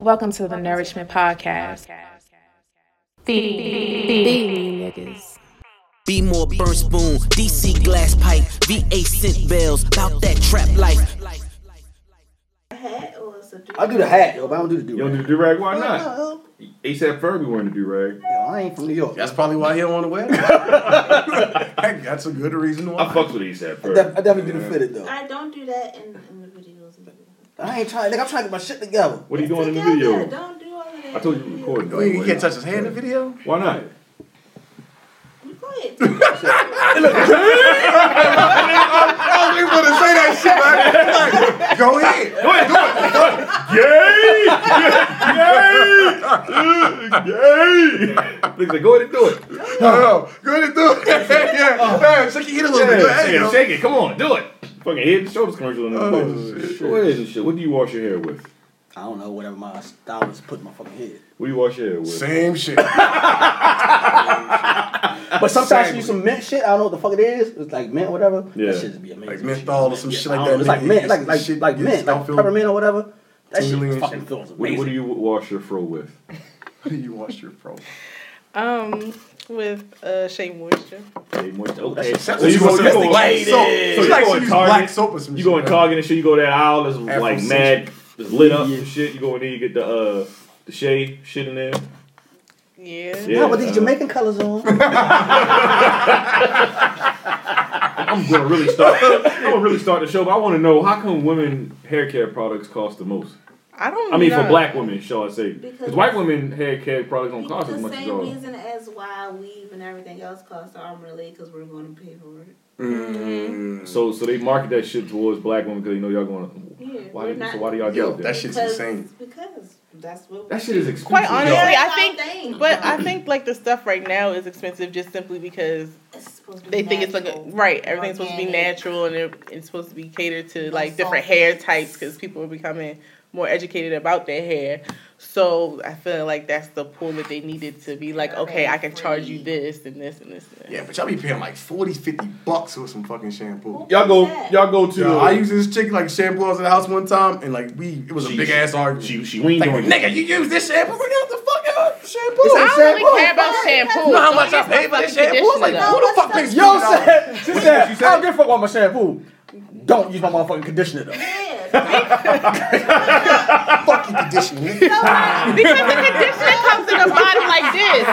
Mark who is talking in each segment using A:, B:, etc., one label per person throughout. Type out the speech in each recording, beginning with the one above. A: Welcome to the Nourishment Podcast. Feed niggas.
B: Be more burn spoon, DC glass pipe, VA scent bells, about that trap life.
C: I do the hat though, but I don't do the do.
D: You don't do the do-rag? Why not? ASAP Ferg be wearing the do-rag.
C: I ain't from New York.
E: That's probably why he don't want to wear it. That's a good reason why.
D: I fucks with ASAP
C: I def- I
D: Ferg.
C: definitely do the fitted though.
F: I don't do that in, in the videos. and everything.
C: I ain't trying. Nigga, I'm trying to get my shit together.
D: What are you doing in the
F: Together,
D: video?
F: Don't do all of that.
D: I told you we recording.
E: Oh, you
D: Why
E: can't
D: not?
E: touch his hand in the video?
D: Why not?
F: You Go ahead.
E: I was going to say that shit, man. Like, go ahead.
D: Go ahead, do it. Go ahead. Yay! Yay! Yay! Nigga said, go ahead and do it.
E: No, no. Go ahead and do it. yeah. Man, shake your head a little bit. Go
D: Yeah,
E: ahead,
D: yeah,
E: yo.
D: shake it. Come on, do it. Fucking head and shoulders commercial in the
E: Oh,
D: oh, What is this shit? What do you wash your hair with?
C: I don't know whatever my stylist put in my fucking head.
D: What do you wash your hair with?
E: Same shit.
C: But sometimes you
E: Same.
C: use some mint shit. I don't know what the fuck it is. It's like mint, or whatever.
D: Yeah.
C: That shit just be amazing.
E: Like menthol or some shit like
C: I
E: that.
C: don't know, It's like
E: Nigga,
C: mint,
E: it's
C: like
E: the
C: like
E: shit
C: like
E: gets-
C: mint,
E: don't
C: like
E: feel-
C: peppermint or whatever. That
E: tingling
C: shit
E: and
C: fucking
E: shit.
C: feels
D: What, what do
C: amazing.
D: you wash your fro with?
E: What do you wash your pro?
G: Um, with uh, shea moisture.
D: Hey, moist- okay.
C: that's-
D: So
C: that's
D: you
C: what you
D: go you go-
C: said.
E: Lady.
D: so- so
E: It's
D: you
E: like
D: go in
E: she used
D: Target,
E: black soap or some
D: You
E: shit,
D: go in
E: right?
D: Target and shit. You go to that aisle. It's
E: Afro
D: like
E: Six.
D: mad. It's lit up and shit. You go in there. You get the uh the shade shit in there.
G: Yeah.
D: Yeah.
C: Now with these Jamaican colors on,
D: I'm gonna really start. I'm gonna really start the show. But I want to know how come women hair care products cost the most.
G: I don't.
D: I mean,
G: know.
D: for black women, shall I say? Because
F: Because-
D: white women hair care products don't cost as
F: the
D: much as
F: same
D: all.
F: reason as why weave and everything else costs an arm and a leg because we're going to pay for it.
E: Mm-hmm.
D: So, so they market that shit towards black women because they know y'all going. to
F: Yeah,
D: Why
F: we're
D: do,
F: not-
D: so why do y'all
E: Yo,
D: do that?
E: that shit- Shit's
F: Because-
E: insane.
F: Because that's what.
D: That shit is expensive.
G: Quite honestly,
D: y'all.
G: I
F: That's
G: think.
F: our thing.
G: But I think like the stuff right now is expensive just simply because
F: It's supposed to be
G: they think it's like a,
F: natural,
G: right. Everything's supposed to be
F: organic.
G: natural and it, it's supposed to be catered to
F: No
G: like different
F: sulfates.
G: hair types because people are becoming more educated about their hair. So I feel like that's the pull that they needed to be like, okay, I can charge you this and this and this. And this.
E: Yeah, but y'all be paying like 40, 50 bucks for some fucking shampoo.
D: Y'all go.
F: Yeah.
D: Y'all go to.
E: Yo, I used this chick like shampoo. I was in the house one time, and like we, it was a
D: She-
E: big ass argument.
D: she- she leaned
E: like,
D: on you.
E: nigga, you use this shampoo? Bring out the fucking uh, shampoo.
C: It's a
G: I don't really care about shampoo.
E: You know how
G: So
E: much I
G: guess
E: pay
G: that's
E: for the
G: the
E: shampoo? I was like,
G: conditioner,
E: who the
F: though.
E: fuck pays
C: yo
E: $40?
C: said she
D: she
C: said
D: say?
C: I don't give a fuck about my shampoo. Don't use my motherfucking conditioner though.
F: Yeah.
E: fucking conditioner. nigga.
G: Because the conditioner comes in a bottle like this.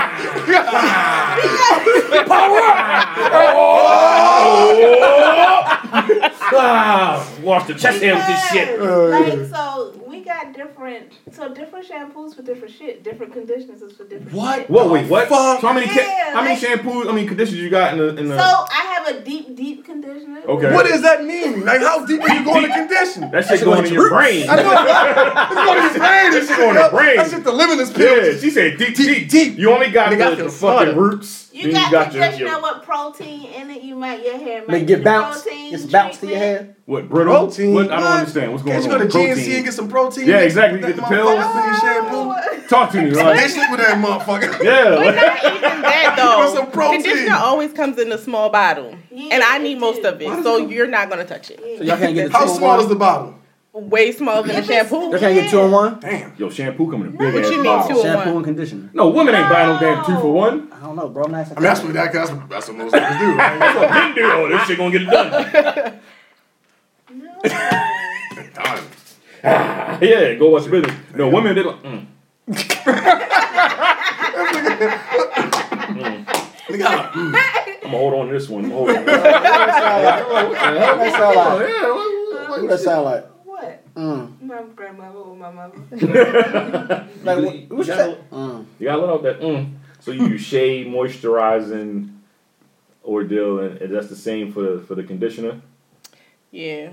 D: Oh! ah, wash the chest hair with this shit.
F: Because, Like so, we got different. So different shampoos for different shit. Different conditioners is for different.
E: What?
F: Shit.
D: What? Wait, what?
E: Fuck.
D: So how many? Ca-
F: Yeah,
D: how many
F: like-
D: shampoos? I mean, conditioners you got in the? In
F: So
D: the
F: I have a deep, deep conditioner.
D: Okay.
E: What does that mean? Like, how deep are you going to condition?
D: that shit going in your brain.
E: I know, right? It's going to his brain. This shit
D: going to his brain.
E: That shit the limitless pill.
D: Yeah, she said deep, deep, deep.
E: Deep, deep.
D: You only got
E: Nigga, I
D: the,
E: feel
D: the fucking
E: smarter.
D: roots.
F: You
D: then
F: got,
D: you got your,
F: conditioner
D: your
F: with protein in it. You might your hair
C: Make
F: might
C: it get bounce.
F: protein
C: It's bounce to your
F: treatment.
C: hair.
D: what brittle?
E: Protein.
D: What? I don't
E: What?
D: understand. What's going
E: Can't you
D: on?
E: go to
D: Protein.
E: GNC and get some protein?
D: Yeah, exactly. You get the
E: That
D: pills.
E: motherfucking shampoo.
D: Talk to me. Like,
E: Condition with that motherfucker.
D: yeah.
G: But
D: Like,
G: not even that
E: Give us some
G: though.
E: protein.
G: Conditioner always comes in a small bottle,
F: Yeah,
G: and I
F: it
G: need
F: do.
G: most of it, so you're not gonna touch it.
C: So y'all can't get the
E: How
C: two in
E: small
C: one?
E: is the bottle?
G: Way smaller than a
F: If it's-
C: Y'all
G: shampoo.
C: can't get two in one.
E: Damn.
D: yo, shampoo coming in a big
G: What
D: ass
G: you mean
D: bottle.
G: two in
C: Shampoo
G: one?
C: and conditioner.
D: No, women ain't buying no damn two for one.
C: I don't know, bro. I'm not.
E: I mean, that's what that, that's what, that's what most niggas do, right?
D: That's what men do. Oh, this shit gonna get it done.
E: Done.
D: yeah, go watch the business. No, women they like. Mm.
E: Nigga, I- mm,
D: I'm gonna hold on to this one. I'ma Hold on. yeah,
C: What that sound like?
D: like,
C: Oh, What that sound like?
F: Oh, What?
C: Mm.
F: My grandmother or my mother.
C: Like,
D: You-
C: what,
D: you
C: what you
D: gotta-
C: say? Mm.
D: You gotta let out that mm. So you use shea moisturizing ordeal, and, and that's the same for the for the conditioner.
G: Yeah,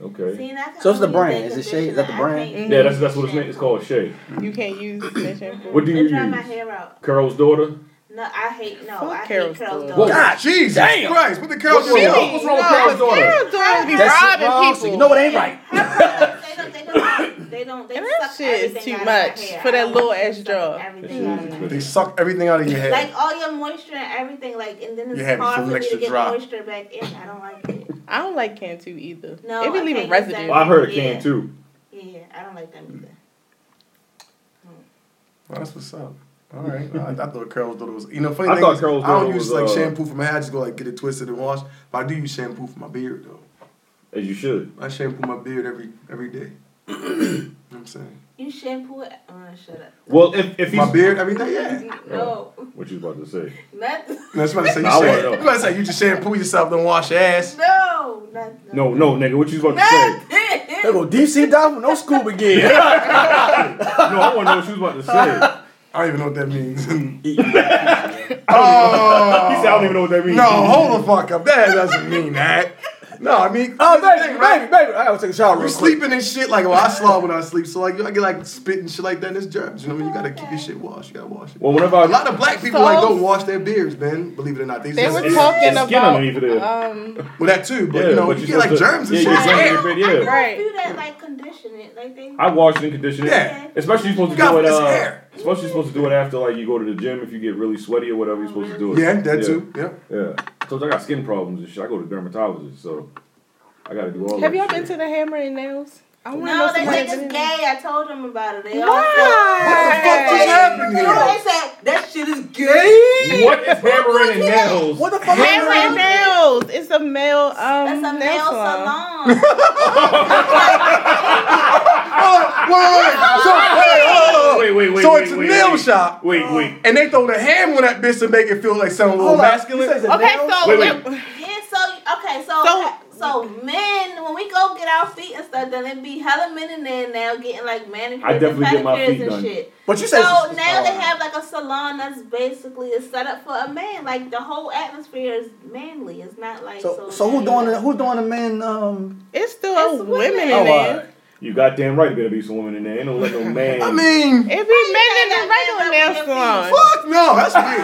D: Okay.
F: See, and I can
C: So it's the
F: only use
C: brand.
F: that
C: Is it shea- is
F: conditioner.
C: that the
F: I
C: brand?
F: can't
D: Yeah, that's that's what it's named. It's called shea.
G: you can't use that shampoo.
D: What do you
F: It dry my
D: use?
F: hair out.
D: Curl's daughter.
F: No, I hate no.
G: Fuck
F: I hate
G: Carol's
F: curls.
G: good.
F: though.
D: Whoa.
E: God, Jesus
D: Damn.
E: Christ. What the curls
D: What's
E: doing?
D: wrong- what's wrong with Carol's daughter?
G: Carol's daughter be
C: That shit wrong,
G: robbing
C: so
G: people.
C: you know it ain't right.
F: they don't. They don't. They don't. They
G: And
F: suck
G: that shit is
F: everything
G: too
F: out of my
G: much
F: hair.
G: for that little ass
F: Suck
G: drop.
D: That
F: everything
D: shit is
F: out of my hair.
E: They
D: expensive.
E: suck everything out of your head.
F: Like all your moisture and everything, like and then
E: You
F: it's
E: have it
F: hard
E: for
F: for
E: an
F: me
E: extra
F: to get
E: drop.
F: moisture back in. I don't like it.
G: I don't like can too either.
F: No,
G: it be
F: I
G: leaving
F: can't use that.
G: residue.
D: Well, I heard a
F: Yeah.
D: can too.
F: Yeah, I don't like that either.
E: Well, that's what's up. All right. I, I thought curls thought it was. You know, funny
D: I
E: thing
D: thought
E: is,
D: curls
E: I
D: thought
E: don't
D: it
E: use
D: was,
E: like
D: uh,
E: shampoo for my hair. I just go like get it twisted and washed. But I do use shampoo for my beard though.
D: As you should.
E: I shampoo my beard every every day. you know what I'm saying
F: You shampoo it. Oh, shut up.
D: Well, if if
E: my
D: he's
E: beard every day. Yeah.
F: No,
D: what you about to say?
F: nothing.
E: That's what I say. You,
D: I wanna
E: shampoo,
D: know.
E: you about to say you just shampoo yourself, don't wash your ass.
F: No, nothing.
D: No, no, nigga, what you about to say?
C: They
F: Nothing.
C: go deep sea dive with no scuba gear.
D: No, I want to know what you was about to say.
E: I don't even know what that means.
D: He said, I don't even know what that means.
E: Oh, no, hold the fuck up. That doesn't mean that. No, I mean,
C: Oh,
E: here's the
C: baby,
E: thing, right?
C: baby, baby. I gotta take a shower
E: You
C: real quick.
E: sleeping and shit like well, I slob when I sleep, so like I get like spit and shit like that. And it's germs. You know what I mean? You gotta keep your shit washed. You gotta wash it.
D: Well, whenever
E: a
D: I,
E: lot of black people
G: So-
E: like don't wash their beards, man. Believe it or not, these
G: They
E: just-
G: were
D: it's-
G: talking
D: it's skin underneath it.
G: about um
E: well that too, but
D: yeah,
E: you know
D: but
E: you
D: you
E: get like
D: supposed to-
E: germs and
D: yeah,
E: shit.
D: you
E: Yeah,
D: get germs.
F: I,
D: Yeah.
F: I
G: Right.
F: do that like condition it like they.
D: I wash and condition it.
E: Yeah.
D: Especially you're supposed to
E: Got
D: do it.
E: this
D: Uh,
E: hair.
D: especially you're supposed to do it after like you go to the gym if you get really sweaty or whatever. You're supposed to do it.
E: that too. Yeah.
D: uh, Yeah. So I got skin problems and shit. I go to dermatologist, so I got to do all.
G: have
D: that
G: y'all
D: shit.
G: been to the hammer and nails? I wanna
F: No, they
G: somebody
F: think
G: been
F: it's
G: in-
F: gay. I told them about it. They all
E: What
F: said,
E: the fuck just
G: Why?
E: happened
F: no,
E: here?
F: they said that shit is gay.
D: What is hammering and nails?
C: What the fuck?
G: Hammer and nails. It's a male um
F: That's a male
G: salon.
F: salon.
E: Wait, wait, wait. So, wait, hold on, hold on.
D: Wait, wait, wait.
E: So
D: wait,
E: it's a
D: wait,
E: nail
D: wait.
E: shop.
G: Oh.
D: Wait, wait.
E: And they throw the ham on that bitch to make it feel like something a little
C: Hold up.
E: masculine.
C: You said it's a
G: Okay,
C: nail?
G: so
D: Wait, wait.
F: Yeah, so okay, so
G: So-
F: so, men when we go get our feet and stuff done, it be hella men in there now getting like manicures
D: I definitely
F: and
D: get my
F: pedicures
D: feet
F: and
D: done.
F: shit.
C: But you
F: So
C: said
F: now
C: it's-
F: they have like a salon that's basically is set up for a man. Like the whole atmosphere is manly. It's not like so.
C: So, so who doing the who doing the men? Um,
G: It's still
F: It's
G: women in
F: women.
C: Oh,
G: there.
D: You goddamn right. Better be some women in there. Ain't no let no man.
E: I mean,
G: It be men in the
F: that
G: regular
F: man
G: nail
F: up there
G: salon.
E: fuck no, that's weird.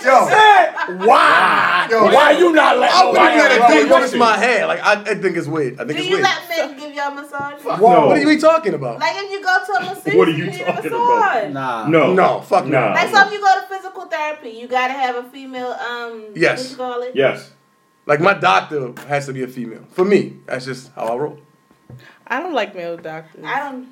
E: Yo,
C: why?
E: Yo,
C: why you not letting?
E: I'm
C: nobody-
E: looking at a
D: why-
E: dude
D: why-
E: touch my hair. Like I, I think it's weird. I think
F: Do
E: it's
F: you
E: weird.
F: let men give y'all massage?
D: No.
E: What are we talking about?
F: Like if you go to a masseuse,
D: What are you
F: you get a
D: talking
F: massage.
D: about?
C: Nah.
D: No.
E: No, fuck no.
D: Nah.
F: Like so if you go to physical therapy, you gotta have a female um
E: Yes.
F: what you call it?
D: Yes.
E: Like my doctor has to be a female. For me, that's just how I roll.
G: I don't like male doctors.
F: I don't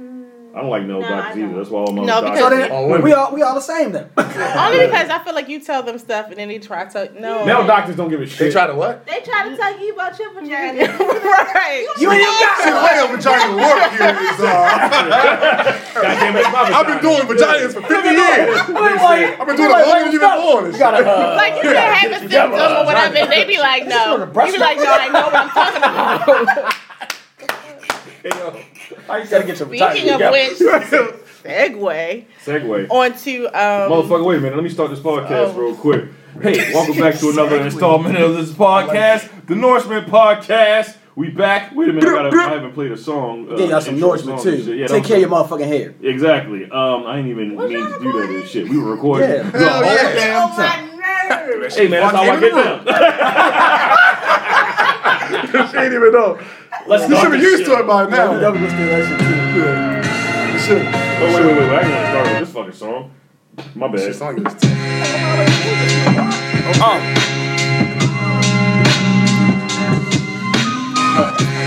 F: mm,
D: I don't like no
F: No, I
D: doctors either.
F: don't.
D: That's why all my
G: No,
D: doctors.
C: So
G: because-
C: then
E: Oh, women.
C: we all we all the same then.
G: Only because I feel like you tell them stuff and then they try to no.
D: male doctors don't give a shit.
E: They try to what?
F: They try to tell you about your vagina.
G: right.
C: you ain't got
E: The way a vagina work here is, uh,
D: Goddamn it, it's my
E: I've been
D: vagina.
E: doing vaginas for 50 years. I've been doing it longer than you've been born.
C: You gotta uh,
G: Like you can have a symptom or whatever, and they be like, no. You be like, no, I know what I'm talking about.
D: Hey, yo.
C: you gotta get your
G: Speaking
C: vagina
G: of
C: together.
G: which, segue
D: Segue.
G: onto um.
D: Motherfucker, wait a minute. Let me start this podcast
G: Oh.
D: real quick. Hey, welcome back to another installment of this podcast, the Norseman Podcast. We back. Wait a minute, I, gotta, I haven't played a song. Uh,
C: Get y'all some
D: intro
C: Norseman
D: song and
C: too.
D: shit. Yeah,
C: Take
D: that
C: care of your
D: was-
C: motherfucking hair.
D: Exactly. Um, I didn't even mean to do that and shit. We were recording.
C: Yeah.
D: The
E: Hell
D: whole-
E: yeah.
F: Get on Oh, my nerves.
D: Hey man, that's how I
E: Walk in
D: get
E: the
D: down.
E: She ain't even know.
D: Let's
E: You
D: start
E: should be
D: this
E: used
D: shit.
E: to it by
C: Yeah, we
E: now.
C: definitely still that shit too.
E: Yeah. You should.
D: Oh, wait, wait, wait, wait. I didn't want to start with this fucking song. My bad.
E: It's on you.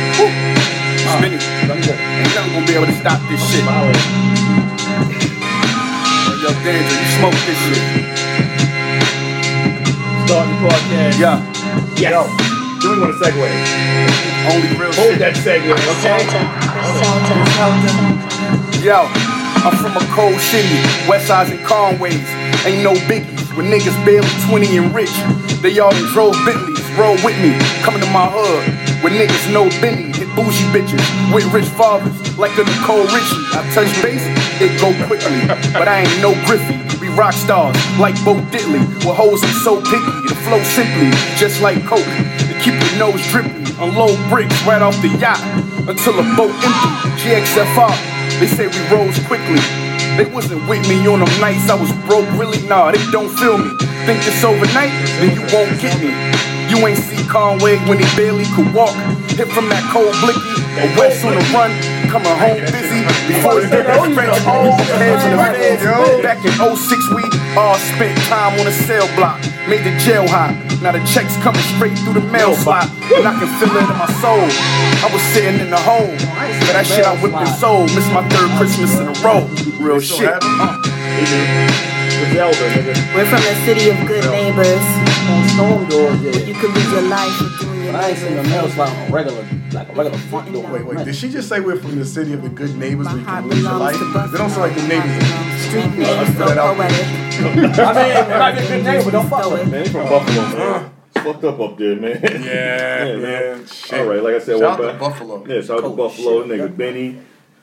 E: It's
H: Oh. spinning. Ain't nothing gonna be able to stop this shit. Yo, Danger, you smoke this shit.
D: Starting the podcast.
H: Yeah.
D: Yes. Yo. Then we want to segue.
H: Only real
D: Hold
H: shit.
D: that segue, okay?
H: Yo, I'm from a cold city, west sides and Conways. Ain't no biggies, with niggas barely 20 and rich. They all done drove Bentleys, roll with me, coming to my hood. With niggas no Bentley, hit bougie bitches, with rich fathers, like a Nicole Richie. I touch base, it go quickly, but I ain't no Griffey. We rock stars, like Bo Diddley, with hoes I'm so picky. The flow simply, just like Coke, to keep your nose dripping. Unload bricks right off the yacht, until a boat empty. GXFR, they say we rose quickly. They wasn't with me on them nights I was broke, really? Nah, they don't feel me. Think this overnight? Then you won't get me. You ain't see Conway when he barely could walk. Hit from that cold blicky, a west on the run. Coming home busy before the different French oh hoes, heads in the feds. Back in 06, we all spent time on a cell block. Made the jail hot. Now the checks coming straight through the mail slot. And I can feel it in my soul. I was sitting in the hole. But that shit I whipped and sold. Missed Oh, my third Christmas in a row. Real
E: So
H: shit.
E: happy.
D: It's Zelda, nigga.
I: We're from the city of good neighbors.
C: On storm doors, yeah.
I: You could lose your life for doing your
C: I ain't seen a
I: neighbor.
C: mail slot on regular, like a regular front door.
E: Wait, wait, did she just say we're from the city of the good neighbors where you
I: Heart
E: can lose your
I: belongs
E: life?
I: to Buster.
E: They don't sound like the neighbors.
I: Street
E: I
I: names
E: feel
I: so
E: that out.
I: poetic.
C: I mean, it might be a good neighbor, but don't fuck with it.
D: Man, he's from Buffalo, man. It's fucked up up there, man.
E: Yeah,
D: man.
E: yeah, shit.
D: All right, like I said,
E: Shout
D: one
E: out to
D: back-
E: Buffalo.
D: Yeah, shout out to
C: Cold
D: Buffalo,
C: shit.
D: nigga Benny,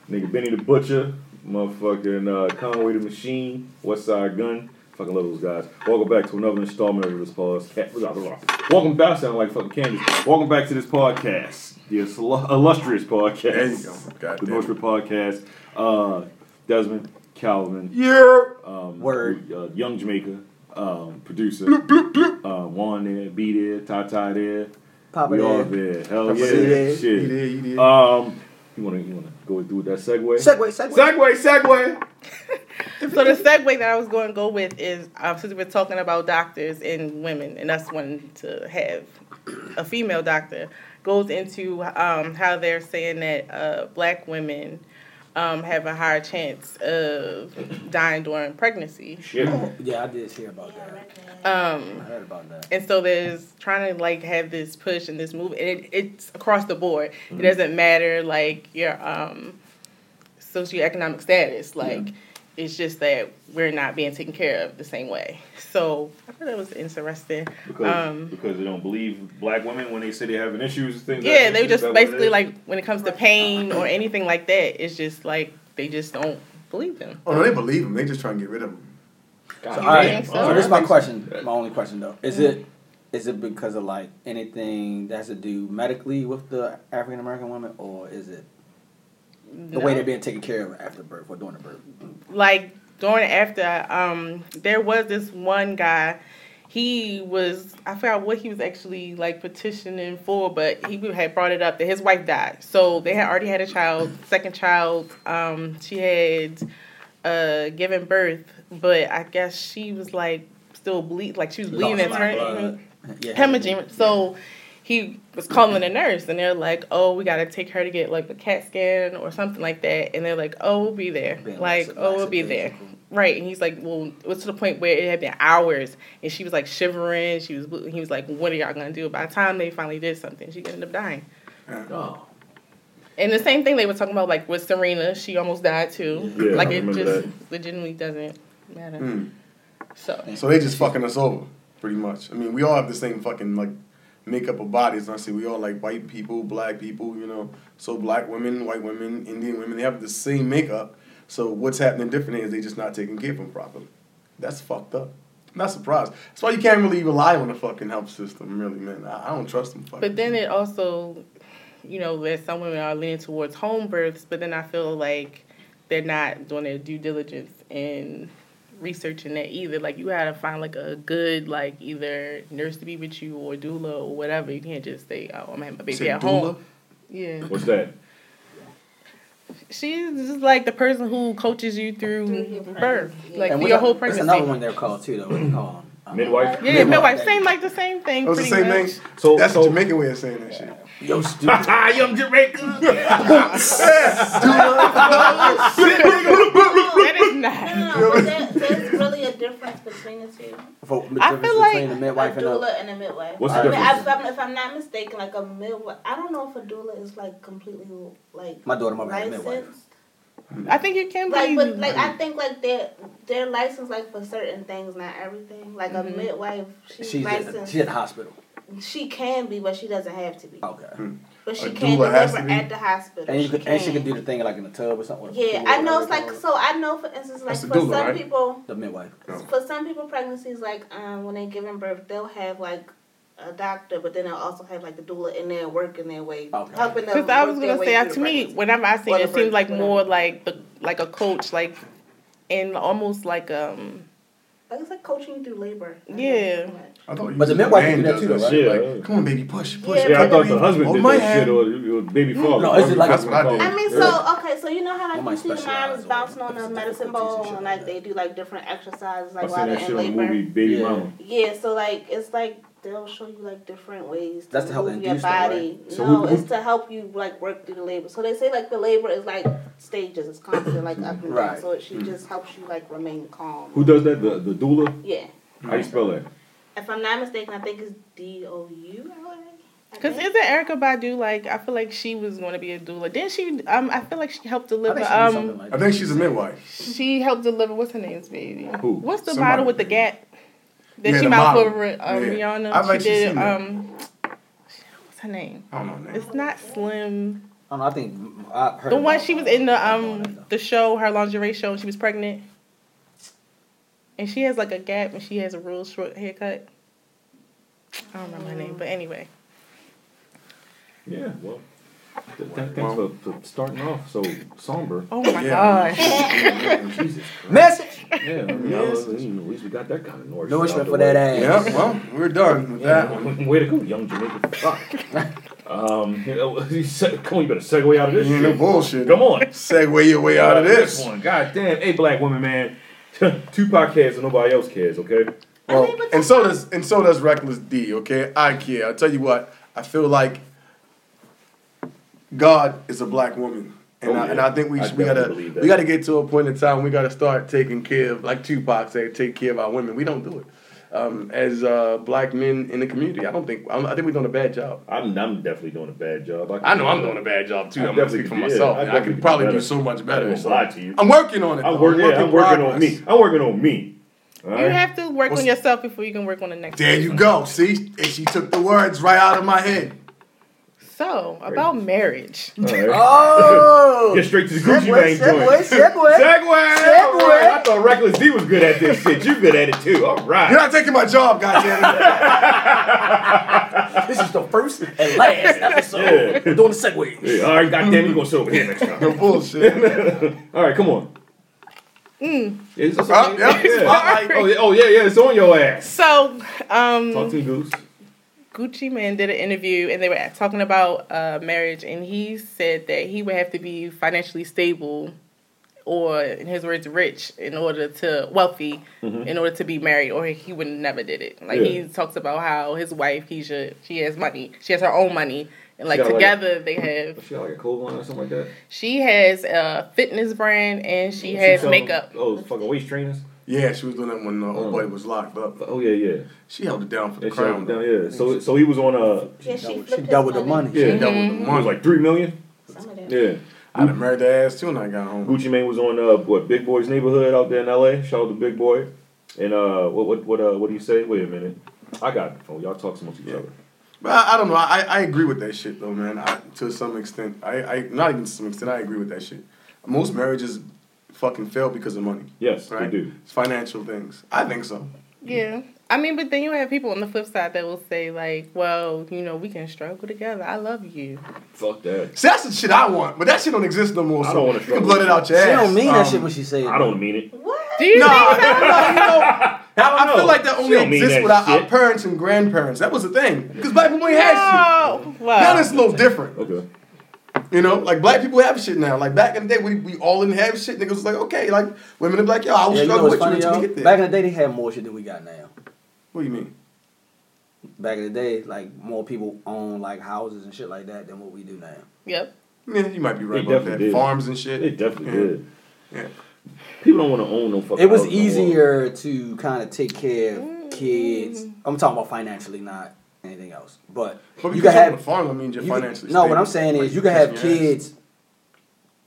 D: nigga Benny the Butcher, motherfucking uh, Conway the Machine, West Side Gun. Fucking love those guys. Welcome back to another installment of this podcast. Blah, blah, blah. Welcome back, sound like fucking candy. Welcome back to this podcast, this illu- illustrious podcast.
E: There you go. God
D: the
E: damn
D: Northwood Podcast. Uh, Desmond, Calvin,
C: Word.
D: uh, Young Jamaica, um, producer, Uh, Juan there, B there, Tata there,
C: Papa
D: we all
C: there.
D: there. Hell
E: Papa
D: yeah,
C: there.
E: You did,
D: shit.
E: you did.
D: Um, you wanna you wanna go through that segue?
C: Segway, segway.
D: Segway, segue.
G: So the segue that I was going to go with is um, since we're talking about doctors and women, and us wanting to have a female doctor, goes into um, how they're saying that uh, black women um, have a higher chance of dying during pregnancy.
D: Shit.
C: Yeah, I did hear about that. I
G: Um,
C: heard about that.
G: and so there's trying to like have this push and this move, and it, it's across the board.
D: Mm-hmm.
G: It doesn't matter like your um, socioeconomic status. Like it's just that we're not being taken care of the same way. So I thought that was interesting.
D: Because,
G: Um,
D: because they don't believe black women when they say they having issues and things.
G: Yeah,
D: like that.
G: they
D: Is
G: just
D: that what it
G: basically
D: is?
G: like when it comes to pain or anything like that, it's just like they just don't believe them.
E: Oh no, they believe him. They just trying to get rid of him.
C: So, all right.
G: think
C: So,
G: so?
C: this is my question. My only question though. Is it is it because of like anything that has to do medically with the African American woman, or is it the way
G: No.
C: they're being taken care of after birth or during the birth?
G: like during and after um there was this one guy he was i forgot what he was actually like petitioning for but he had brought it up that his wife died so they had already had a child second child um she had uh given birth but i guess she was like still bleed like she was bleeding
C: Lost
G: and
C: my
G: turning
C: blood. Yeah.
G: hemorrhaging. So he was calling the nurse, and they're like, "Oh, we gotta take her to get like a CAT scan or something like that." And they're like, "Oh, we'll be there."
C: Being
G: like,
C: lax-
G: "Oh, we'll be there."
C: lackadaisical.
G: Right, and he's like, "Well, it was to the point where it had been hours, and she was like shivering. She was. blue- He was like, "What are y'all gonna do?" By the time they finally did something, she ended up dying.
C: Oh.
G: And the same thing they were talking about, like with Serena, she almost died too.
D: Yeah,
G: like
D: I
G: it
D: remember
G: just
D: that. Hmm.
G: legitimately doesn't matter. So
E: So they just fucking us over, pretty much. I mean, we all have the same fucking like makeup of bodies. And I see we all like white people, black people, you know. So black women, white women, Indian women, they have the same makeup. So what's happening differently is they just not taking care of them properly. That's fucked up. I'm not surprised. That's why you can't really rely on the fucking health system, really, man. I, I don't trust them. Fucking.
G: But then it also, you know, that some women are leaning towards home births, but then I feel like they're not doing their due diligence in researching that either. Like you gotta find like a good like either nurse to be with you or doula or whatever. You can't just say, Oh, I'm gonna have my baby
E: Say
G: at
E: doula?
G: home. Yeah.
D: What's that?
G: She's just like the person who coaches you
F: Through
G: through
F: your
G: birth.
F: pregnancy.
G: Like
C: And what's
G: through your
C: that-
G: whole
C: what's
G: pregnancy.
C: another one they're called too though. What do you call 'em? Um,
D: Midwife.
G: Yeah,
C: Midwife.
G: midwife, same like the same thing.
E: That was the
G: pretty
E: same
G: much.
E: thing.
D: So
E: That's
D: so
E: a Jamaican way of saying that shit.
C: Yo, stupid.
D: I am Jamaica.
G: That is not.
F: No, no, but there, there's really a difference between the two.
C: For, the
G: I
C: difference
G: feel
C: between
G: like
C: a
F: A
C: midwife and a
F: doula and a midwife.
D: What's
F: I
D: the
F: mean, I-
D: difference?
F: if, I'm, if I'm not mistaken, like a midwife, I don't know if a doula is like completely like
C: My daughter, my wife, midwife.
G: I think you can be
F: Like, but like I think like they're they're licensed like for certain things, not everything. Like a midwife, she's,
C: She's in,
F: licensed.
C: she's in the hospital.
F: she can be, but she doesn't have to be.
C: Okay.
F: But she
E: A
F: can
E: doula has
F: deliver
E: to be?
F: at the hospital.
C: Oh. And you could, and she
F: can.
C: could do the thing like in the tub or something. with a
F: Yeah,
C: pool
F: I
C: or
F: know.
C: whatever
F: It's like
C: they call
F: so. I know for instance, like
E: That's a
F: for
E: doula,
F: some
E: right?
F: people,
C: it. the midwife.
F: for some people, pregnancies like um when they're giving birth, they'll have like a doctor, but then they'll also have like the doula in there working their way,
C: Okay.
F: helping them.
G: Because I was
F: work their
G: gonna
F: way
G: say, uh,
F: through
G: to
F: the
G: me,
F: pregnancy.
G: whenever I seen
F: Or the
G: it, it seemed
F: first-
G: like
F: whatever.
G: more like the like a coach, like and almost like um
F: Like it's like coaching through labor.
G: Yeah.
E: I thought you
C: But the
E: was-
C: midwife
E: man
C: do that too,
E: does
C: though,
D: right?
E: shit.
D: Yeah.
E: Like, come on, baby, push, push.
D: Yeah, I thought
E: baby,
D: the husband
E: hold
D: did
E: my
D: that shit
E: hand.
D: or your baby father.
C: No, it's just like-
D: That's what
E: I
F: I mean, so okay, so you know how
C: Well,
F: like
C: my
F: you see the
C: specialized
F: moms
C: or
F: bouncing on the
C: different
F: medicine
C: difficulties and
F: ball
C: shit
F: and
C: like
F: like
C: that.
F: they do like different exercises
D: I
F: like while
D: seen
F: they're
D: that shit
F: in
D: on the
F: labor.
D: movie Baby
C: Yeah.
D: Mama.
F: Yeah, so like it's like they'll show you like different ways to
C: That's to help
F: move your
C: induce that,
F: body.
C: right? So
F: no,
C: who- who-
F: it's to help you like work through the labor. So they say like the labor is like stages, it's constant like up and down.
C: Right. Mm-hmm.
F: So she just helps you like remain calm.
D: Who does that? The the doula.
F: Yeah.
D: How you spell that?
F: If I'm not mistaken, I think it's D O U L A. I
G: Cause
F: think.
G: isn't Erica Badu like? I feel like she was going to be a doula. Didn't she? Um, I feel like she helped
C: I
G: deliver.
C: think she do something
G: um,
C: like
E: I
C: that.
E: think she's a midwife.
G: she helped deliver. What's her name's baby?
D: Who?
G: What's the
E: Somebody.
G: model with the gap? That
E: Yeah,
G: she
E: the
G: mouthed
E: model.
G: over um,
E: Yeah.
G: Rihanna.
E: I've
G: she
E: actually
G: did.
E: seen that.
G: Um, what's her name?
E: I don't know.
G: It's not Slim.
C: I, don't know, I think I heard
G: The
C: about-
G: one she was in the um the show, her lingerie show, and she was pregnant. And she has like a gap, and she has a real short haircut. I don't remember her name, but anyway.
D: Yeah. Well. th- th- Thanks for, for starting off so somber.
G: Oh my
E: Yeah.
G: gosh.
E: name. Jesus.
C: message.
D: Yeah, I mean, I was- I mean, at least we got that kind of nourishment. out
C: Nourishment
D: the
C: for that
D: way.
C: ass.
E: Yeah, well, we're done with that one.
D: Way to go, young Jamaican. Fuck. um, you know, you said- come on, you better segue out of this.
E: You ain't no
D: shit.
E: bullshit.
D: Come on.
E: Segue your way out of this.
D: one. God damn. Hey, black women, man. Tupac cares and nobody else cares, okay?
E: Well, and so does and so does Reckless D. Okay, I care. I tell you what, I feel like God is a black woman, and
D: Oh,
E: I,
D: yeah.
E: and I think we
D: I
E: should- we gotta
D: definitely believe that.
E: we gotta get to a point in time we gotta start taking care of like Tupac said, take care of our women. We don't do it um, as uh, black men in the community. I don't think I, don't- I think we're doing a bad job.
D: I'm, I'm definitely doing a bad job.
E: I know I'm doing a bad job too.
D: I
E: I'm gonna
D: definitely
E: speak for
D: did.
E: myself.
D: I
E: I,
D: definitely
E: could
D: did
E: probably
D: better.
E: do so much
D: I
E: better.
D: won't lie to you.
E: I'm working on it.
D: I'm
E: though.
D: working,
E: work
D: yeah,
E: in
D: I'm working on
E: progress.
D: me. I'm working on me. All
G: You
D: right?
G: have to work
E: What's-
G: on yourself before you can work on the next.
E: There you go. See, and she took the words right out of my head.
G: So about marriage.
D: All right.
C: Oh.
D: Get straight to the Gucci Mane
C: Segway,
D: joint.
C: segway, segway.
D: Segway! All right. I thought Reckless D was good at this shit. You good at it too. All right.
E: You're not taking my job, goddamn.
C: This is the first and last episode.
D: Yeah.
C: We're doing the segways.
D: Hey, all right, goddamn, you gonna sit over here next time.
E: Bullshit.
D: All right, come on. It's, it's
E: Uh,
D: okay.
E: yeah,
D: yeah.
E: spotlight.
D: Oh, yeah, oh yeah, yeah, it's on your ass.
G: So
D: Talk
G: um,
D: to me, Goose.
G: Gucci Man did an interview and they were talking about uh, marriage, and he said that he would have to be financially stable, or in his words, rich, in order to wealthy, in order to be married, or he would never did it. Like
D: Mm-hmm. Yeah.
G: he talks about how his wife, Keisha, she has money, she has her own money, and like
D: got, like-
G: together they have
D: She got like a cold line or something like that.
G: She has a fitness brand and she
D: She
G: has
D: sell-
G: makeup.
D: Oh, fucking waist trainers.
E: yeah, she was doing that when the old boy was locked up.
D: Oh yeah, yeah.
E: She held it down for the
D: And she-
E: crown.
D: down, yeah. So so he was on a
F: yeah, she,
C: Double-
F: flipped
C: She
F: his
C: doubled the money.
D: yeah.
E: That was the
C: Mm-hmm.
D: It was
E: money.
D: like three million.
F: Some of that.
D: Yeah.
E: I'd have married the ass too when I got home.
D: Gucci Mane was on uh what Big Boy's neighborhood out there in L.A. Shout out to Big Boy. And uh what what what uh what do you say? Wait a minute. I got the phone. Y'all talk amongst each
E: Yeah.
D: other.
E: But I, I don't know. I, I agree with that shit though, man. I, to some extent, I, I not even to some extent. I agree with that shit. Most marriages fucking fail because of money.
D: Yes,
E: right?
D: they do.
E: It's financial things. I think so.
G: Yeah. I mean, but then you have people on the flip side that will say, like, well, you know, we can struggle together. I love you.
D: Fuck that.
E: See, that's the shit I want, but that shit don't exist no more.
D: I
E: So
D: don't wanna
E: you can
D: struggle.
E: blood it out your
C: She
E: ass.
C: don't mean that
E: Um,
C: shit when she say it.
D: I don't mean it.
G: Do you
E: No,
G: think
E: no, no, you know, I,
D: know.
E: feel like that
D: She
E: only
D: don't mean
E: exists
D: that
E: with our, our
D: shit.
E: parents and grandparents. That was the thing. Because black people ain't had shit.
G: No.
E: Now
G: Well,
E: it's a little different.
D: Okay.
E: You know, like black people have shit now. Like back in the day, we, we all didn't have shit. Niggas was like, okay, like women are like, yo, I was
C: Yeah, you know what's
E: struggling with you
C: funny,
E: until
C: y'all?
E: we get there.
C: Back in the day, they had more shit than we got now.
E: what do you mean?
C: Back in the day, like more people own like houses and shit like that than what we do now.
G: yep.
E: Yeah, you might be right
D: They
E: about that.
D: definitely did.
E: Farms and shit.
D: It definitely
E: yeah.
D: did.
E: Yeah.
D: People don't want to own no fucking.
C: It was
D: house no more.
C: easier to kind of take care of kids. I'm talking about financially, not anything else. But,
E: But
C: you can
E: because have, on the
C: have
E: farm, I mean, you're
C: you can-
E: financially
C: No, what
E: stable.
C: I'm saying
E: Like,
C: is you can have
E: touching your ass.
C: kids,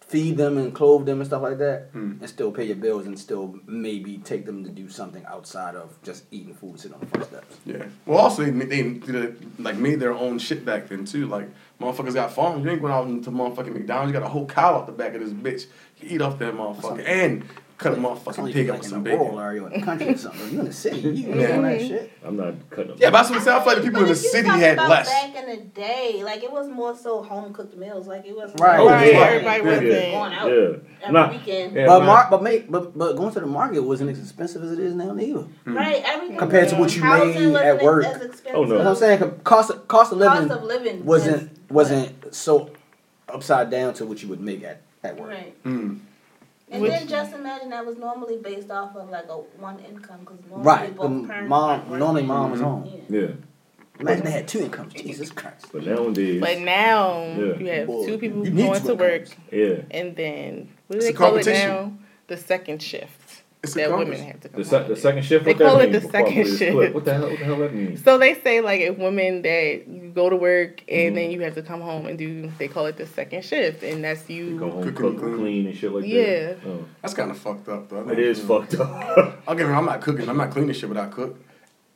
C: feed them and clothe them and stuff like that,
E: Hmm.
C: and still pay your bills and still maybe take them to do something outside of just eating food, sitting on the front steps.
E: Yeah. Well, also they, they did, like made their own shit back then too. Like motherfuckers got farms. You ain't going out into motherfucking McDonald's. You got a whole cow out the back of this bitch. You eat off that motherfucker and cut a
C: It's not
E: motherfucking
C: like
E: pig
C: you
E: up with
C: like
E: some
C: in the rural
E: bacon.
C: area or the country or something. You in the city, you ain't
E: Yeah.
C: doing that shit.
D: I'm not cutting them.
E: Yeah, but that's what I'm saying. I feel like the people
F: But
E: in the
F: if you
E: city
F: talk
E: had
F: about
E: less.
F: Back in the day, like it was more so home cooked meals. Like it was
C: Right.
E: Oh,
G: Right,
E: yeah.
G: everybody
E: Yeah.
G: wasn't.
F: Going out
D: yeah.
F: every
D: Nah.
F: weekend.
D: Yeah,
C: but,
D: nah.
C: mar- but, make, but but going to the market wasn't as expensive as it is now, neither.
F: Right, everything
C: Compared to what you
F: Housing
C: made
F: wasn't
C: at work.
F: As expensive.
D: Mm. Oh, no.
C: That's what I'm saying. 'cause Cost of, cost of living,
F: Cost of living
C: wasn't
F: is-
C: wasn't so upside down to what you would make at, at work.
F: Right.
E: Mm.
F: And
G: Which-
F: then just imagine that was normally based off of like a one income because normally
C: Right.
F: both
C: Um,
F: parents
C: mom,
F: weren't working.
C: normally mom
D: Mm-hmm.
C: was home.
F: Yeah.
D: Yeah.
C: Imagine they had two incomes. Jesus Christ.
D: But nowadays,
G: But now
D: Yeah.
G: you have
C: Boy,
G: two people
C: you need
G: going
C: two
G: to work,
C: incomes.
D: yeah.
G: and then what do
E: It's
G: they
E: a
G: call it
E: competition.
G: now? The second shift
E: It's a
G: that women
E: competition.
G: have to come.
D: The, sec-
G: home
D: the
G: to.
D: second shift.
G: They
D: What that
G: call it
D: mean?
G: the
D: Before I
G: second
D: play this
G: shift.
D: clip, What the hell? What the hell that mean?
G: So they say like a woman that you go to work and then you have to come home and do they call it the second shift and that's
D: You go
G: you.
D: home,
E: Cook
D: cook,
E: and clean.
D: clean, and shit like
G: Yeah.
D: that. Oh.
E: That's kind of fucked up, though.
D: It is fucked up.
E: I'll give him. I'm not cooking. I'm not cleaning shit, but I cook.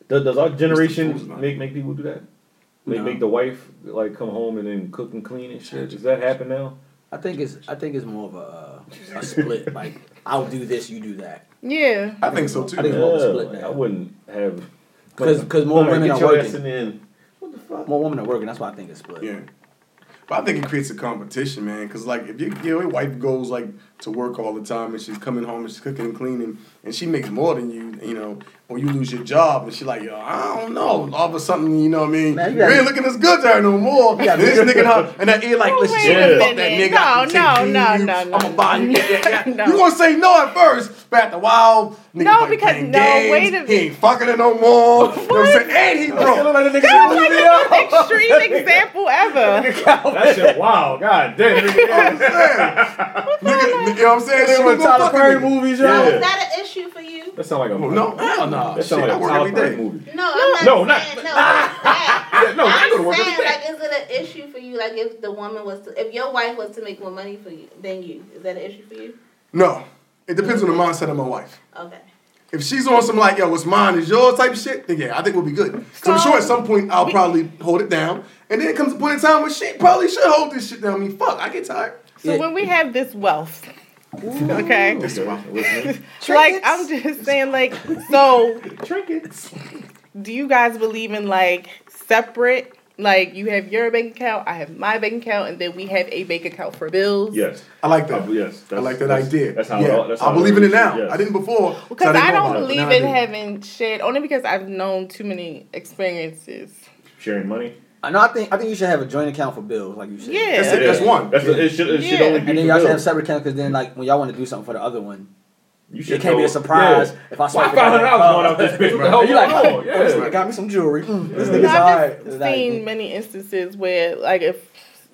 D: does, does our
E: Fool's
D: generation
E: not.
D: make make people do that? Make
C: No.
D: make the wife like come home and then cook and clean and shit. Does that happen now?
C: I think it's I think it's more of a uh, a split. Like I'll do this, you do that.
G: Yeah.
E: I think so too.
C: I think
D: Yeah,
C: it's more of a split
D: like,
C: now.
D: I wouldn't have.
C: 'Cause- 'cause more
D: Woman,
C: women
D: get
C: are
D: your
C: working.
D: ass in there and- What the fuck?
C: More women are working. That's why I think it's split.
E: Yeah. But I think it creates a competition, man. Because, like, if you, your wife goes, like, to work all the time and she's coming home and she's cooking and cleaning and she makes more than you, you know, or you lose your job and she's like, yo, I don't know. All of a sudden, you know what I mean?
C: Man, you
E: you
C: gotta-
E: ain't looking as good to her no more.
C: You gotta-
E: this nigga and her, and that ear like,
G: Oh,
E: listen,
G: wait
E: shit,
D: a
E: fuck that
G: minute.
E: nigga. I
G: No,
E: can take
G: no,
E: you.
G: no, no, no,
E: I'ma buy you.
G: no.
E: Yeah, yeah, yeah.
G: No.
E: You gonna say no at first, but after a while, nigga
G: No,
E: like
G: because-
E: playing
G: no,
E: games.
G: wait a
E: He ain't fucking her no more. You know what I'm saying? And he broke.
G: That was like the most extreme example ever.
D: That shit. Wow. God damn. nigga.
G: Oh
E: Nigga, you know what I'm saying? She was gonna fuck a nigga.
C: movies,
F: So
D: Yeah.
F: is that an issue for you?
D: That sound like a
E: No, hell
D: That
E: no. Shit,
D: sound like
E: I
D: a
E: work
D: Tyler
E: every
D: Perry
E: day.
D: movie.
F: No, I'm not
D: No, not-
F: saying, no, it's that.
D: Yeah, no, I go to
F: I'm
D: work every
F: saying,
D: day.
F: like, is it an issue for you? Like, if the woman was, to, if your wife was to make more money for you than you, is that an issue for you?
E: No, it depends on the mindset of my wife.
F: Okay.
E: If she's on some like, yo, what's mine is yours type of shit, then yeah, I think we'll be good. So I'm sure at some point I'll probably hold it down. And then it comes a point in time where she probably should hold this shit down. I mean, fuck, I get tired.
G: So when we have this wealth, okay,
E: This
D: Okay, listening.
G: like I'm just saying, like, so
E: Trinkets.
G: do you guys believe in like separate? Like you have your bank account, I have my bank account, and then we have a bank account for bills.
D: Yes.
E: I like that.
D: Uh, yes,
E: I like that
D: that's-
E: idea.
D: That's how.
E: yeah.
D: it all- that's how
E: I believe in it now.
D: Yes.
E: I didn't before. so
G: Because
E: didn't
G: I
E: know about
G: don't
E: it, but now
G: believe
E: I
G: in
E: do.
G: having shit, only because I've known too many experiences.
D: sharing money.
C: I know. I think I think you should have a joint account for bills, like you said.
G: Yeah.
E: That's it. That's
D: Yeah.
E: one.
D: That's it. Should, it should
G: Yeah.
D: only be.
C: And then
D: for
C: y'all should have
D: bills.
C: separate accounts because then, like, when y'all want to do something for the other one,
D: You
C: it can't be a surprise if I swipe
D: Five hundred dollars going out this bitch. What the hell
C: You
D: you
C: like,
D: like?
C: oh, this
D: yeah.
C: nigga got me some jewelry. Mm, this
G: You know,
C: nigga's
G: I've
C: alright.
G: just
C: It's like-
G: seen many instances where, like, if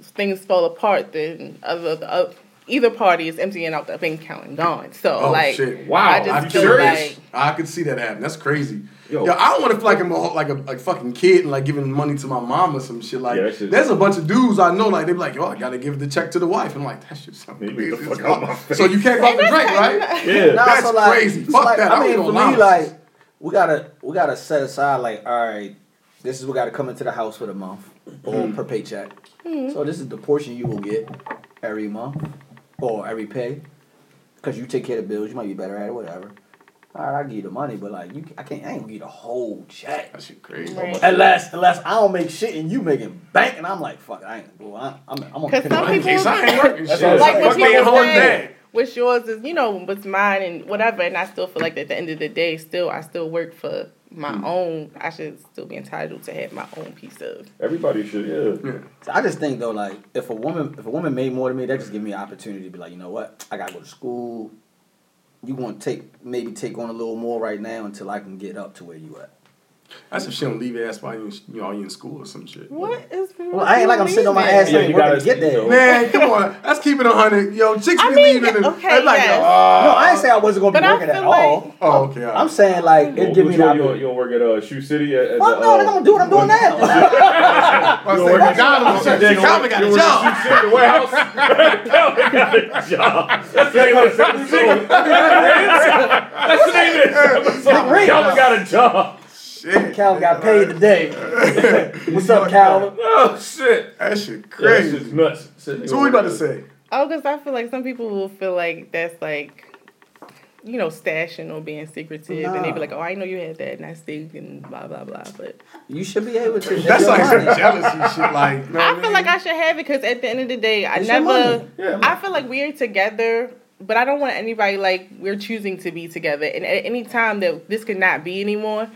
G: things fall apart, then other the, uh, either party is emptying out the bank account and gone. So,
E: Oh
G: like,
E: shit!
D: Wow,
G: I just
E: I'm
G: feel
E: serious.
G: like
E: I could see that happen. That's crazy.
D: Yo.
E: Yo, I don't want to feel like I'm a, like a like fucking kid and like giving money to my mom or some shit. Like,
D: Yeah, that shit-
E: there's a bunch of dudes I know. Like, they be like, yo, I gotta give the check to the wife. I'm like, that shit sounds
D: Get
E: crazy.
D: the
E: as
D: fuck
E: fuck.
D: out my face.
E: So you can't go out and drink, right?
D: Yeah.
C: Nah,
E: That's
C: so, like,
E: crazy.
C: it's
E: Fuck
C: like,
E: that. I
C: I
E: don't
C: mean,
E: even
C: for
E: allow
C: me,
E: it.
C: like, we gotta we gotta set aside like, all right, this is what gotta come into the house for the month or
E: Mm.
C: per paycheck.
G: Mm.
C: So this is the portion you will get every month or every pay because you take care of the bills. You might be better at it, whatever. All right, I give you the money, but like, you, I can't. I ain't gonna give you the whole check.
E: That shit crazy.
G: Right.
C: Unless, unless I don't make shit and you making bank, and I'm like, fuck, I ain't. Well, I, I'm, I'm gonna.
G: 'Cause
C: pin
G: some
C: my-
E: In case I ain't working shit.
D: what I'm
G: like
D: saying.
G: when
E: Fuck being
G: people
E: home
G: say
E: dad.
G: what's yours is you know what's mine and whatever and i still feel like at the end of the day still i still work for my
C: Mm.
G: own i should still be entitled to have my own piece of
D: Everybody should. Yeah.
C: I just think though, like if a woman if a woman made more than me, that just give me an opportunity to be like, you know what, I gotta go to school. You want to take maybe take on a little more right now until I can get up to where you at.
E: That's if she don't leave your ass while you, you know, you in school or some shit.
G: what is
C: Well, I ain't like I'm sitting on my ass
D: Yeah,
C: like
D: you
C: working
D: gotta-
C: to get there.
D: you
C: No,
D: know.
E: Man, come on. Let's keep it 100. Yo, chicks
G: I
E: be
G: mean,
E: leaving. and-
G: okay,
E: they like,
G: yes.
E: oh,
C: I ain't saying I wasn't gonna
G: But
C: be
G: I
C: working at
G: feel
C: all.
G: like-
E: oh, okay. all
C: I'm
E: right.
C: saying like it give me an
D: you, you, you,
C: opportunity.
D: you work at uh, Shoe City? At, at
C: Fuck no, they're
D: the, uh,
C: gonna do what I'm doing now.
D: you
E: I'm saying
D: working-
E: McDonald's.
D: Shit, they gonna work-
E: Calvin got
D: you
E: a
D: work at Shoe
E: job.
D: City, the warehouse. Calvin got a job. That's the name of this episode. That's the name of this episode.
C: Rick.
D: Calvin got a job.
E: Shit.
C: Cal got paid today. What's up, Cal?
D: Oh shit.
E: That shit
D: Yeah, That
E: crazy.
D: shit's nuts. Shit, they
E: So what we
D: gonna
E: about to
D: work at-
E: say?
G: oh because i feel like some people will feel like that's like you know, stashing or being secretive, and they be like, "Oh, I know you had that, and I stayed and blah blah blah." But
C: You should be able to.
E: That's like some
C: money.
E: jealousy shit. Like, know what
G: I feel
E: mean?
G: like I should have it because at the end of the day, I
C: It's your money.
G: never.
D: Yeah,
G: I feel like we're together, but I don't want anybody like we're choosing to be together. And at any time that this could not be anymore,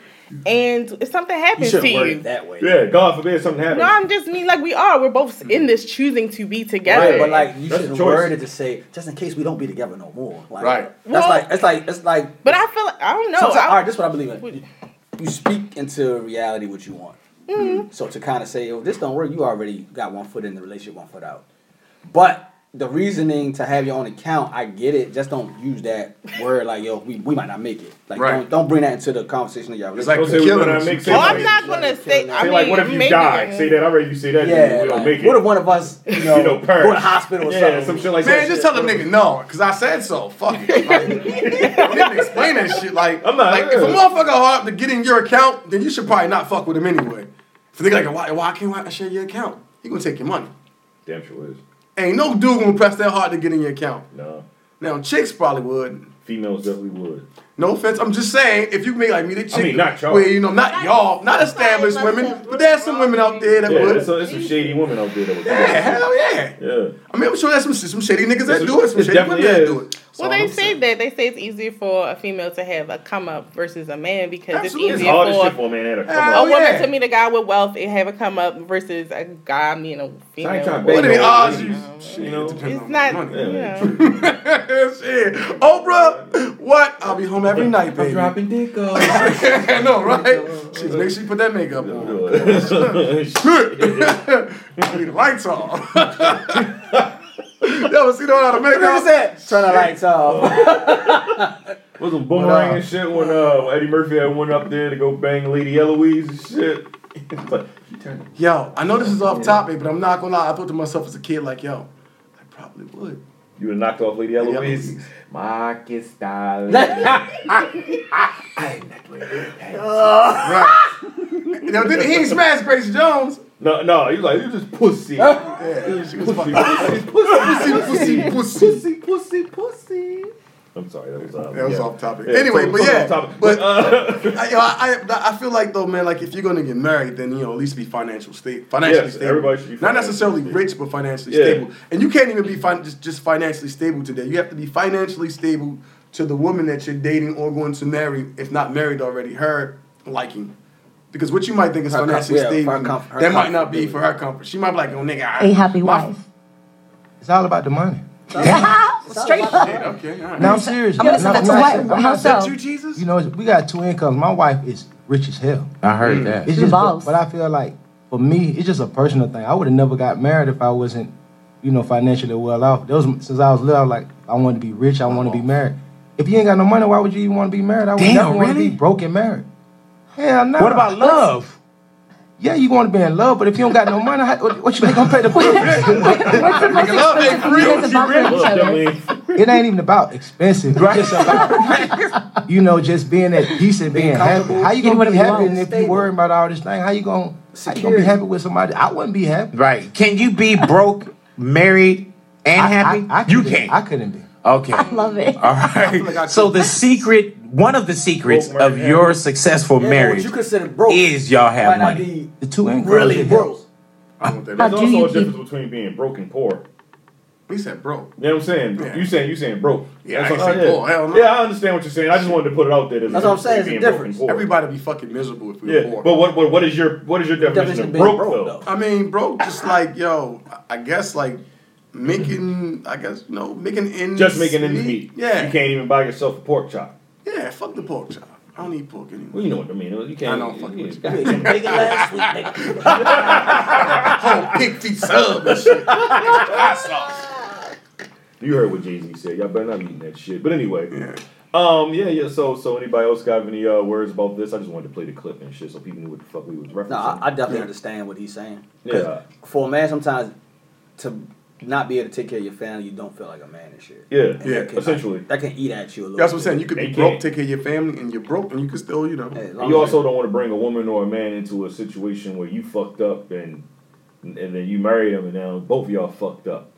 G: and if something
C: You
G: happens
C: should
G: to
C: word
G: you,
C: it that way.
D: Yeah, God forbid something happens.
G: no, I'm just mean like we are. We're both in this choosing to be together.
C: Right, but like you
D: That's a
C: shouldn't
D: choice.
C: word it to say just in case we don't be together no more. Like,
E: Right.
C: That's
G: Well-
C: like it's like it's like.
G: But I feel like I don't know.
C: sometimes- all
G: I,
C: right, this is what I believe in. You, you speak into reality what you want.
G: Mm-hmm.
C: So to kind of say, oh, this don't work, you already got one foot in the relationship, one foot out. But the reasoning to have your own account, I get it. Just don't use that word like yo, we, we might not make it. Like
E: Right.
C: don't don't bring that into the conversation of your
E: It's
C: relationship.
E: like
D: Don't say we
E: killing
D: better
E: us.
D: make sense.
G: oh, I'm
D: like-
G: not gonna say. I
D: Say
G: mean,
D: like, what if you
G: maybe-
D: die? Say that. I already you say that.
C: yeah,
D: Yeah, we don't
C: like,
D: make it.
C: what if one of us, you know,
D: you know, perish.
C: go to the hospital or
D: yeah,
C: something?
D: some shit like that.
E: Man, just tell the nigga no, cause I said so. Fuck it. Like, you didn't explain that shit. Like,
D: I'm not-
E: like if a motherfucker hard up to get in your account, then you should probably not fuck with him anyway. If they like, why, why can't I share your account? He gonna take your money.
D: Damn sure is.
E: Ain't no dude gonna press that hard to get in your account.
D: No,
E: Now chicks probably would.
D: females definitely would.
E: No offense, I'm just saying if you make like me the chick,
D: mean, not y'all.
E: well, you know, not y'all, not established
F: Somebody
E: women,
F: must have
E: but there's some women out there that
D: Yeah,
E: would.
D: there's some, there's some shady women out there that would. do
E: yeah,
D: that.
E: hell yeah.
D: Yeah.
E: I mean, I'm sure there's some some shady niggas that
D: It's-
E: do it, some
D: it
E: shady women
D: definitely
E: that
D: is.
E: do it. That's
G: Well,
E: all
G: they
E: I'm
G: say
E: saying.
G: that they say it's easier for a female to have a come up versus a man because
E: Absolutely.
G: it's
D: It's
G: easier
D: hard as
G: for
D: shit for a man to come
G: a
E: Hell
D: up.
G: woman
E: Oh, yeah.
G: to meet a guy with wealth and have a come up versus a guy meeting a
D: I ain't trying
G: female.
D: to
E: What are the odds?
D: You
E: You,
D: You know?
E: depends
G: It's
E: on
G: not,
E: money.
G: you
D: Yeah.
G: know.
E: Shit. Oprah, what? I'll be home every night, baby.
C: dick
E: I know, right? Jeez, make sure you put that makeup on. Leave the lights on. Yo, but see the one out of
C: Nigga
E: makeup.
C: said, turn the lights off.
D: Was a boomerang and shit when uh, Eddie Murphy had went up there to go bang Lady Eloise and shit. But he turned it.
E: Yo, I know this is off topic, but I'm not gonna lie. I thought to myself as a kid, like, yo, I probably would.
D: You would have knocked off Lady Eloise.
E: Eloise.
D: Marcus style.
E: Right. Yo, then he ain't smashed Grace Jones.
D: No, no, he was like, you just pussy. Yeah,
E: Yeah, she was
D: pussy,
E: fucking
D: pussy,
E: pussy, pussy,
D: pussy,
E: pussy.
D: pussy, pussy. I'm sorry, that was uh,
E: That was
D: yeah.
E: off topic.
D: Yeah,
E: anyway,
D: so-
E: but
D: so
E: yeah,
D: off topic.
E: but
D: uh,
E: I, yo, I, I I feel like though, man, like if you're gonna get married, then you know at least be financial sta- financially
D: Yes,
E: stable.
D: everybody should be
E: not
D: financially
E: necessarily
D: stable.
E: rich, but financially
D: Yeah.
E: stable. And you can't even be fin- just just financially stable today. You have to be financially stable to the woman that you're dating or going to marry, if not married already, her liking. Because what you might think is
C: Her com-
E: financially
C: yeah, for her
E: stable,
C: comf- her
E: that might not be
C: comfortability.
E: for her comfort. She might be like, "Oh nigga,
I: A happy
E: my-
I: wife.
J: It's all about the money.
I: Straight up.
E: Okay, all right.
J: No, I'm serious.
I: I'm listening
J: No, I'm
I: to
J: not-
I: what?
J: I'm not
I: How
J: saying-
I: so?
E: you Jesus.
J: You know, we got two incomes. My wife is rich as hell.
K: I heard that.
J: It's
I: The
J: just,
I: boss.
J: but I feel like for me, it's just a personal thing. I would have never got married if I wasn't, you know, financially well off. That was since I was little. I was like, I want to be rich. I want to be married. If you ain't got no money, why would you even want to be married? I would
K: Damn,
J: never want to
K: really?
J: be broke and married. Hell no.
K: What about love?
J: Yeah, you want to be in love, but if you don't got no money, how, what, what you they gonna pay the bills?
E: Nigga, love ain't real.
I: It's about each
D: uh, look, I
I: other.
D: mean,
J: it ain't even about expensive. It's just about, you know, just being at peace and being happy.
C: comfortable,
J: How you gonna
I: getting
J: be
I: what you
J: happy
I: want,
J: and if you
C: stable.
J: worrying about all this thing? How you gonna how you gonna
C: Security.
J: be happy with somebody? I wouldn't be happy.
K: Right. Can you be broke, married, and
J: I-
K: happy?
J: I, I
K: you
J: couldn't-
K: can't.
J: I couldn't be.
K: okay.
I: Love it.
K: All right.
E: like I
K: so the secret, one of the secrets
D: Broke, married,
K: of your successful
C: Yeah,
K: marriage
C: What you consider broke
K: is y'all
C: might
K: have
C: not
K: money.
C: be
J: The two incomes
C: really
J: it
C: broke.
J: helps.
E: I don't think
I: How
E: that.
D: there's
I: do
D: also
I: you
D: a difference
I: keep-
D: between being broke and poor.
E: We said broke.
D: You know what I'm saying?
E: Yeah.
D: You saying you saying broke.
E: Yeah,
D: That's
E: I
D: what I'm
E: ain't saying poor, hell no.
D: Yeah, I understand what you're saying. I just wanted to put it out there. that
C: That's what I'm saying, it's a
D: being broke
C: difference.
D: and poor.
E: Everybody be fucking miserable if we
D: Yeah,
E: were poor.
D: but what, what what is your what is your definition,
C: Definition
D: of
C: of being
D: broke,
C: broke,
D: though?
C: though.
E: I mean, bro, just like yo, I guess like making, I guess you know, making ends.
D: Just making ends meet.
E: Yeah,
D: you can't even buy yourself a pork chop.
E: yeah. Fuck the pork chop. I don't eat pork anymore.
D: Well, you know what I mean. You can't.
E: I don't fucking
D: you-
E: with
D: you-
C: Big last week, nigga.
E: Whole pig feet sub and shit.
D: You heard what Jay Z said. Y'all better not be eating that shit. But anyway, um, yeah, yeah. So, so anybody else got any uh, words about this? I just wanted to play the clip and shit so people knew what the fuck we was referencing.
C: No, I, I definitely understand what he's saying. 'Cause
D: Yeah.
C: For a man, sometimes to not be able to take care of your family, you don't feel like a man and shit.
D: yeah,
C: And
D: yeah,
E: Yeah,
C: that can,
D: essentially.
C: that can eat at you a little.
E: That's what I'm
C: bit.
E: saying. You could
D: They
E: be broke,
D: can't.
E: take care of your family, and you're broke, and you could still, you know.
C: Hey, as long
D: You
C: as
D: also don't want to bring a woman or a man into a situation where you fucked up and and then you married him and now both of y'all fucked up.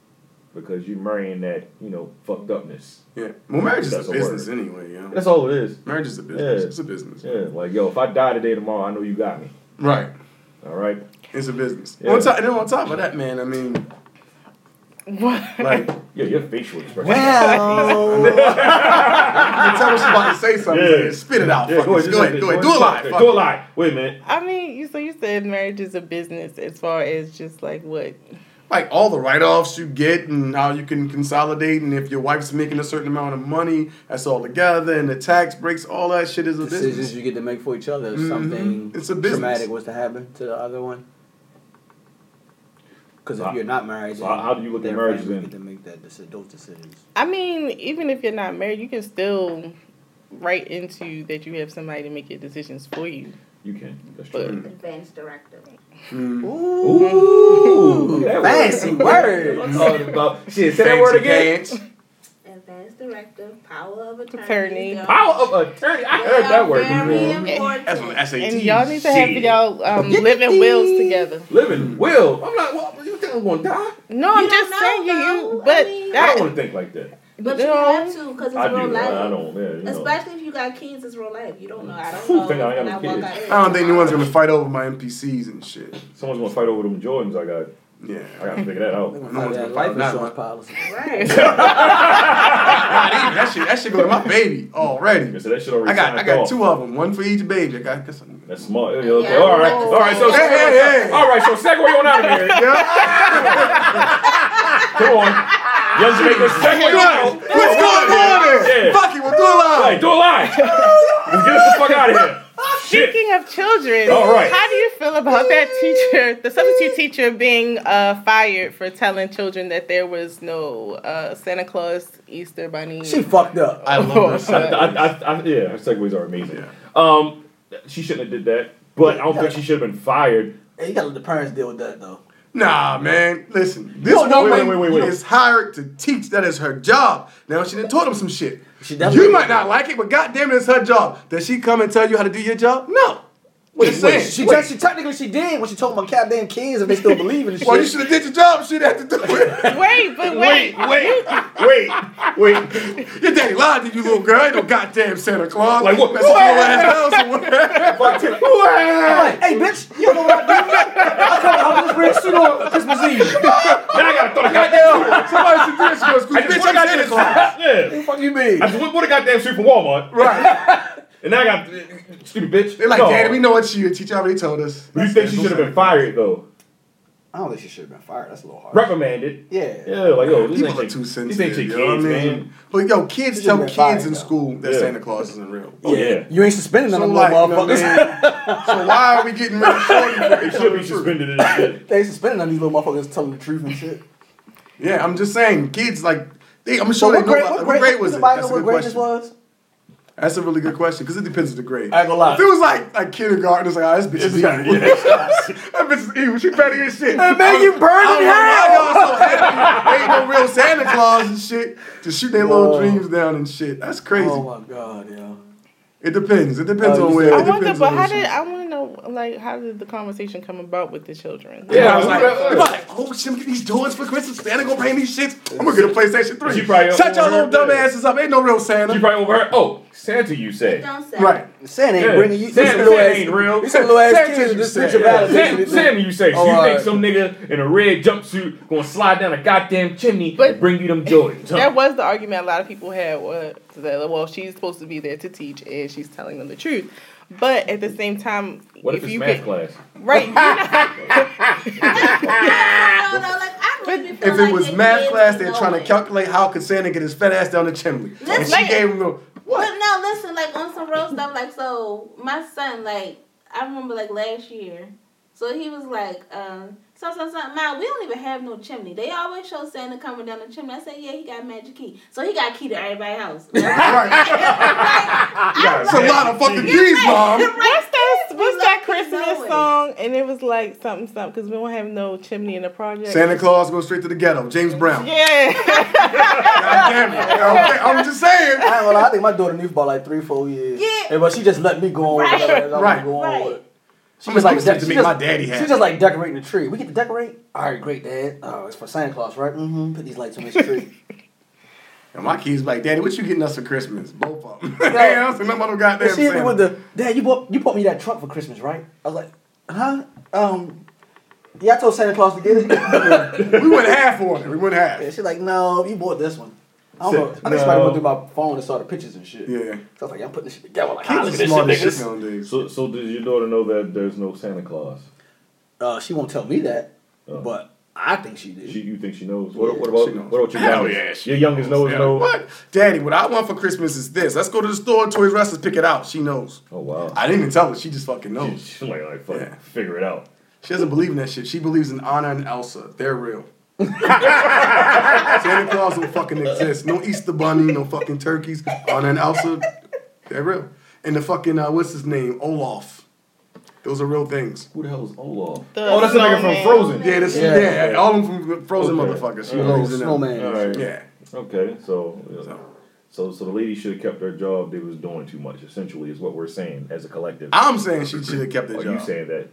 D: because you're marrying that, you know, fucked upness.
E: Yeah. Well, marriage is
D: That's
E: a
D: word.
E: business anyway, you know?
D: That's all it is.
E: Marriage is a business.
D: Yeah.
E: It's a business.
D: Yeah, like yo, if I die today tomorrow, I know you got me.
E: Right.
D: All right.
E: It's a business.
D: Yeah.
E: On top, and then on top of that, man, I mean,
D: Like, yo, your facial expression.
E: Well. you tell us about to say something.
D: Yeah.
E: Spit it out.
D: Yeah,
E: fuck
D: go
E: it.
D: ahead,
E: Go ahead.
D: just
E: Go
D: like
E: ahead.
D: this.
E: Do
D: Go ahead,
E: a lie. fuck
D: do
E: it.
D: a lie. Wait a minute.
G: I mean, you so you said marriage is a business as far as just like what
E: Like all the write offs you get and how you can consolidate, and if your wife's making a certain amount of money, that's all together, and the tax breaks, all that shit is a
C: Decisions
E: business.
C: you get to make for each other. If
E: Mhm.
C: something
E: It's a business.
C: traumatic was to happen to the other one. Because if
D: Nah.
C: you're not married,
D: So how- how do you look at
C: their
D: marriage
C: family
D: then?
C: Get to make that deci- those decisions.
G: I mean, even if you're not married, you can still write into that you have somebody to make your decisions for you.
D: You can. That's
G: But-
D: true.
F: Advanced directive.
D: Ooh, that
C: fancy word.
D: That's what I'm talking about. Shit, say that word again.
F: Advanced directive, power of attorney.
G: Attorney.
F: They're-
D: Power of attorney. I heard that word
F: Very
D: before.
F: important.
E: That's what SAT.
G: And y'all need to have
D: Shit.
G: y'all um, living wills together.
E: Hmm.
D: Living will. I'm like, well, you think I'm gonna die?
G: No, I'm
F: You
G: just
F: don't
G: saying you.
F: know,
G: you
F: though.
G: but
F: I mean-
D: I
G: that,
D: don't want to think like that.
F: But you
G: No.
F: have to because it's
D: I
F: real
D: do.
F: life.
D: I, I don't. Yeah, you know.
F: Especially if you got kids, it's real life. You don't know. I don't
D: Whew,
F: know.
D: thank God I got no
F: when walk
D: kids.
F: out here.
E: I don't think anyone's gonna fight over my NPCs and shit.
D: Someone's gonna fight over them Jordans. I got.
E: Yeah.
D: I gotta figure that out.
E: No one's gonna
C: That
E: fight
C: life
E: over that.
C: insurance policy.
F: Right.
E: Damn, that shit, that shit go to my baby already.
D: So that shit already
E: I got, I
D: signed
E: got
D: off.
E: two of them, one for each baby. I got this one.
D: That's smart. Okay, okay.
F: Yeah,
D: all right,
F: I was
D: all right. So,
F: like-
E: Hey, hey, hey.
D: all right. So, segue on out of here. Come on, young Jamaica, segue on out.
E: What's going on?
D: Yeah.
E: here? Fuck it, we're doing live.
D: Hey, do it live. Let's get us the fuck out of here. Shit.
G: Speaking of children,
D: All right.
G: how do you feel about that teacher, the substitute teacher, being uh, fired for telling children that there was no uh, Santa Claus, Easter Bunny?
C: She fucked up.
E: I love
D: I,
E: that.
D: I, I, I, yeah, her segues are amazing. Um, she shouldn't have did that, but I don't think she should have been fired.
C: Hey, you gotta let the parents deal with that though.
E: Nah, man. Listen, this
D: No, no,
E: woman
D: wait, wait, wait, wait.
E: is hired to teach. That is her job. Now she done taught him some shit.
C: She definitely-
E: you might not like it, but goddamn it, it's her job. Does she come and tell you how to do your job? No. What you saying?
C: she, te- she technically she did when she told my goddamn kids if they still believe in the shit.
E: well, you should have did your job. She didn't have to do it.
G: Wait, but wait.
D: wait, wait, wait.
E: your daddy lied to you, little girl. Ain't no goddamn Santa Claus.
D: Like what?
E: Messing your ass down somewhere.
C: I'm like, hey bitch, you don't know what I do. I come out this red suit on Christmas Eve.
D: Then I gotta throw the goddamn.
E: Somebody should do this. Girl, school.
D: I just
E: Bitch,
D: went
E: I'm Santa Claus.
D: Yeah.
C: Fuck you mean?
D: I just went bought a goddamn suit from Walmart,
E: Right.
D: and now I got stupid bitch.
E: They're like,
D: No.
E: daddy, we know what you. Teacher already told us.
D: You think she should have been fired though?
C: I don't think she should have been fired. That's a little hard.
D: Reprimanded.
C: Yeah.
D: Yeah, like yo, this
E: People
D: ain't
E: are
D: your-
E: too sensitive.
D: These ain't your
E: you
D: kids,
E: know what I mean?
D: man.
E: But yo, kids
C: They
E: tell
C: should
E: kids
C: get fired,
E: in
C: though.
E: school that
D: Yeah.
E: Santa Claus isn't real.
D: Oh yeah.
C: You ain't suspending
E: So
C: them,
E: like,
C: like,
E: you know what
C: motherfuckers.
E: I mean? so why are we getting rid of Shorty? for
D: It
E: telling
D: should be
E: the truth?
D: suspended in this shit.
C: they ain't suspending them, these little motherfuckers telling the truth and shit.
E: Yeah, I'm just saying, kids like. They, I'm sure
C: But
E: they know about- what, grade, was
C: does
E: it.
C: anybody
E: That's a
C: know
E: good
C: what grade this
E: question.
C: was?
E: That's a really good question because it depends on the grade.
C: I ain't gonna lie.
E: If it was like like kindergarten, it's like, oh, this bitch is evil. that bitch is evil. She petty as shit.
C: And man, you burning
E: I don't know why y'all so happy. There ain't no real Santa Claus and shit to shoot their little
C: Whoa.
E: dreams down and shit. That's crazy.
C: Oh my god, yo.
E: It depends. It depends
C: Oh,
E: on
C: you
E: where.
C: said-
G: I
E: it
G: wonder,
E: depends
G: but
E: on
G: how
E: the
G: did
E: shit.
G: I want to know? Like, how did the conversation come about with the children?
E: Yeah, I was
D: Yeah,
E: like,
D: I was
E: I was like, oh shit, I'm gonna get these toys for Christmas. Santa gonna pay me these shits. I'm gonna get a PlayStation 3.
D: She probably
E: Shut y'all little
D: overheard
E: dumb
D: that.
E: asses up. Ain't no real Santa.
D: You probably overheard. Oh, Santa, you say.
F: Don't say.
E: right.
C: Santa ain't
D: Yeah.
C: bringing you. these
D: Santa-
C: little
D: Santa
C: ass-
D: ain't real.
C: These little ass
E: Santa
C: kids.
E: you
C: This
E: said.
C: is your
D: Sam, Sam, you say. So you
C: Oh,
D: think
C: uh,
D: some nigga in a red jumpsuit gonna slide down a goddamn chimney
G: But-
D: and bring you them Jordans? huh?
G: That was the argument a lot of people had was that well she's supposed to be there to teach and she's telling them the truth, but at the same time,
D: what if, it's
G: you
D: math
G: could-
D: class?
G: right, you know,
F: No, no, like, I really feel
E: If
F: like
E: it was
F: they
E: math
F: kids
E: class, they're
F: know
E: trying to
F: it.
E: calculate how could Santa get his fat ass down the chimney. And she
F: like-
E: gave him the what?
F: But no, listen, like on some real stuff, like so my son, like I remember like last year, so he was like, um, so so so mom, we don't even have no chimney. They always show Santa coming down the chimney. I said, Yeah, he got a magic key. So he got a key to everybody's house.
E: That's a lot of fucking keys, mom.
G: what's that what's that
F: Like, you know
G: Christmas
F: it.
G: song? And it was like something something because we don't have no chimney in the project.
E: Santa Claus goes straight to the ghetto. James Brown.
G: Yeah,
E: God damn it. Okay, I'm just saying.
C: I ain't gonna lie, I think my daughter knew for about like three, four years.
F: Yeah.
C: Hey, but she just let me go on with
F: Right.
C: it. I was
E: Right.
C: Go on with
F: Right.
C: it. She
E: I'm just like
C: dec-
E: to
C: she
E: make
C: just-
E: my daddy
C: She
E: happy.
C: just like decorating the tree. We get to decorate. All right, great, Dad. Oh, it's for Santa Claus, right? Mm-hmm. Put these lights on this tree.
E: And my kids like, Daddy, what you getting us for Christmas? Both of them.
C: Yeah.
E: Hey, I don't see nothing about no goddamn
C: And she hit me
E: Santa.
C: with the Dad. You bought you bought me that truck for Christmas, right? I was like, huh? Um, yeah, I told Santa Claus to get it.
E: we went half on it. We went half.
C: Yeah, she's like, no, you bought this one. I don't know. I think
D: No.
C: somebody went through my phone and saw the pictures and shit.
E: Yeah.
C: So I was like, I'm putting this shit together. Like,
D: Kids
C: ah, look
D: are
C: at this
D: smart
C: shit,
D: as
C: nigga.
D: shit So, so did your daughter know that there's no Santa Claus?
C: Uh, she won't tell me that, but I think she did.
D: She, you think she knows? What, what
E: she
D: about
E: knows.
D: what about your
E: Hell
D: youngest?
E: yeah, she
D: your youngest knows
E: Yeah,
D: no.
E: What? Daddy, what I want for Christmas is this. Let's go to the store, Toys R Us, let's pick it out. She knows.
D: Oh wow.
E: I didn't even tell her. She just fucking knows.
D: She, she like, like fucking figure it out.
E: She doesn't believe in that shit. She believes in Anna and Elsa. They're real. Santa Claus don't fucking exist. No Easter Bunny, no fucking turkeys. Anna and Elsa, they're real. And the fucking, uh, what's his name? Olaf. Those are real things.
D: Who the hell is Olaf?
G: The
E: oh, that's the nigga
G: snowman.
E: from Frozen. Yeah, that's,
C: Yeah.
E: yeah. all of them from Frozen
D: Okay. Uh,
E: motherfuckers. She
D: Alright.
E: believes in them.
C: Snowman.
D: All right.
E: Yeah.
D: Okay. So, so so the lady should have kept their job. They was doing too much. Essentially, is what we're saying as a collective.
E: I'm saying she should have kept that
D: Are
E: job.
D: you saying that?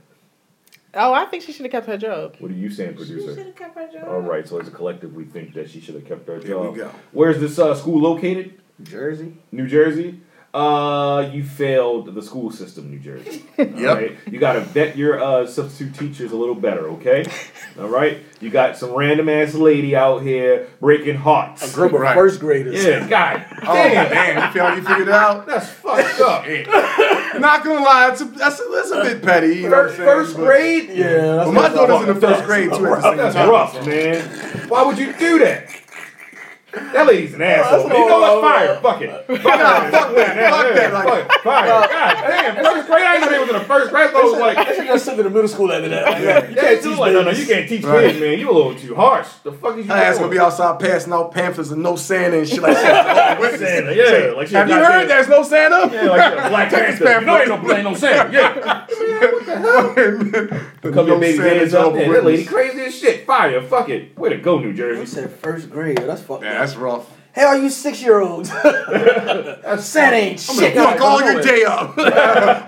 G: Oh, I think she should have kept her job.
D: What are you saying,
F: Should
D: producer?
F: have kept her job.
D: All right. So as a collective, we think that she should have kept her
E: There
D: job.
E: we go.
D: Where's this uh, school located?
C: Jersey.
D: New Jersey. Uh, you failed the school system, New Jersey.
E: Yep.
D: Alright? You got to vet your uh, substitute teachers a little better, okay? All right. You got some random ass lady out here breaking
C: A
D: hearts.
C: group of
E: Right.
C: first graders.
D: Yeah, God
E: Oh,
D: damn.
E: damn. You feel you figured it out?
D: That's fucked up.
E: Not gonna lie, it's a, that's, a, that's a bit petty. You know what I'm
C: First,
E: saying?
C: first
E: But-
C: grade? Yeah.
E: But
C: That's
E: my
C: what I'm
E: daughter's in
C: talking
E: the first
C: about.
E: grade too at the same
D: That's
E: time.
D: rough, man. Why would you do that? That lady's an asshole.
C: That's
D: You know
C: all-
D: what? Fire. Fuck it. Fuck
E: Nah,
D: that.
E: fuck that, fuck that, like-
D: Fuck it. Fire. God damn. First grade. I didn't know they was in the first grade. So I was like,
C: I should go send to the middle school after that. Like,
D: Yeah,
C: you
D: yeah,
C: can't
D: too,
C: teach
D: like, no, no,
C: babies.
D: you can't teach
E: Right.
D: kids, man. You a little too harsh. The fuck is you
E: Her ass
D: doing?
E: gonna be outside passing out pamphlets and no Santa and shit like that.
D: Santa, yeah, like she
E: Have you
D: got
E: heard
D: that-
E: there's no Santa?
D: yeah, like you're a Black
E: Take
D: Panther.
E: this
D: You know ain't
E: pamphlet.
D: no ain't no Santa. Yeah,
E: Come
D: come your baby hands up. Yeah, that lady crazy as shit. Fire, fuck it. Way to go, New
C: You
D: Jersey.
C: said first grade. That's fucked
E: Yeah,
C: up.
E: that's rough.
C: Hey, all you six year olds. Santa ain't shit.
E: Fuck all your day up.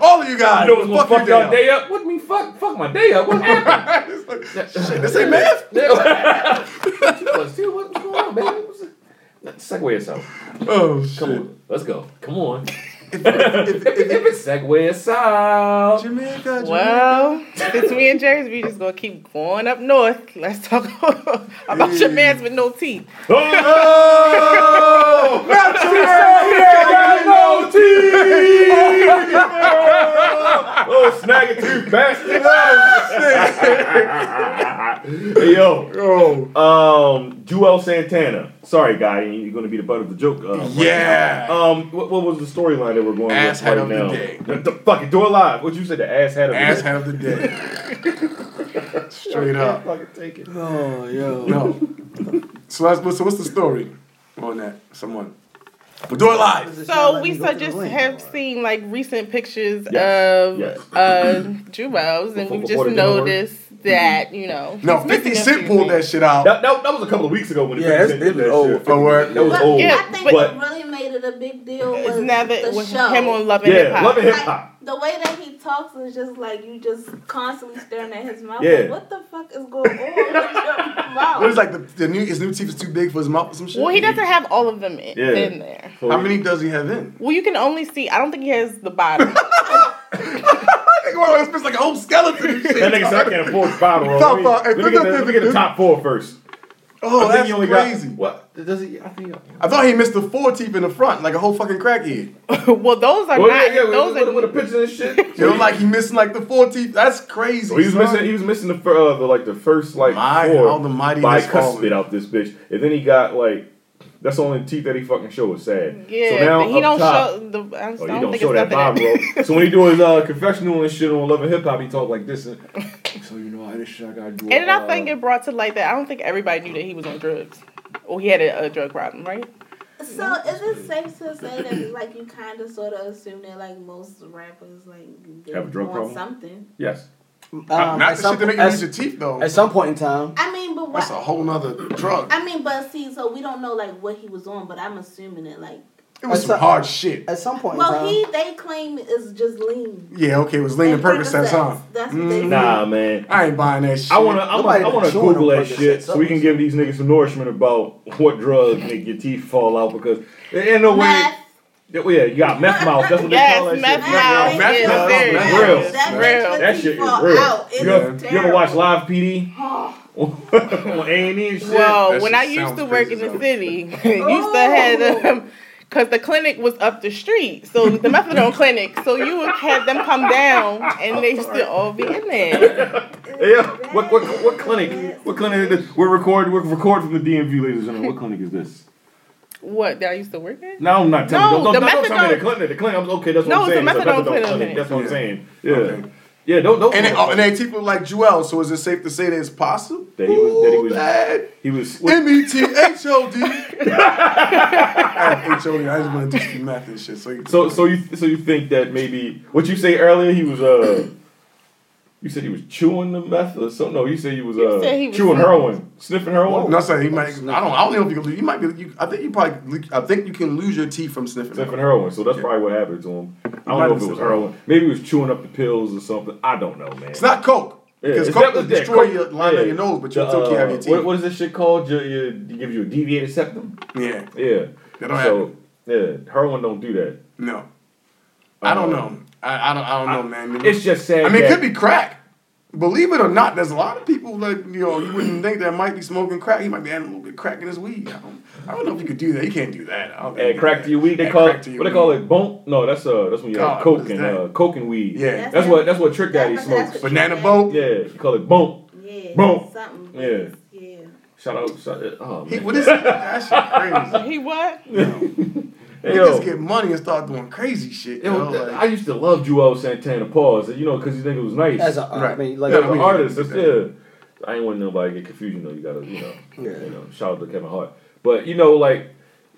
E: all of you guys.
D: You know what's gonna fuck
E: your
D: y'all day up? What me fuck? Fuck my day up. What happened?
E: Shit, this ain't math.
D: Two plus two. What- What's going on, baby? What's it- Segway us out.
E: Oh shit.
D: Come on, let's go. Come on.
E: If, if,
D: If it's Segway us out.
E: Jamaica,
G: Well, since we in Jersey, we just gonna keep going up north. Let's talk about your man's with no teeth.
D: Oh! Not your got no teeth! oh, snag a tooth bastard! hey, yo.
E: Jamaica.
D: Um, Joel Santana. Sorry, guy, you're going to be the butt of the joke. Uh, right
E: Yeah.
D: now. Um, what, what was the storyline that we're going
E: Ass
D: with right
E: hat of the
D: now?
E: day.
D: The, the, fuck it, do it live. What you said, the ass hat of
E: Ass
D: the day?
E: hat of the day. Straight up.
D: Fucking take it.
C: Oh, yo.
E: No. so that's what's, so what's the story on that? Someone. But do it live.
G: So we so just have seen like recent pictures
D: Yes,
G: of
D: yes.
G: uh Jewels, and
D: Before- before
G: we've just
D: it didn't work.
G: noticed that you know.
E: No,
G: he's
E: 50
G: missing a
E: Cent
G: few
E: pulled that
G: things.
E: shit out.
D: That, that, that was a couple of weeks ago when it
C: Yeah, it's-
D: did that
C: it's old.
D: shit.
E: For work.
D: That was
F: But
D: old.
F: I
G: Yeah,
F: think
D: but-
F: what really made it a big deal was
G: It's now that
F: the
G: with
F: show.
G: him on Love and Hip
D: Yeah,
G: Hop.
D: love and hip hop.
F: Like, the way that he talks is just like you just constantly staring at his mouth.
D: Yeah.
F: Like, what the fuck is going on with your mouth?
E: It was like the, the new his new teeth is too big for his mouth or some shit.
G: Well, he doesn't have all of them in,
D: Yeah.
G: in there.
D: For-
E: How many does he have in?
G: Well, you can only see. I don't think he has the bottom.
E: That nigga walk around with his face like a whole skeleton. and shit.
D: That nigga said I can't afford five roll.
E: Top
D: Let me,
E: five. Hey,
D: let me get the, let me get the top four first.
E: Oh,
D: I think
E: that's
D: he only
E: crazy.
D: Got, what? Does he? I think.
E: I uh, thought he missed the four teeth in the front, like a whole fucking crackhead.
G: well, those are
D: Well,
G: not.
D: yeah, yeah,
G: those
D: with,
G: are
D: with, with the pictures and shit.
E: It was like he missing like the four teeth. That's crazy.
D: So he was
E: son.
D: missing. He was missing the, fir- uh, the like the first like
E: My-
D: four
E: how the mighty has
D: bicuspid
E: fallen.
D: out this bitch, and then he got like that's the only teeth that he fucking show is sad.
G: Yeah,
D: so now
G: but he
D: up
G: don't
D: top,
G: show the. I just
D: Oh,
G: don't,
D: you don't
G: think
D: show that
G: it's nothing.
D: vibe, bro. so when he do his uh, confessional and shit on Love and Hip Hop, he talk like this. And, so you know, I this shit I gotta do.
G: and then
D: uh,
G: I think it brought to light that I don't think everybody knew that he was on drugs or he had a, a drug problem, right?
F: So is it safe to say that like you kind of sort of assume that like most rappers like they
D: Have a drug
F: want
D: problem?
F: Something.
D: yes.
E: Not-
C: Um,
E: not
C: at,
E: the shit
C: some,
E: that make you lose your
C: at,
E: teeth though.
C: at some point in time,
F: I mean, but
E: That's a
F: what?
E: whole nother drug.
F: I mean, but see, so we don't know like what he was on, but I'm assuming that like
E: It was
C: At
E: some
C: some-
E: hard shit.
C: At some point,
F: Well, he they claim is just lean.
E: Yeah, okay, it was lean and Percocets,
F: Percocets.
E: huh?
F: That's
E: Mm.
F: what they
D: Nah, man.
E: I ain't buying that shit.
D: I wanna, I wanna,
E: Nobody
D: I wanna
E: chewing
D: Google
E: on
D: that
E: Percocets.
D: shit so we can give these niggas some nourishment about what drugs make your teeth fall out because there ain't no way. Yeah, well, yeah, you got meth mouth. That's what
G: Yes,
D: they call that
G: meth
D: shit.
G: mouth is very
D: That's
G: real.
D: real.
G: That
D: That's
G: makes
D: real.
G: your
D: That
G: teeth
D: shit is
G: fall
D: real.
G: out. It
D: You
G: is
D: ever, you ever watch Live PD? on A&E and shit.
G: Well, when I used to work in the city, used to
D: Oh.
G: have them because the clinic was up the street, so the methadone clinic. So you would have them come down, and they used to all be in there.
D: Yeah. What, what, what clinic? What clinic is this? We're recording. We're recording from the DMV, ladies and gentlemen. What clinic is this?
G: What that I used to work in?
D: No, I'm not telling
G: No,
D: you. Don't,
G: the
D: don't, don't tell me
G: methadone-
D: the clinic. The clinic. I'm, okay, that's what
G: No,
D: I'm
G: it's
D: saying.
G: the
D: It's a
G: methadone
D: methadone
G: clinic.
D: clinic. That's what I'm
E: Yeah.
D: saying. Yeah. Yeah, don't, don't.
E: And they, oh, and they people like Joel, so is it safe to say that it's possible?
D: That he was. That he was.
E: bad.
D: He was.
E: M E T H O D. I have H O D. I just want to do some math and shit. So, you-
D: So, so you, so you think that maybe what you say earlier? He was. uh You said he was chewing the meth or something. No, you said he was. uh
E: said he was
D: Chewing
E: sniffing.
D: heroin, sniffing heroin.
E: No, I'm saying he might. I don't. I don't know if you can. lose- You might be. You, I think you probably. I think you can lose your teeth from sniffing.
D: Sniffing heroin, so that's probably what happened to him. I
E: might
D: don't know if
E: have
D: it was
E: said-
D: heroin. Maybe he was chewing up the pills or something. I don't know, man.
E: It's not coke. Because
D: it's
E: coke
D: that-
E: will
D: yeah,
E: destroy
D: coke-
E: your line
D: yeah.
E: of your nose, but you
D: The,
E: still can't have
D: uh,
E: your teeth.
D: What, what is this shit called? Your, your, it gives you a deviated septum.
E: Yeah.
D: Yeah.
E: That don't
D: so, Yeah, heroin don't do that.
E: No. I don't know. I, I don't. I don't know, man.
D: Uh, It's just sad.
E: I mean, it
D: that-
E: could be crack. Believe it or not, there's a lot of people like you know you wouldn't think that might be smoking crack. He might be adding a little bit of crack in his weed. I don't, I don't know if you could do that. You can't do that. I don't think
D: Add
E: you
D: crack
E: can
D: to
E: do
D: your weed. They
E: Add
D: call
E: crack
D: it
E: to
D: what
E: your
D: they call it. Bonk. No, that's uh, that's when you have
E: God, what
D: coke
E: is
D: and
E: that?
D: uh, coke and weed.
E: Yeah.
D: that's, what that's what trick daddy smokes.
E: Banana boat.
D: Yeah, you call it bonk.
F: Yeah.
D: Bonk.
F: Something.
D: Yeah. Shout out. Shout out. Oh,
E: He,
D: man.
E: what is that? That shit crazy.
G: He what?
E: They
D: Yo.
E: just get money and start doing crazy shit.
D: Yo,
E: yo,
D: th-
E: like-
D: I used to love Joel Santana. Pause, you know, because you think it was nice.
C: As a- I Right. mean, like-
D: yeah, as
C: I
D: an
C: mean,
D: artist,
C: yeah.
D: that's it. I ain't want nobody to get confused. You know, you gotta, you know, you know, shout out to Kevin Hart. But you know, like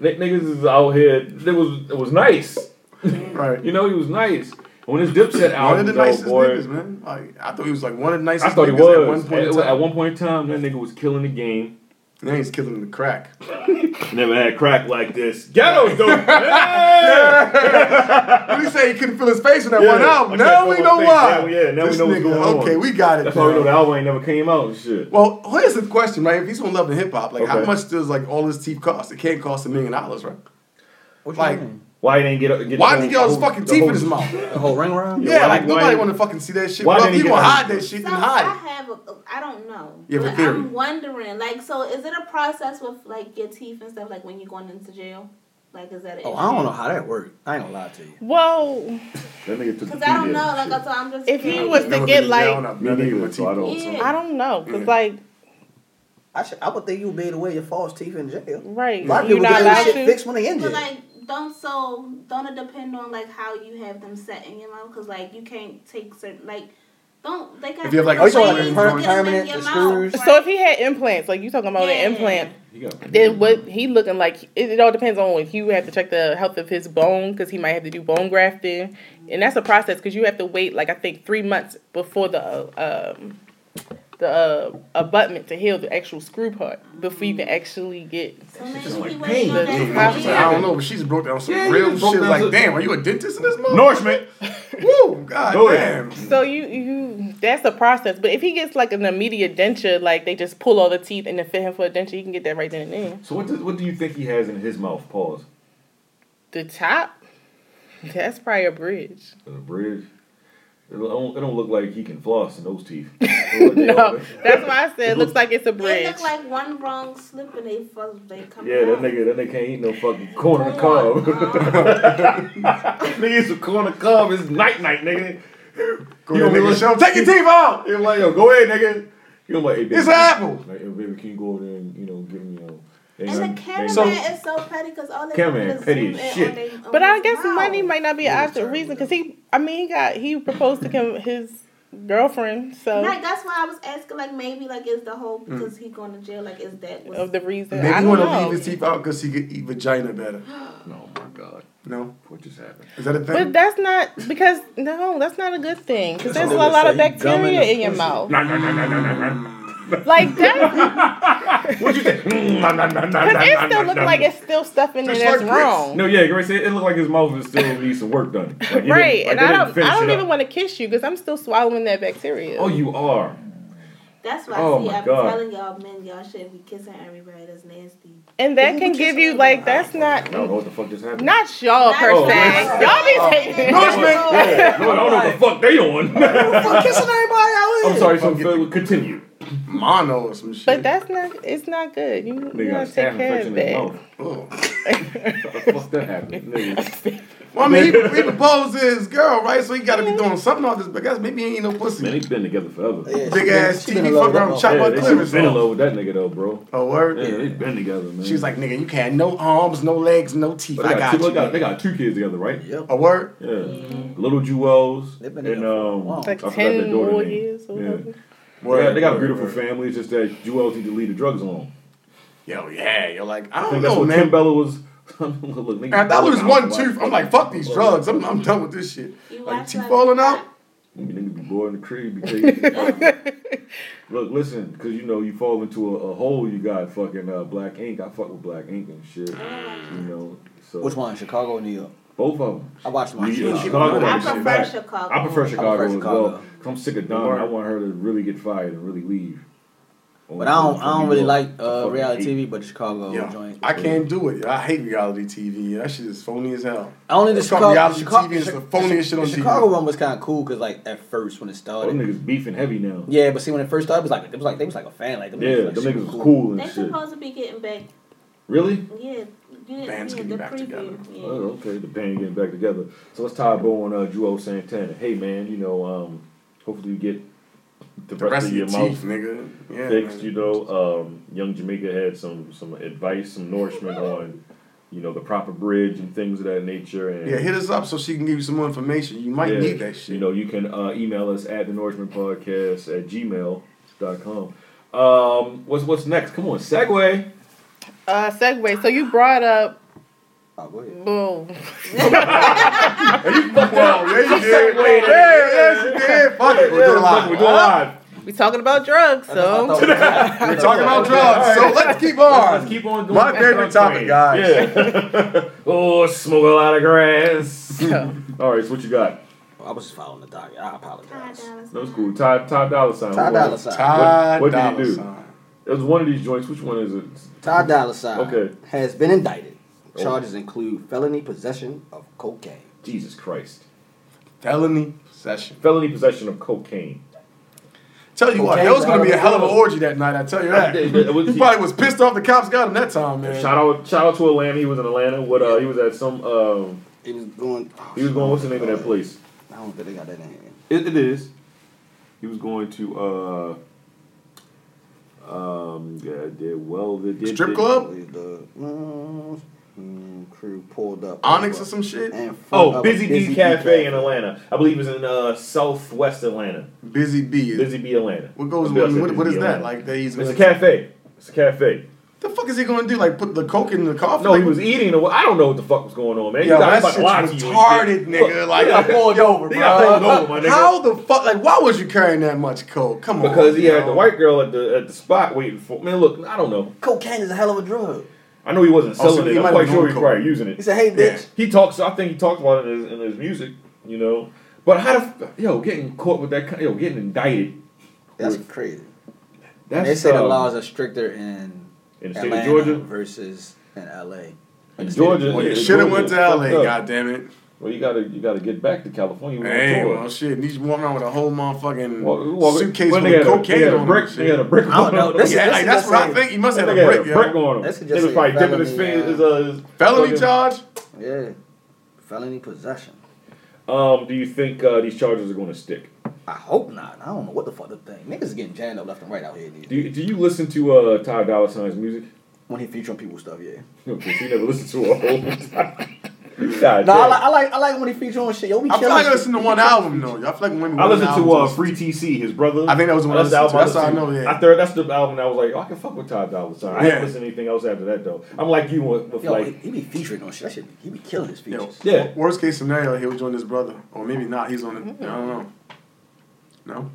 D: n- niggas is out here. It was it was nice,
E: right?
D: You know, he was nice. When his Dipset
E: one of
D: album,
E: the
D: though,
E: nicest
D: boy,
E: niggas, man. Like I thought he was like one of the
D: I
E: nicest.
D: thought he
E: niggas
D: was.
E: At one point, in
D: At-
E: time.
D: at one point in time, that nigga was killing the game.
E: Now he's killing the crack.
D: Never had crack like this. Ghetto dope.
E: When he say he couldn't feel his face in that
D: Yeah,
E: one album,
D: I
E: now
D: can't
E: we
D: feel
E: know
D: my face.
E: why.
D: Now, yeah, now we
E: This
D: know what's
E: nigga,
D: going on.
E: Okay, we got it.
D: That's why we
E: now.
D: know the album ain't never came out and shit.
E: Well, here's the question, right? If he's on Love and Hip Hop, like how
D: Okay.
E: much does like all his teeth cost? It can't cost a million dollars, right? like,
D: Why he didn't get, get the
E: why
D: whole-
E: did he get all his
D: whole-
E: fucking
D: the
E: teeth
D: whole-
E: in his mouth?
C: The whole ring around.
E: Yeah,
D: Yeah, why
E: like
D: didn't- why
E: nobody
D: didn't-
E: want to fucking see that shit.
D: why
E: Well,
D: didn't
E: if
D: he
E: you
D: get
E: want to
D: all
E: hide
D: his-
E: that shit,
F: So
E: then hide
F: I
E: it.
F: have a, I don't know.
E: You have a
F: But
E: theory.
F: I'm wondering, like, so is it a process with like your teeth and stuff, like when you're going into jail? Like, is that? An
C: Oh, I don't know how that worked. I ain't gonna lie to you.
G: Well,
D: That nigga took
F: Because I don't know. Like, I thought I'm just.
G: if
F: curious.
G: you was to get like,
D: Me neither. So I don't.
G: I don't know, cause like,
C: I should. I would think you would be able to wear your false teeth in jail.
G: Right.
C: A lot of
G: You
C: people
G: not
C: get their
G: allowed
C: shit
G: to?
C: fixed when they in jail.
F: But like, don't so don't it depend on like how you have them set in your mouth? Because like you can't take certain like. Don't they got
E: If you have, like,
F: ways
E: a
F: to
E: certain
F: get
E: per-
F: them in
E: permanent
F: your mouth.
E: screws.
G: so if he had implants, like you talking about
F: Yeah.
G: an implant, then what he looking like? It, it all depends on if you have to check the health of his bone because he might have to do bone grafting, and that's a process because you have to wait like I think three months before the uh, um, the uh, abutment to heal the actual screw part before you can actually get.
E: I don't know, but she just broke down some
G: Yeah, you
E: real
G: just broke
E: shit.
G: down
E: Like,
G: some-
E: damn, are you a dentist in this motherfucker?
D: Nourishment.
E: Woo, god
D: Go
E: damn.
D: ahead.
G: So you you that's the process. But if he gets like an immediate denture, like they just pull all the teeth and then fit him for a denture, he can get that right then and there.
D: So what? Do, what do you think he has in his mouth? Pause.
G: The top, that's probably a bridge.
D: The bridge. It don't, it don't look like he can floss in those teeth.
G: no, that's why I said it looks like it's a
F: They
G: bridge.
F: look like one wrong slip and they fuck they come
D: Yeah, that
F: out.
D: nigga, that nigga can't eat no fucking corn on the cob. nigga, eat some corn on the cob. It's night night, nigga.
E: Go ahead, nigga. Show. Take your teeth out.
D: He was like, yo, go ahead, nigga. He was like, hey, baby,
E: It's an apple.
D: Like, yo, baby, can you go over there and you know give me your.
F: And the cameraman is so petty because all they
D: Cameraman
F: do is
D: petty
F: zoom
D: as
F: in
D: shit.
F: on they- on
G: But I
F: his
G: guess
F: mouth.
G: money might not be an after reason because he, I mean, he got he proposed to him his girlfriend, so
F: Right, that's why I was asking, like, maybe, like, is the whole
E: Mm.
F: because he going to jail, like, is that what's
G: of the reason
E: Maybe
G: I
E: he
G: don't
E: want to
G: know.
E: leave his teeth out because he could eat vagina better.
D: No, my God.
E: No.
D: What just happened?
E: Is that a
G: But
E: thing?
G: that's not because no, that's not a good thing because
E: That's
G: there's a
E: what they
G: lot of
E: say, you dumb in
G: bacteria
E: the
G: in your
E: pussy.
G: mouth.
D: Nah, nah, nah, nah, nah, nah, nah.
G: Like that,
D: What'd you think?
G: because it still looked like it's still stuff in there that's wrong.
D: No, yeah, Grace said it looked like his mouth is still needs some work done. Like, he didn't-
G: Right,
D: like,
G: and
D: they
G: I
D: didn't
G: don't,
D: finish
G: I don't
D: it up.
G: even want to kiss you because I'm still swallowing that bacteria.
D: Oh, you are.
F: That's why
D: Oh
F: see,
D: my
F: I'm
D: God.
F: telling y'all men, y'all shouldn't be kissing everybody. That's nasty.
G: And that can give you like that's
D: I
G: not
D: don't know what the fuck just happened.
G: not y'all per
D: Oh,
G: se.
D: yeah.
G: Y'all be
D: Oh,
G: taking
D: yeah. Yeah, Lord, I don't know what the fuck they on.
C: kissing everybody out
D: I'm sorry, so Phil, continue.
E: Mono or some shit.
G: But that's not it's not good. You, you
D: Nigga, got a
G: gotta
D: staph
G: take care
D: infection
G: of
D: in his mouth.
G: that.
E: Oh.
D: What's that happening, nigga?
E: Well, I mean, he, he proposed to his girl, right? So he got to be doing something off this. But guess maybe he ain't no pussy.
D: Man, they been together forever.
E: Big ass
D: She been
E: TV
D: in love
E: fuck
D: with
E: around,
D: that
E: chop
D: motherfucker.
E: my
D: Yeah, they
E: clitoris
D: been in
E: off.
D: love with that nigga though, bro.
E: Oh, word?
D: Yeah, they been together, man.
E: She's like, nigga, you can't have no arms, no legs, no teeth.
D: They
E: I got
D: two,
E: you.
D: They got, they got two kids together, right?
C: Yep.
E: A word?
D: Yeah. Little Jewels
C: They've been
D: and
C: together for a
D: um,
C: while.
D: I
G: Like
D: forgot their
G: 10
D: daughter
G: more
D: name.
G: years or
D: Yeah.
G: whatever.
D: they got,
E: Word,
D: they got a
E: word,
D: beautiful
E: word.
D: family. It's just that Jewels need to leave the drugs alone.
E: Yo, yeah. You're like,
D: I,
E: I don't
D: think that's
E: know,
D: what Kim
E: man.
D: Bella was. Look, nigga,
E: After I
D: fuck
E: lose
D: out,
E: one
D: boy.
E: tooth, I'm like, fuck these drugs. I'm, I'm done with this shit.
F: You
E: Like,
F: watch
E: teeth
F: like-
E: falling out?
D: Nigga, nigga be bored in the crib, be crazy. Look, listen, because you know you fall into a, a hole. You got fucking uh, black ink. I fuck with black ink and shit. You know, so
C: Which one? Chicago or New York?
D: Both of them.
C: I watched my
D: New York,
C: Chicago.
D: Chicago.
F: I
D: that shit
F: prefer
D: back.
F: Chicago.
D: I
E: Uh-huh.
D: prefer Chicago as
C: Chicago.
D: well. i I'm sick of Don. I want her to really get fired and really leave.
C: But I don't, I don't really like uh,
D: Fucking
C: reality
D: hate.
C: TV, but Chicago
E: Yo,
C: joint.
E: I can't do it. I hate reality TV. That shit is phony as hell.
C: Only the
E: It's
C: Chicago,
E: called reality
C: Chicago
E: TV is the phoniest shit on TV.
C: Chicago one was kind of cool because like at first when it
D: Those
C: started,
D: niggas beefing heavy now.
C: yeah, but see when it first started, it was like it was like they was like a fan, like them
D: Yeah,
C: niggas,
D: the
C: like,
D: them
C: super
D: niggas was cool
F: They
D: and shit.
F: supposed to be getting back.
D: Really?
F: Yeah, you didn't
E: Bands
F: see
E: getting
F: the
E: back
F: preview.
E: together.
F: Yeah.
D: Oh, okay, the band getting back together. So let's tie a bow on uh, Juo Santana. Hey man, you know, um, hopefully you get the,
E: The rest of your
D: mouth
E: teeth, nigga. Yeah,
D: fixed.
E: man.
D: You know, um, Young Jamaica had some some advice, some nourishment on, you know, the proper bridge and things of that nature. And
E: Yeah, hit us up so she can give you some more information. You might
D: Yeah,
E: need that shit.
D: You know, you can uh, email us at the Norseman Podcast at gmail.com. Um, what's what's next? Come on, segue.
G: Uh segue. So you brought up
C: Oh, go ahead.
G: boom.
E: Wow, yeah, you did. Yeah,
D: Wait,
E: yes, you did. Fuck it. We're doing live.
D: We're doing live.
G: We talking about drugs,
C: I
G: so
C: thought- I thought-
E: We're talking about drugs, so let's keep
D: Let's
E: on.
D: keep on going.
E: My favorite topic, guys.
D: Yeah. oh, smoke a lot of grass. All right, so what you got?
C: I was just following the doc. I
F: Five
C: apologize.
F: dollars.
D: That was cool. Ty, Ty Dolla Sign.
C: Ty
D: What-
C: Dolla Sign.
E: Todd
D: What- what did he
E: Dollar
D: do?
E: Sign.
D: It was one of these joints. Which one is it?
C: Ty Dolla Sign
D: Okay.
C: has been indicted.
D: Oh.
C: Charges include felony possession of cocaine.
D: Jesus Christ.
E: Felony possession.
D: Felony possession of cocaine.
E: Tell you what,
C: Okay,
E: that was gonna be a hell of an
D: bro.
E: orgy that night. I tell you that.
D: It- it- it was-
E: You probably was pissed off the cops got him that time, man.
D: Shout out, shout out to Atlanta. He was in Atlanta. What? Uh, he was at some. Um,
C: It was going. oh,
D: he was going. What's the name of that place?
C: I don't think they got that in. here.
D: It, it is. He was going to. Uh, um. Yeah, did well. They did,
E: Strip
D: did-
E: club,
C: Believe the mm, mm, crew pulled up.
E: Onyx or some shit.
C: And front
D: Oh,
C: of
D: Busy
C: a
D: Bee's
C: Bee
D: Cafe in Atlanta. I believe it's in uh, Southwest Atlanta.
E: Busy B.
D: Busy Bee Atlanta.
E: What goes?
D: I believe I
E: What,
D: said
E: what, what
D: Busy
E: is
D: Bee
E: that?
D: Atlanta.
E: Like that he's
D: It's a cafe. It's a cafe.
E: The fuck is he gonna do? Like put the coke in the coffee?
D: No,
E: Like,
D: he was eating. Or, I don't know what the fuck was going on, man.
E: Yo,
D: you got
E: that
D: about to
E: shit's
D: lie to you and
E: retarded,
D: shit.
E: nigga. Like,
D: they got pulled
E: over,
D: They got pulled over, my nigga.
E: How the fuck? Like, why was you carrying that much coke? Come on.
D: Because he had
E: yo.
D: the white girl at the at the spot waiting for. Man, look, I don't know.
C: Cocaine is a hell of a drug.
D: I know he wasn't
E: Oh, so
D: selling
E: he
D: it.
E: might
D: I'm quite sure
E: have known
D: he was
E: coke.
D: probably using it.
C: He said, "Hey, bitch."
D: He talks. I think he talked about it in his, in his music. You know, but how the f- yo getting caught with that? kind- Yo, getting indicted.
C: That's
D: With-
C: crazy.
D: That's
C: they say the
D: um,
C: laws are stricter in,
D: in the state
C: Atlanta
D: of Georgia.
C: versus in LA.
D: In Georgia,
E: Well,
D: yeah,
E: you should have went to
D: Georgia
E: LA.
D: fucked up.
E: God damn it.
D: Well, you gotta you gotta get back to California. We
E: Hey,
D: on
E: well,
D: tour.
E: shit. He's walking around with a whole motherfucking
D: Walk- walk-
E: suitcase
D: well,
E: with
D: they had a-
E: cocaine
D: they had a
E: on
D: brick.
E: it.
D: They had a brick.
C: I don't
D: on
C: know.
D: them.
C: That's-
E: yeah, like, that's
C: that's
E: what I
C: just
E: think. He must have
D: That
E: had
D: nigga
E: a
D: had
E: brick,
D: a brick
E: yo.
D: on him.
C: That's
D: That
C: just
D: was
C: a
D: probably dipping his
C: felony,
D: fingers.
C: uh,
D: Uh, his
E: Felony
D: fucking-
E: charge?
C: Yeah, felony possession.
D: Um, do you think uh, these charges are going to stick?
C: I hope not. I don't know what the fuck the thing. Niggas is getting jammed up left and right out here. These
D: Do you, do you listen to uh, Ty Dolla Sign's music?
C: When he featuring people stuff, yeah.
D: No, 'cause he never listened to a whole. God,
C: No, I,
D: damn.
C: like, I like I like when he featuring shit. Yo, we
E: I feel
C: killing
E: like I
C: shit.
E: listened to one album, though. Y'all feel like when
D: I listened to uh, Free TC, his brother.
E: I think that was the one I
D: the
E: listened
D: album
E: to. That's how I
D: listened
E: know,
D: to.
E: yeah.
D: After that's the album I was like, oh, I can fuck with Ty Dolla Sign. I haven't
E: Yeah.
D: listened to anything else after that though. I'm like you uh, with, with
C: Yo,
D: like
C: he, he be featuring on shit. That shit, he be killing his
E: Yo,
C: features.
D: Yeah.
E: Worst case scenario, he'll join his brother. Or maybe not. He's on it. I don't know. No?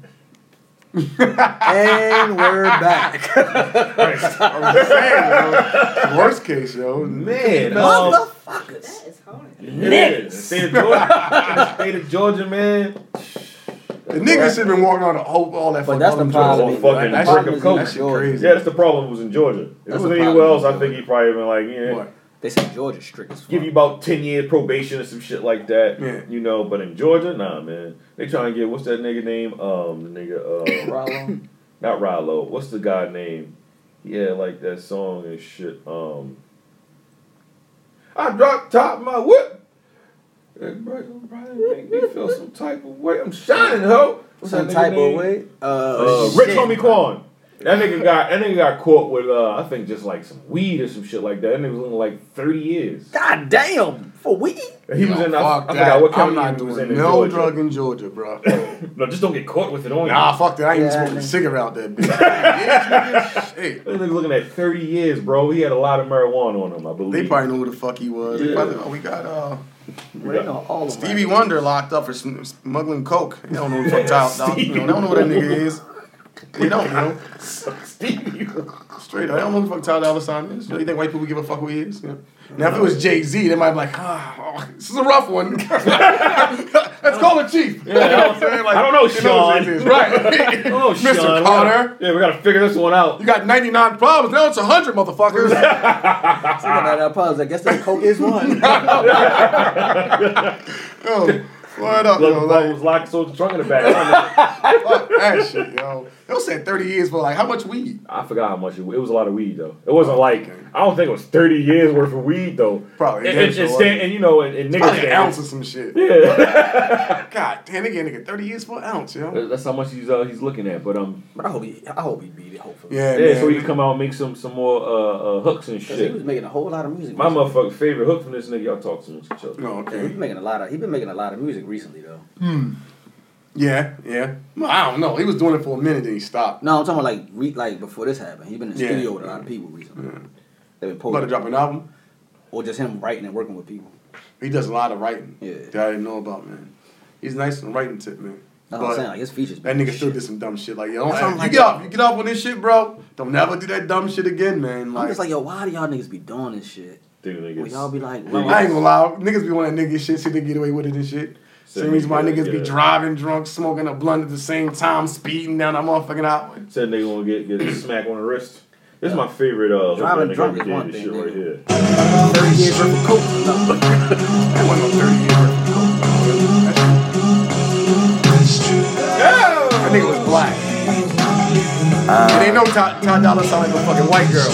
C: and we're back.
E: I'm just saying, yo. Worst case, yo.
D: Man, um,
F: Motherfuckers. That is hard.
D: Yeah, state of Georgia, state of Georgia, man.
E: The niggas should have been walking on the whole all that.
D: But that's
E: fucking
D: the problem.
E: Georgia.
D: Fucking
E: That
D: brick
E: shit-
D: of coke.
E: That shit crazy.
D: Yeah, that's the problem. It was in Georgia. If
E: That's
D: it
E: the
D: was anywhere
E: problem.
D: else, I think he probably been like, yeah.
C: They said Georgia strict as fuck.
D: Give you about ten years probation or some shit like that. You know, but in Georgia, nah, man. They trying to get what's that nigga name? Um, the nigga. Uh,
C: Rallo?
D: Not Rallo. What's the guy name? Yeah, like that song and shit. Um, I dropped top my whip. That Brian Brian make me feel some type of way. I'm shining, ho. What's
C: Some
D: that nigga
C: type of
D: name?
C: way.
D: Uh, Rich Homie Quan. That nigga got that nigga got caught with uh, I think just like some weed or some shit like that. That nigga was looking like thirty years.
C: God damn, for weed.
D: He was in. I, I
E: Fuck
D: forgot
E: that.
D: what
E: I'm
D: county
E: not
D: he was
E: doing
D: in. in
E: no
D: Georgia.
E: drug in Georgia, bro.
D: No, just don't get caught with it on.
E: Nah,
D: you.
E: fuck that. I ain't even
D: Yeah,
E: smoking a
D: nigga.
E: cigarette out there, bitch.
D: That nigga looking at thirty years, bro. He had a lot of marijuana on him, I believe.
E: They probably know who the fuck he was. They
D: Yeah.
E: probably, oh, we got uh,
D: We got-
E: Stevie Wonder locked up for sm- smuggling coke. They don't know who the fuck Tyler- Tyler- you know, They don't know who that nigga is. They don't, you know.
D: Stevie.
E: Straight up. They don't know who the fuck Tyler Dollar Sign is. You think white people give a fuck who he is? Yeah. Now, if it was Jay Z, they might be like, ah, oh, this is a rough one. Let's call the chief. You know what I'm saying? Like,
D: I don't know,
E: they who
D: Sean.
E: Jay-Z is. Right.
D: I don't know,
E: Mr.
D: Sean. Oh, We gotta-
E: Carter.
D: yeah, we gotta figure this one out.
E: You got 99 problems. Now it's 100, motherfuckers.
C: I pause. I guess that coke is one.
E: yo, what up,
D: Look,
E: yo?
D: bro,
E: Like,
D: was locked so drunk in the back.
E: fuck that shit, yo. They'll say 30 years for like, how much weed?
D: I forgot how much it was. It was a lot of weed though. It
E: Oh,
D: wasn't like I don't think it was thirty years worth of weed though.
E: Probably.
D: And, and, and, stand, and you know, and, and niggas
E: Probably an
D: stand-
E: ounce or some shit.
D: Yeah.
E: God damn, they getting nigga 30 years for an ounce, yo.
D: That's how much he's uh, he's looking at. But um,
C: I hope he I hope he beat it. Hopefully.
E: Yeah,
D: yeah.
E: man.
D: So he can come out and make some some more uh, uh hooks and
C: 'Cause He was
D: shit.
C: making a whole lot of music.
D: My
C: recently.
D: motherfucking favorite hook from this nigga. Y'all talk to each other.
E: No,
C: Yeah,
E: Oh, okay.
C: He's making a lot of. He's been making a lot of music recently though.
E: Yeah, yeah. Well, I don't know. He was doing it for a minute, then he stopped.
C: No, I'm talking about like re, like before this happened. He's been in the
E: Yeah.
C: studio with a lot of people recently. They've been
E: About to
C: posting,
E: drop an album.
C: or just him writing and working with people.
E: He does a lot of writing
C: Yeah,
E: that I didn't know about, man. He's nice on the writing tip, man.
C: that's what I'm
E: But
C: saying. Like his features.
E: that nigga still did some dumb shit. Like, yo,
C: That's what I'm
E: you
C: like,
E: get
C: yo.
E: off, you get off on this shit, bro. Don't never do that dumb shit again, man.
C: I'm
E: Like,
C: just like, yo, why do y'all niggas be doing this shit?
D: Think
C: Well,
D: niggas.
C: y'all be like, well,
E: I ain't gonna lie, niggas be wanting nigga shit, shit they get away with it and shit. Same reason why niggas be
D: Yeah.
E: driving drunk, smoking a blunt at the same time, speeding down that motherfucking highway.
D: Said nigga gonna get get a smack on the wrist. This is my favorite uh hook
C: Driving
D: that nigga
C: drunk is
D: ever did,
C: one
D: this
C: thing,
D: shit right here.
C: thirty years worth of coke. No.
E: That wasn't no 30 year That nigga was black. and ain't no Ty, Ty Dolla Sign no fucking white girl.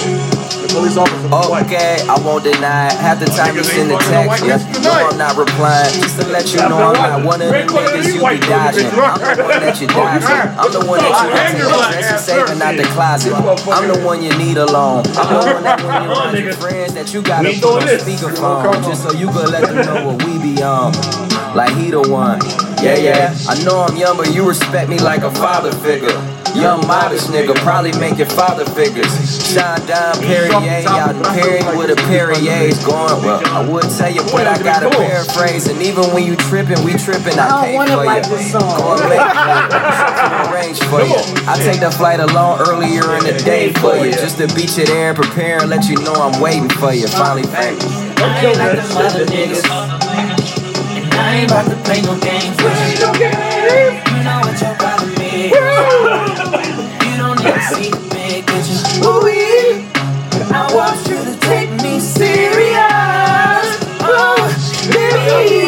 E: The police officer was white.
L: Okay, I won't deny. it. Half the time you
E: Niggas
L: send a
E: ain't fucking no white
L: text,
E: bitches
L: no,
E: tonight.
L: I'm not replying. Just to let you know, I'm not one of the
D: Break one of
L: niggas
D: these
L: you
D: white
L: be dodging.
D: bitches,
L: I'm the one that you dodging. I'm the one that
D: Oh,
L: you
D: hang your black
L: hunting. Dressing
D: ass
L: safe and out the
D: up,
L: closet. I'm the one you need alone. I'm the one that when
D: Come
L: you're
D: on,
L: around your
D: nigga.
L: friends that you gotta
D: We
L: put
D: doing
L: on
D: this.
L: speakerphone just so you could let them know what we be on. Like he the one. Yeah, yeah. I know I'm young, but you respect me like a father figure. Young modest nigga, probably make your father figures. Sean Don Perrier out in Perry with a Perrier's going well. I would tell you, but I gotta paraphrase. And even when you tripping, we tripping. I,
M: I don't
L: pay
M: wanna
L: for
M: like
L: you.
M: this song.
L: Going late, arrange for you. I take the flight alone earlier in the day for you, just to beat you there and prepare and let you know I'm waiting for you. Finally famous.
H: I ain't like them other niggas. And I ain't about to play no games with you. You know what you're about to be. You don't need to see the big picture. Ooh-wee. I want you to take me serious. Oh, baby.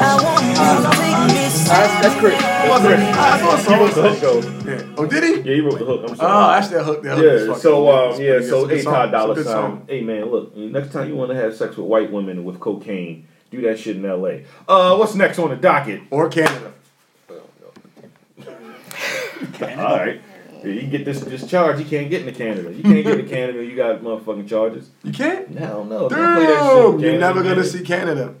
H: I want you to take me serious.
C: That's crazy.
E: I saw a
D: He
E: song.
D: wrote the hook though.
E: Yeah. Oh, did he?
D: Yeah, he wrote the hook. I'm sorry.
E: Oh, that's that hook. That hook is
D: Yeah,
E: fucking-
D: so um,
E: it's
D: yeah,
E: pretty
D: so
E: good.
D: hey,
E: It's a good
D: Ty
E: song.
D: Dolla
E: It's a good
D: Sign.
E: song.
D: Hey man, look, next time you want to have sex with white women with cocaine, do that shit in L.A. Uh, what's next on the docket?
E: Or Canada.
D: All right, Yeah, you get this this charge. You can't get into Canada. You can't get to Canada. You got motherfucking charges.
E: You can't?
D: Hell no. Don't play that shit in
E: Damn! You're
D: Canada,
E: never
D: man.
E: gonna see Canada.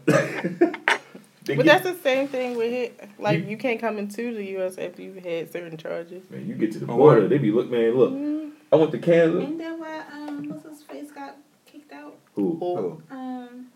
D: They get-
G: But that's the same thing with hit. Like you, can't come into the U.S. after you've had certain charges.
D: Man, you get to the
E: Oh,
D: border,
E: wow. Mm-hmm.
D: they be look, man, look. I went to Canada.
F: Ain't that why um what's his face got kicked out?
D: Who?
G: Or
F: Um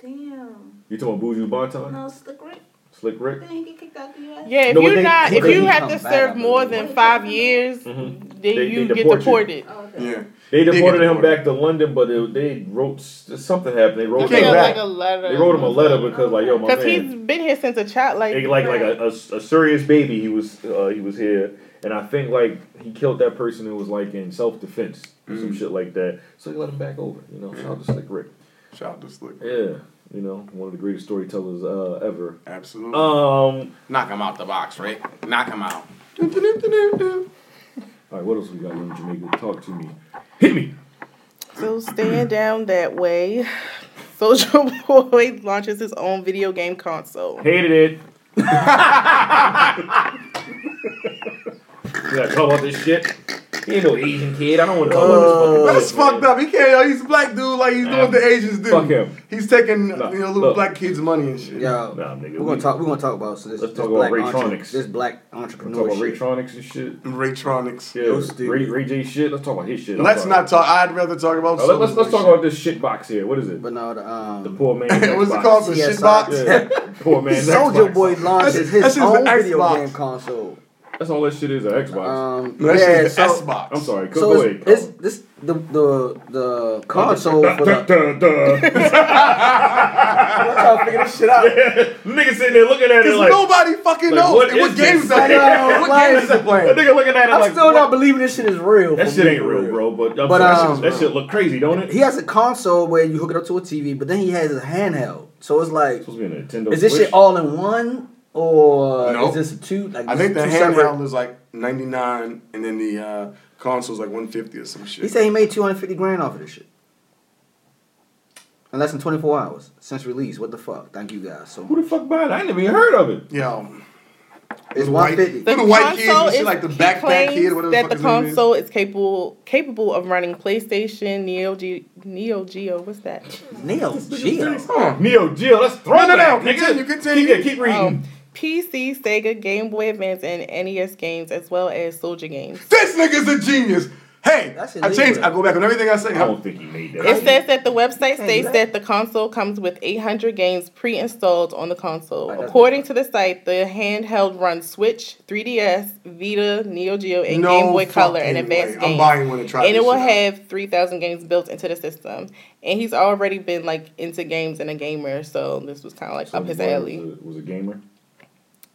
F: damn.
D: You talking about Buju Banton?
E: Uh-huh.
F: No, Slick Rick.
D: Slick Rick.
F: Didn't he get kicked out the U.S.?
G: Yeah, if
D: No, but
G: you're
D: they-
G: not, if
D: they
G: you
D: can
G: have to
D: come back, I
G: serve more than five years, then
D: They- they
G: you get
D: deport you.
G: deported.
F: Oh,
E: Yeah.
D: Mm-hmm. They
E: get
D: deported him back to London, but it, they wrote something happened. They wrote
G: They
D: him
G: wrote,
D: back.
G: like, a letter.
D: They wrote him a letter because like yo, my
G: Because
D: man,
G: he's been here since a child. Like,
D: It- like like a, a, a serious baby. He was uh, he was here, and I think like he killed that person who was like in self defense or some shit like that. So they let him back over. You know, shout out to Slick Rick.
E: Shout out to Slick.
D: Yeah, you know, one of the greatest storytellers uh, ever.
E: Absolutely.
D: Um,
E: Uh, knock him out the box, Rick. Knock him out.
D: All right, what else we got in Jamaica? Talk to me.
G: So stand down that way. Soldier Boy launches his own video game console.
D: Hated it. You gotta talk about this shit. He ain't no Asian kid. I don't want to talk about this
E: Uh, That's fucked up. He can't. yo, He's a black dude. Like he's doing what the Asians do.
D: fuck him.
E: He's taking you know little
C: look.
E: black kids' money and shit.
C: Yo, we're gonna talk. We're gonna talk about so this.
D: Let's
C: this
D: talk about
C: black entre-
D: Raytronics.
C: This black entrepreneur.
D: Let's talk
C: shit.
D: about Raytronics and shit.
E: Raytronics. Those
D: Yeah,
E: dudes.
D: Ray, Ray J shit. Let's talk about his shit. I'm
E: Let's
D: sorry.
E: not talk. I'd rather talk about.
D: Oh, let- let's let's talk
E: something.
D: about this shit box here. What is it?
C: But no, the um,
D: the poor man.
E: What's it
D: Xbox.
E: called? The
D: Yeah,
E: shit box?
D: Yeah. poor man.
C: Soldier
D: Xbox.
C: Boy launches
D: That's-
C: his
D: that's just
C: own
D: an
C: video
D: Xbox.
C: game console.
D: That's all that shit is an Xbox.
C: Um, yeah, so,
D: I'm sorry. Go,
C: So
D: go
C: it's,
D: ahead.
C: it's this the the the console for the.
D: I'm trying to figure this shit out. Nigga sitting there looking at it
E: Because
D: like
E: nobody fucking knows.
D: What,
E: And what
D: is
E: games
D: this?
E: are they- what games they playing?
D: That nigga looking at it
C: I'm
D: like
C: still not believing this shit is real.
D: that
C: for
D: shit
C: me.
D: ain't real, bro. But, I'm
C: But,
D: sorry, that,
C: um,
D: shit, that shit look crazy, don't it?
C: He has a console where you hook it up to a TV, but then he has a handheld. So it's like,
D: Supposed to be a Nintendo
C: is this
D: Switch?
C: shit all in one or
E: No.
C: is this a two? Like
E: I
C: this
E: think the
C: two separate-
E: handheld is like ninety nine, and then the uh, console's like one fifty or some shit.
C: He said he made 250 grand off of this shit. In less than 24 hours since release. What the fuck? Thank you guys so much.
D: Who the fuck bought it? I ain't even heard of it.
E: Yeah.
C: It's 150.
G: The
E: Little white kids
G: console
E: and shit
G: is-
E: like the
G: he
E: backpack
G: claims
E: kid, whatever the
G: that
E: fuck
G: the
E: his name is.
G: console is capable capable of running PlayStation, Neo Geo, Neo Geo. What's that?
C: Neo Geo.
D: Neo Geo. Let's throw
G: No, no,
D: back,
G: no,
D: Nigga.
G: continue,
D: continue. Keep, keep reading.
G: PC, Um, Sega, Game Boy Advance, and NES games, as well as Soldier games.
E: This nigga's a genius. Hey, I changed. I go back on everything I say. I
D: don't think he made that.
G: It says that the
E: Hey,
G: website states
E: that-
G: that the console comes with 800 games pre-installed on the console. According to the site, the handheld runs Switch, 3DS, Vita, Neo Geo, and
E: No
G: Game Boy Color
E: fucking
G: and advanced
E: way. I'm
G: games.
E: buying one to try
G: And
E: this
G: it will
E: shit out.
G: have 3,000 games built into the system. And he's already been like into games and a gamer, so this was kind of like up his alley.
D: Was a, was a gamer.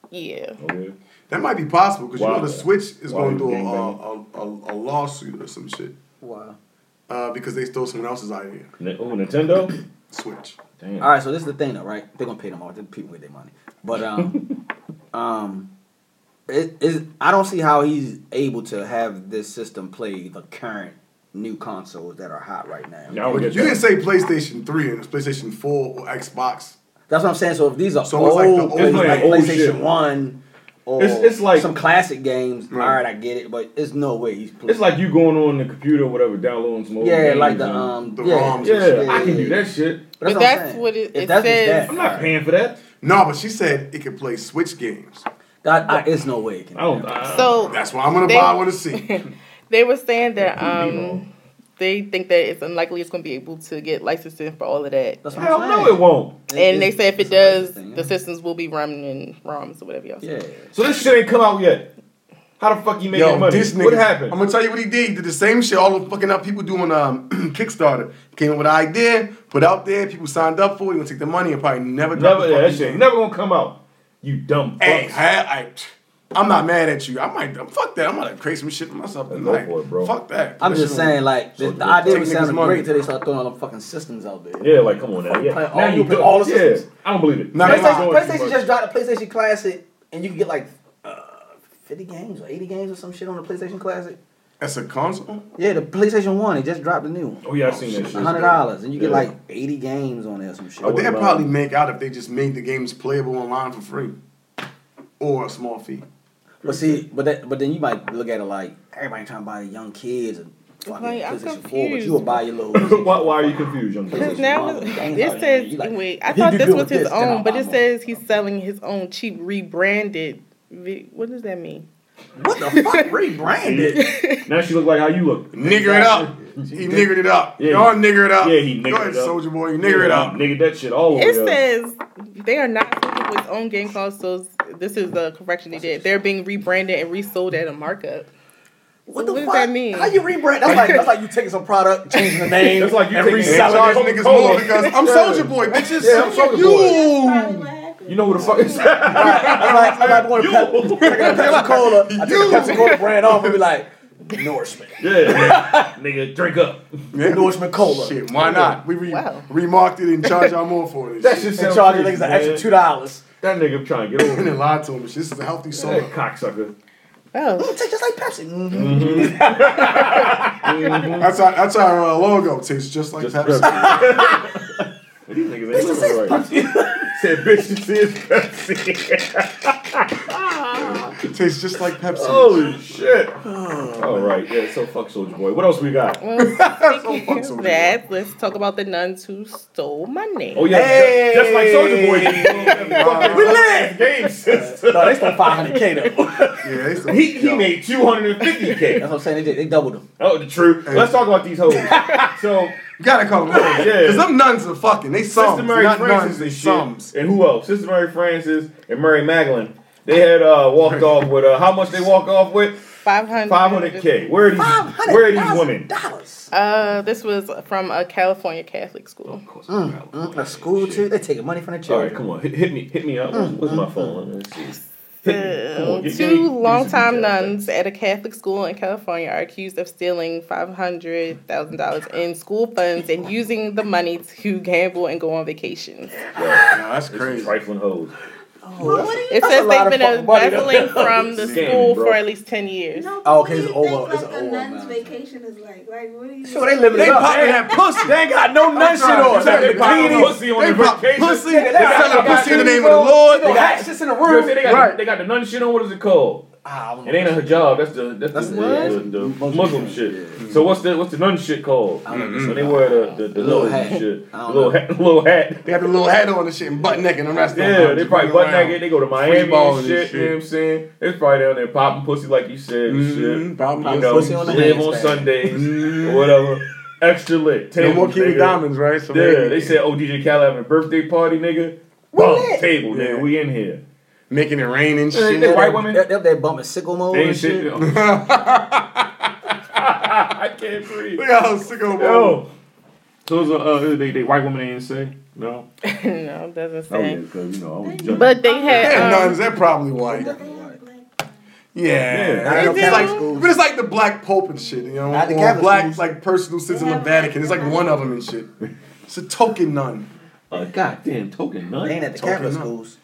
G: Yeah.
D: Okay.
E: That might be possible because you
D: Why?
E: know the Switch is
D: Why
E: going
D: you
E: through a,
D: gang
E: a, a, a lawsuit or some shit.
C: Wow.
E: Uh, because they stole someone else's idea.
D: Ni- Oh, Nintendo.
E: Switch.
D: Damn.
C: All right, so this is the thing, though, right? They're gonna pay them all. They're people with their money, but um, um, it is. I don't see how he's able to have this system play the current new consoles that are hot right now.
E: But you didn't say PlayStation 3 and it's PlayStation 4 or Xbox.
C: That's what I'm saying. So if these are
E: So
C: old,
E: it's like the old-
C: games,
E: It's
C: like
E: like old
C: PlayStation
E: shit.
C: One, or
D: It's- it's like-
C: some classic games.
D: Right.
C: All right, I get it, but it's no way he's playing.
D: It's like you going on the computer, or whatever, downloading some old
C: Yeah,
D: games
C: like the,
D: and-
C: um, The
D: yeah.
C: yeah. ROMs and shit.
D: I can
C: Yeah.
D: do that shit.
G: But that's what it, it says.
D: I'm not paying for that.
E: No, but she said it could play Switch games.
C: That I, it's no way it can.
E: I don't.
G: So
E: that's why I'm gonna
G: they-
E: buy one to see.
G: They were saying that
E: Could be
G: um, they think that it's unlikely it's going to be able to get licensing for all of that.
C: That's
D: Hell no, it won't.
G: And they say if it does, the systems will be running ROMs or whatever y'all say.
D: So this shit ain't come out yet. How the fuck you making
E: Yo,
D: money?
E: this nigga.
D: what happened?
E: I'm gonna tell you what he did. He did the same shit all the fucking up people do on um, Kickstarter. Came up with an idea, put out there, people signed up for it, gonna take the money and probably never drop
D: Never, yeah,
E: the fucking
D: that shit
E: game.
D: never gonna come out. You dumb.
E: Hey,
D: fucks.
E: I, I, am not mad at you. I might fuck that. I'm gonna create some shit for myself tonight. Fuck that.
C: I'm just saying, like, the, the idea was sounding great until they start throwing all them fucking systems out there.
D: Yeah, like come on now.
C: Fucking
D: Yeah.
C: play all-
D: now
C: you
D: you
C: play
D: dumb.
C: all the
D: yeah.
C: systems.
D: I don't believe it.
E: Nah,
D: That's
E: that's-
D: not going
C: PlayStation
D: too
C: just dropped a PlayStation Classic, and you can get like uh, 50 games or 80 games or some shit on the PlayStation Classic.
E: That's a console.
C: Yeah, the PlayStation One. They just dropped a new one.
E: Oh, yeah, I seen that shit.
C: Hundred dollars, and you get
E: Yeah.
C: like 80 games on there or some shit.
E: But they'd probably make out if they just made the games playable online for free, or a small fee.
C: But see, but that, but then you might look at it like everybody trying to buy young kids and fucking
G: Like, I'm
C: PlayStation Four, but
G: confused.
C: you will buy your little.
D: why, why are you confused, young
G: Because
D: man?
G: now
C: Mom,
G: his-
C: dang,
G: this
C: like,
G: says
C: you like-
G: wait, I
C: if you
G: thought
C: do
G: this
C: good
G: was
C: with
G: his
C: this, then
G: own,
C: I'll
G: but
C: buy
G: it
C: more.
G: says he's selling his own cheap rebranded. vi- What does that mean?
C: What the fuck rebranded?
D: now she look like how you look.
E: Nigger it up. He niggered it up.
D: Yeah,
E: Y'all nigger it up.
D: Yeah, he niggered
E: Go ahead,
D: it up.
E: Soldier Boy. You nigger it
D: Oh, Yeah,
E: up.
D: Nigga, that shit all the way
G: It
D: up.
G: says they are not with its own game consoles. This is the correction they did. They're being rebranded and resold at a markup. What, does that mean?
C: How you rebrand? That's like that's like you taking some product, changing the name,
D: That's like you
C: and
D: taking
C: reselling
D: Charles
C: it.
D: niggas more
E: because I'm Soulja Boy, bitches.
D: Yeah, I'm Soulja
E: You.
D: You know who the fuck is
C: I'm like, I'm like going to Pep- I get a Pepsi Cola. I take a Pepsi Cola brand off and be like, Nourishment.
D: Yeah, nigga, drink up.
C: Nourishment Cola.
E: Shit, why not? We re- remarked it and charged y'all more for it.
C: That shit sound charge crazy, niggas an extra man. $2.
D: That nigga trying to get over.
E: and then lied to him. This is a healthy soda.
D: That cocksucker.
G: Oh.
C: It tastes just like Pepsi.
E: Mm-hmm. That's our, that's our uh, logo. Tastes just like Pepsi.
D: These niggas ain't living right. Said bitch, this is Pepsi.
E: It tastes just like Pepsi.
D: Holy shit!
C: Oh,
D: All right, yeah. So fuck Soldier Boy. What else we got? Oh,
G: Well, speaking of that, let's talk about the nuns who stole my name.
D: Oh yeah, ju- just, like Soldier Boy. we
C: live.
D: Game system.
C: No, they stole 500K though.
E: Yeah, they
D: stole. He, he made 250K.
C: That's what I'm saying. They did. They doubled them.
D: Oh, the truth. Let's talk about these hoes. so
E: you gotta call them hoes.
D: Yeah,
E: Cause them nuns are fucking. They
D: Sister
E: sums.
D: Mary
E: Not
D: Francis
E: nuns,
D: and
E: they
D: shit.
E: sums.
D: And who else? Sister Mary Francis and Mary Magdalene. They had uh, walked off with uh, how much they walk off with?
G: Five hundred.
D: Five hundred k. Where are these? Where are these women?
G: Uh, this was from a California Catholic school.
C: Mm, mm, a school too. Mm, They taking money from the
D: All
C: children.
D: right, come on, hit, hit me, hit me up. Where's, where's my phone? Let's see. Hit me. Come on,
G: Two
D: get- give me- give me some
G: longtime
D: details.
G: nuns at a Catholic school in California are accused of stealing $500,000 in school funds and using the money to gamble and go on vacations.
E: No, that's crazy.
D: Trifling hoes.
G: It
C: That's
G: says
C: a lot
G: they've been
C: of fucking money, though.
G: embezzling from the
D: Scam,
G: school
D: bro.
G: for at least 10 years.
C: Oh, okay, it's over.
F: Like
C: it's
F: a
C: over.
F: nun's vacation is like, like what do you?
C: So they living it up.
E: popping that pussy.
C: They ain't got no nun
E: I'm
C: shit
E: trying to
C: on.
E: tell you,
C: They
E: they popping
C: bikinis.
D: pussy on
E: They
D: the
E: pop
D: vacation.
E: pussy.
C: Yeah, they
E: They
C: got-
E: selling pussy in the
C: they
E: name of the
C: got-
E: Lord.
C: They got shits in the
D: You know what I'm
C: room.
D: saying? They got, the, they got the nun shit on. What is it called?
C: Ah,
D: It ain't a hijab. That's the that's,
C: That's
D: the,
C: what?
D: the, the, Muslim shit. So what's the what's the nun shit called? So they wear the the, the,
C: Little
D: little
C: hat.
D: shit,
C: I don't
D: little
C: know.
D: hat, little hat.
E: They got the little hat on and shit and butt neck and the rest of
D: Yeah,
E: them.
D: they probably butt naked. They go to Miami
E: balling
D: and
E: and
D: shit. You know
E: shit.
D: what I'm saying? They probably down there popping pussy like you said. and
E: Mhm,
D: shit.
E: popping
D: you
E: popping
D: know,
C: pussy on the
D: live on
C: handstand.
D: Sundays or whatever. Extra lit.
E: No
D: Tables,
E: more King of
D: nigga.
E: Diamonds, right? So
D: Yeah, they said, "Oh, DJ Khaled having a birthday party, nigga." Boom, table, nigga.
E: Yeah.
D: We in here.
E: making it rain and
D: They-
E: shit.
D: they white women.
C: They, they, they bumping sickle mode
D: They ain't
C: and shit.
D: shit. I can't breathe.
E: Look how sick of them.
D: Yo. So it was a, uh, they, they white woman they didn't say no.
G: no, it doesn't
D: Oh
G: say.
D: yeah, because you know I was jumping.
G: But they
E: They're
G: had.
E: nuns.
G: Um,
E: They're probably white.
D: Yeah.
E: Yeah, I
C: They
E: know,
C: do.
E: it's like, but it's like the black pope and shit, you know,
C: At
E: or
C: the Catholic
E: black
C: schools.
E: like person who sits in the Vatican. It's like one of them and shit. It's a token nun.
D: a goddamn token nun.
C: They ain't at the
E: Talking
C: Catholic
E: up.
C: schools.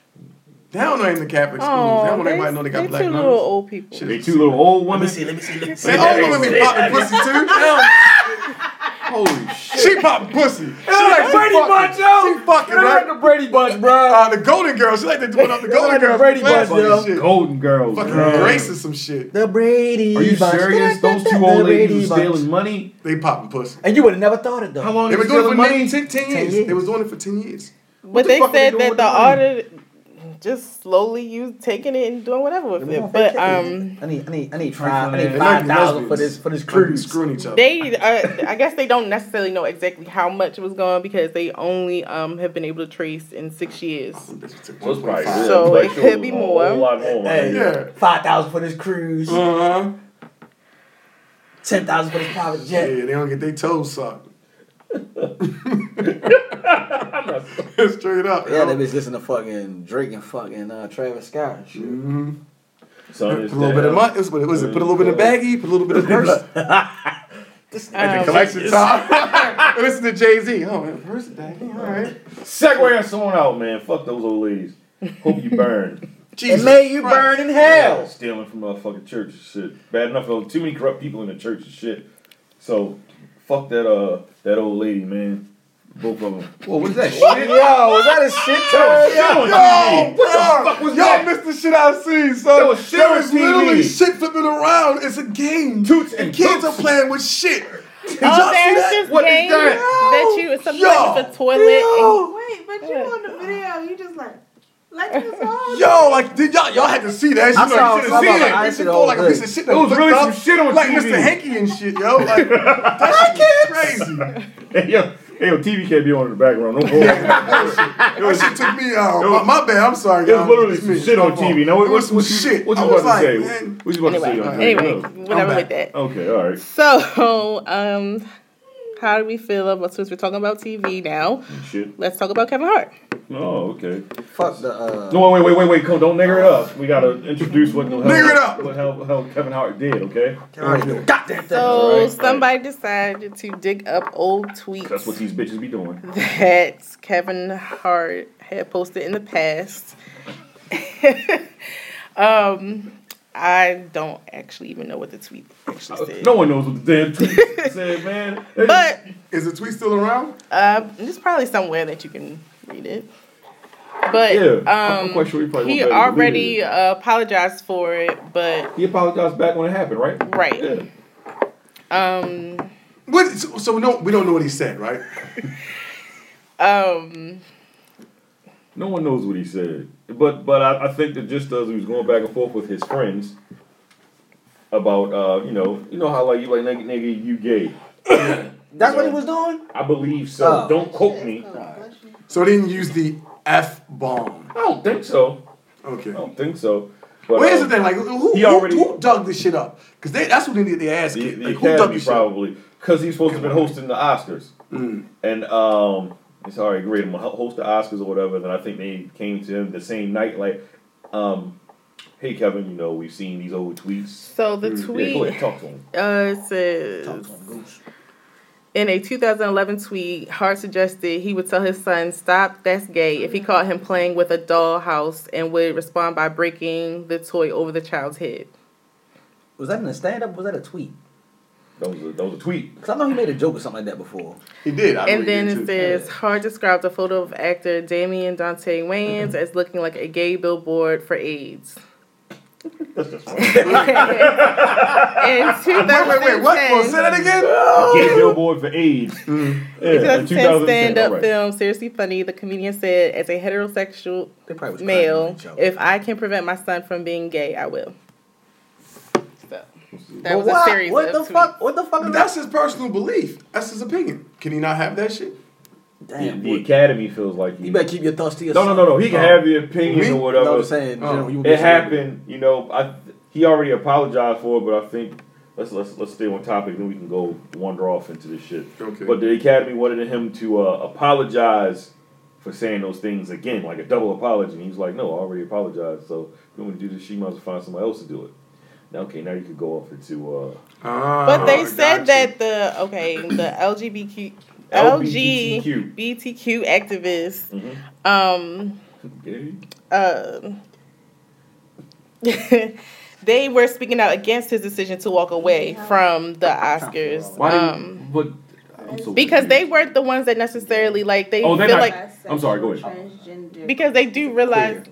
E: They don't know in the Catholic schools. they
G: Oh,
E: don't want everybody to know they got
G: they
E: black
G: two
E: nuns.
G: little old people.
E: Shit.
D: They two little old women.
C: let me see. Let me see.
E: They old women be popping pussy too.
D: Holy shit.
E: She popping pussy. She like she
C: Brady
E: fucking.
C: Bunch, yo.
E: She fucking
C: They're like
E: right.
C: the Brady Bunch, bro.
E: Uh, the Golden Girls. She like they doing up the Golden
C: like the
E: Girls.
C: Brady
E: Flash
C: Bunch, yo.
E: and shit.
D: Golden girls.
E: Fucking
D: man.
E: Grace is some shit.
C: The Brady
D: Are you
C: Bunch. Da,
D: serious?
C: da,
D: Those
C: da,
D: two
C: the
D: old ladies
C: Brady
D: who
C: Bunch.
D: stealing money.
E: They popping pussy.
C: And you would have never thought it though.
D: How long they
E: They were
D: been
E: doing it for
D: stealing money?
E: 10, 10 years.
C: years.
E: They was doing it for ten years.
G: But
D: the
G: they
D: fuck are they
G: said
D: doing
G: that
D: with
G: the
D: the money?
G: auditor just slowly you taking it and doing whatever with
C: We
G: it.
C: want
G: But
C: 5K.
G: um,
C: I need, I need, I need five, I need
E: They might
C: five
E: be
C: thousand for
E: lesbians.
C: this, for this
E: Might be
C: cruise.
E: Screwing each other.
G: they uh, I guess they don't necessarily know exactly how much it was going because they only um have been able to trace in six years. Oh,
D: So it's probably
E: Yeah.
G: So
D: real.
G: it could be
D: A
G: more.
D: whole lot more.
C: Hey,
D: man.
E: Yeah.
C: five thousand for this cruise,
E: Uh-huh.
C: ten thousand for this private
E: Yeah,
C: jet.
E: they don't get their toes sucked. Straight up.
C: Yeah, they
E: yo.
C: bitch listen to fucking Drake and fucking uh, Travis Scott. and shit.
D: Son
E: Put
D: is
E: a little bit
D: down.
E: of money. What it was it? Put a little bit of baggie. Put a little bit of purse.
C: This
E: At the collection time. Listen to Jay Z. Oh, man, purse and baggie. All right.
D: Segway us on out, man. Fuck those old ladies. Hope you burn.
C: it
E: Jesus
C: made you
E: Christ.
C: burn in hell.
D: Stealing from motherfucking church and shit. Bad enough though. Too many corrupt people in the church and shit. So fuck that uh that old lady, man. Both of them. Whoa, what is that?
C: Yo, was that a shit turn?
D: Yo,
E: Yo,
D: what the
E: bro,
D: fuck was
E: y'all
D: that?
E: missed the shit I seen, son.
D: That was shit
E: There
D: on
E: was
D: TV.
E: literally shit flipping around. It's a game.
D: Toots and
E: kids
D: boots.
E: are playing with shit. Did
G: Oh,
E: y'all see
G: there's
E: that?
G: this
D: What is
G: game
D: that?
G: that you sometimes
E: Yo.
G: it's a toilet. and-
E: Yo.
F: Wait, but you on the video, you just like, like this all.
E: Yo, like did y'all y'all had to see that?
C: I
E: shit,
C: saw
E: you should
C: some
E: have
C: of
E: seen
C: it.
E: it.
C: I
E: It
C: see
E: should
C: the
E: go
C: whole
E: like a
C: thing.
E: piece of shit. that
D: It was really
E: flipped
D: some shit on
E: like
D: TV.
E: Mr. Hanky and shit, yo. Like that's crazy.
D: Hey, yo, Hey, yo, TV can't be on in the background. No more.
E: That shit took me out. My, my bad. I'm sorry.
D: It was literally some shit on TV. Now, what,
E: It was
D: what,
E: some
D: what,
E: shit.
D: What you
E: I
D: about
E: was
D: to
E: like,
D: say?
E: man.
D: What you about to say?
G: Anyway,
D: Andre?
G: anyway,
D: No.
G: whatever with that.
D: Okay, all right.
G: So, um, how do we feel about since we're talking about TV now?
D: Shit.
G: Let's talk about Kevin Hart.
D: Oh, okay.
C: Fuck the. Uh,
D: No, wait, wait, wait, wait. Come, don't nigger it up. We gotta introduce what the hell,
G: Nigger it
D: up. What the hell, hell Kevin Howard did, okay?
C: Goddamn
G: So somebody decided to dig up old tweets
D: That's what these bitches be doing.
G: that Kevin Hart had posted in the past. um, I don't actually even know what the tweet actually said.
D: No one knows what the damn tweet said, man.
G: But
E: is the tweet still around?
G: Uh, it's probably somewhere that you can read it. But
D: Yeah,
G: um,
D: I'm quite sure he probably
G: he
D: won't be able to read
G: already
D: it.
G: uh, apologized for it, but
D: He apologized back when it happened, right?
G: right.
D: Yeah.
G: Um,
E: What? So, so no, we don't know what he said, right?
G: um,
D: No one knows what he said. But but I, I think that just as he was going back and forth with his friends about uh, you know, you know how like you like nigga nigga, you gay.
C: That's what he was doing?
D: I believe so.
E: Oh.
D: Don't quote me.
E: So they didn't use the F bomb.
D: I don't think so.
E: Okay. I
D: don't think so. um,
E: well, here's the thing. Like, who,
D: He
E: who,
D: already-
E: who dug this shit up? Because that's what they need their ass kicked.
D: the
E: Like, who
D: Academy
E: dug this shit Mm. up?
D: probably because he's supposed to have been hosting the Oscars, and um, it's all right, great. I'm gonna ho- host the Oscars or whatever. And then I think they came to him the same night, like, um, hey Kevin, you know we've seen these old tweets.
G: So the
D: Mm, yeah, go
G: tweet-
D: ahead, talk to him.
G: uh, it says in a 2011 tweet, Hart suggested he would tell his son, "Stop, that's gay."
E: Mm-hmm.
G: If he caught him playing with a dollhouse, and would respond by breaking the toy over the child's head.
E: Oh,
C: Was that in a stand up? Was that a tweet?
D: That was a, that was a tweet.
C: Because I know he made a joke or something like that before.
E: He did.
G: and then it says Hart described a photo of actor Damien Dante Wayans
E: Mm-hmm.
G: as looking like a gay billboard for AIDS. and two
E: Wait, wait, wait. What? Well, say that again.
G: Oh.
D: Get billboard for AIDS.
E: Mm.
D: Yeah, in
G: 2010 stand-up
D: alright.
G: film seriously funny the comedian said as a heterosexual
C: was
G: male
C: cracking each other.
G: if i can prevent my son from being gay i will so that
E: But
G: was
E: why-
G: a series
E: what
G: of
E: the
G: tweets.
E: fuck-
C: What the fuck?
E: But that's his personal belief. That's his opinion. Can he not have that shit?
D: The, the Academy feels like he.
E: You
C: better keep your thoughts to
D: No, no, no, no. He can have the opinion
E: uh, Me?
D: or whatever. Oh.
E: No, I'm saying, you know, you
D: it
E: would-
D: happened. You know, I he already apologized for it, but I think let's let's let's stay on topic, then we can go wander off into this shit.
E: Okay.
D: But the academy wanted him to uh, apologize for saying those things again, like a double apology. And he was like, "No, I already apologized. So if you want me to do this, she must find somebody else to do it." Now, okay, now you could go off into. Uh,
E: Ah.
G: but
E: Oh,
G: they said that the okay the lgbtq
D: LGBTQ.
G: lgbtq activists
D: Mhm.
E: Mm-hmm.
G: um
D: Gay.
G: um, they were speaking out against his decision to walk away from the Oscars.
D: Why?
G: Um,
D: Um, but I'm so
G: because they weren't the ones that necessarily like they
D: oh, they're
G: feel
D: not.
G: like
D: I'm sorry. Go ahead.
G: because they do realize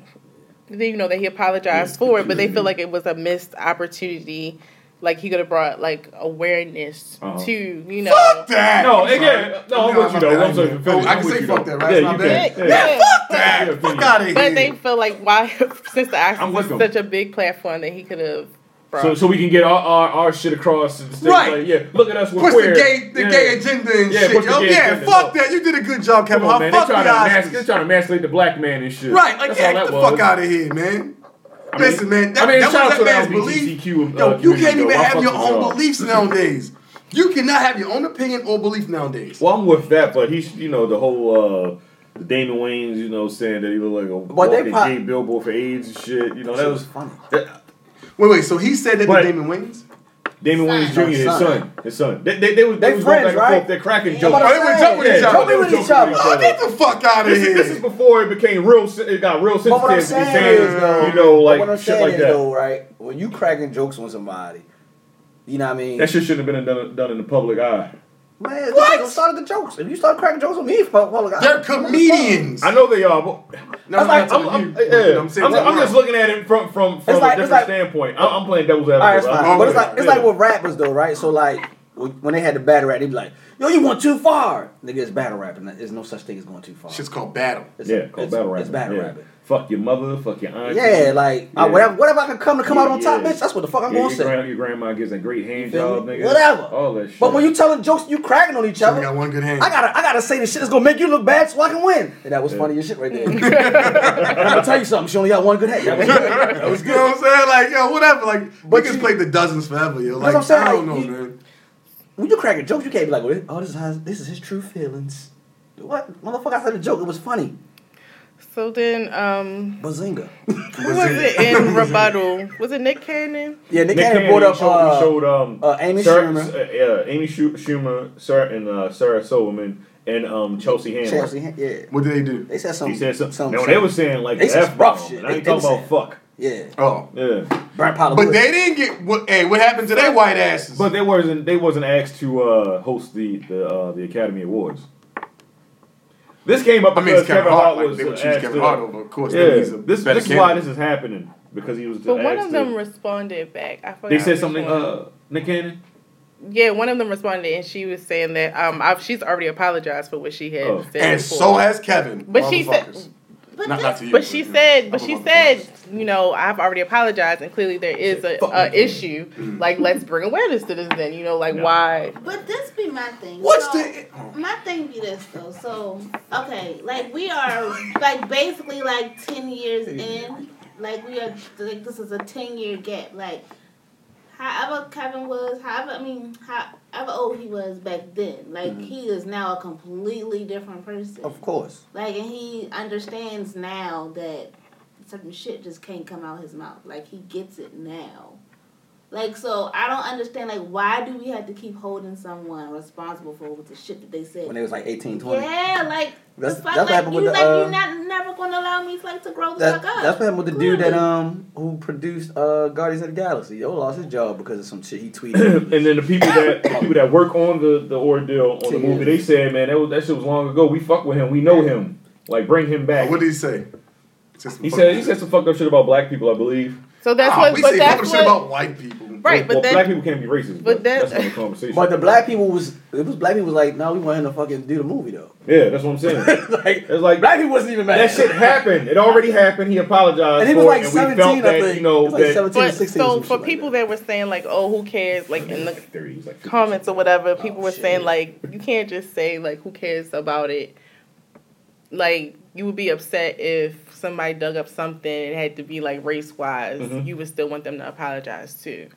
G: they, you know that he apologized for it, but they feel like it was a missed opportunity. Like he could have brought like awareness
D: Uh-huh.
G: to you know.
E: Fuck that!
D: No, again, no, I'm with you though. I'm sorry.
E: Oh, I can say fuck that, right? It's
D: Yeah,
E: my
D: you
E: bad.
D: can.
E: Yeah, fuck
D: that. Fuck
E: outta here.
G: But they feel like why since the
D: I'm
G: Oscars
D: with
G: is
D: them.
G: such a big platform that he could have brought.
D: So, so we can get our, our, our shit across. And stay
E: Right.
D: Like, yeah. Look at us. We're
E: Push
D: queer.
E: the gay, the
D: yeah.
E: gay agenda and
D: Yeah,
E: shit.
D: push the
E: Yo,
D: gay
E: yeah,
D: agenda,
E: fuck that. You did a good job, Kevin.
D: Come on, man.
E: Hard.
D: They're
E: Fuck the
D: trying, to mas-
E: Oscars.
D: they're trying to emasculate the black man and shit.
E: Right, like,
D: That's all
E: get the
D: that was.
E: fuck out of here, man. Listen, man, that,
D: I mean,
E: that
D: shout
E: was
D: out to the
E: that man's belief.
D: LGBTQ, uh,
E: Yo, you
D: community,
E: can't even
D: though. I
E: have
D: fuck
E: your
D: with
E: own
D: y'all.
E: beliefs nowadays. You cannot have your own opinion or belief nowadays.
D: Well, I'm with that, but he's you know the whole. uh the Damon Wayans, you know, saying that he looked like a
E: But they
D: walking
E: prob-
D: gay billboard for AIDS and shit. You know, that was funny.
E: Wait, wait. So he said that to Damon Wayans.
D: Damon Wayans Jr., his
E: Son.
D: son, his son. They they, they was
E: They
D: they was going
E: friends,
D: back and
E: right?
D: forth. They're cracking
E: Yeah.
D: jokes.
E: Oh, they were joking with each other.
D: they were
E: Joking with each
D: joking
E: other. Get the fuck outta
D: This is-
E: here.
D: This is before it became real. se- It got real
C: But what I'm
D: sensitive. to be
C: saying
D: saying,
C: is, though,
D: you know,
C: but
D: like
C: what I'm
D: shit
C: saying
D: like
C: is,
D: that.
C: though, right? When you cracking jokes on somebody, you know what I mean?
D: That shit shouldn't have been done, done in the public eye.
C: Man, what? started the jokes. If you start cracking jokes on me, fuck, fuck, I-
E: They're
C: comedians.
D: I know they are, but
C: No, no,
D: I'm,
C: no, you. You know
D: I'm- yeah,
C: what
D: I'm,
C: I'm saying?
D: I'm just looking at it from from, from a
C: like- it's
D: different
C: like-
D: standpoint. I'm, I'm playing devil's
C: All right, it's
D: advocate.
C: fine.
D: I'm-
C: But it's like it's like with rappers though, right? So like, when they had the battle rap, they'd be like, "Yo, you went too far." Nigga, it's battle rapping. There's no such thing as going too far.
E: Shit's called battle.
C: It's
D: yeah,
C: a-
D: called
C: it's-
D: battle rapping.
C: It's battle
D: yeah.
C: rapping.
D: Fuck your mother, fuck your aunt.
C: Yeah, like I,
D: Yeah.
C: whatever, whatever I can come to come out
D: Yeah,
C: on top,
D: yeah.
C: bitch. That's what the fuck I'm
D: Yeah,
C: gonna
D: your,
C: say.
D: gran- your grandma gives a great hand
C: feel
D: job,
C: me?
D: nigga.
C: Whatever.
D: All that shit.
C: But when you telling jokes, you cracking on each other. I got
E: one good hand.
C: I gotta, I gotta say the shit that's gonna make you look bad so I can win. And that was funny as shit right there. I'm gonna tell you something. She only got one good hand. That was good. That was
E: You know what I'm saying? Like, yo, whatever. Like, but niggas played the dozens forever, yo. Like,
C: That's what I'm saying,
E: I don't know,
C: like, you-
E: man.
C: When you cracking jokes, you can't be like, "Oh, this is how, this is his true feelings." What motherfucker? I said a joke. It was funny.
G: So then, um,
C: Bazinga.
G: who was it in rebuttal? Was it Nick Cannon?
C: Yeah, Nick,
D: Nick
C: Cannon
D: Cannon,
C: brought
D: he
C: up.
D: showed- he
C: uh,
D: showed, um,
C: uh, Amy
D: Sarah,
C: Schumer.
D: S- uh, yeah, Amy Schu- Schumer, Sarah, and uh, Sarah Silverman, and um, Chelsea Handler.
C: Chelsea Han- yeah.
E: What did they do?
C: They said
D: He
C: something.
D: said something.
C: some-
D: no,
C: some-
D: they were saying like
C: they
D: the
C: said some rough
D: F-bomb,
C: shit.
D: and I ain't
C: They- they
D: talking about fuck.
C: Yeah.
E: Oh.
D: Yeah.
C: Burn Paula
E: But
C: Wood.
E: they didn't get what. Hey, what happened to their white asses?
D: But they wasn't they wasn't asked to uh, host the the uh, the Academy Awards. This came up
E: I mean,
D: because
E: it's Kevin Hart, like,
D: was
E: they would choose
D: asked
E: Kevin
D: to-
E: Hart over, of course,
D: Yeah,
E: he's a
D: this
E: better
D: this is why
E: candidate.
D: this is happening because he was.
G: But one
D: asked
G: of them
D: to-
G: responded back. I forgot.
D: they said
G: which
D: something.
G: one.
D: Uh, Nick Cannon.
G: yeah, one of them responded, and she was saying that um, I've, she's already apologized for what she had
D: Oh.
G: said.
E: and
G: before.
E: so has Kevin.
G: But she said-
E: motherfuckers. not, not to you.
G: But she
E: you know,
G: said,
E: I'm
G: but
E: a
G: she
E: motherfucker.
G: said, you know, I've already apologized, and clearly there is a, a issue.
E: Mm.
G: Like, let's bring awareness to this. Then, you know, like why?
F: But this be my thing.
G: What's
F: so, my thing be this though. So okay, like we are like basically like ten years in. Like we are like this is a ten year gap. Like however Kevin was, however I mean, however old he was back then. Like
C: Mhm.
F: he is now a completely different person.
C: Of course.
F: Like, and he understands now that certain shit just can't come out his mouth. Like, he gets it now. Like, so I don't understand, like, why do we have to keep holding someone responsible for the shit that they said?
C: When they was like 18, 20.
F: Yeah, like,
C: That's-
F: the
C: that's
F: fuck,
C: what
F: like,
C: happened
F: you,
C: with the,
F: like,
C: uh,
F: you not never gonna allow me, like, to grow the
C: That,
F: fuck up.
C: that's what happened with the dude
F: Clearly.
C: that um who produced uh Guardians of the Galaxy. Yo lost his job because of some shit he tweeted.
D: and then the people that the people that work on the the ordeal on the movie, they said, man, that was, that shit was long ago. We fuck with him. We know him. Like bring him back.
E: What did he say?
D: He said he said some fucked up shit about black people, I believe.
G: So that's
E: Ah,
G: what.
E: we
G: but
E: say
G: that's
E: fucking
G: what,
E: shit about white people.
G: Right, but
D: well,
G: then-
D: black people can't be racist. But,
G: but that-
D: that's another conversation.
C: but the black people was it was black people was like, no, we want him to fucking do the movie though.
D: yeah, that's what I'm saying.
C: like,
D: it's like
C: black people wasn't even mad.
D: That shit happened. It already happened. He apologized.
C: And he was
D: for
C: like
D: it, and
C: 17,
D: we felt
C: I
D: that,
C: think.
D: You know,
C: He was like
D: that-
C: 17
G: But so for people that. were saying like, oh, who cares? Like in the comments or whatever, people were saying like, you can't just say like, who cares about it? Like you would be upset if somebody dug up something and it had to be like race wise.
F: Mhm.
G: You would still want them to apologize too.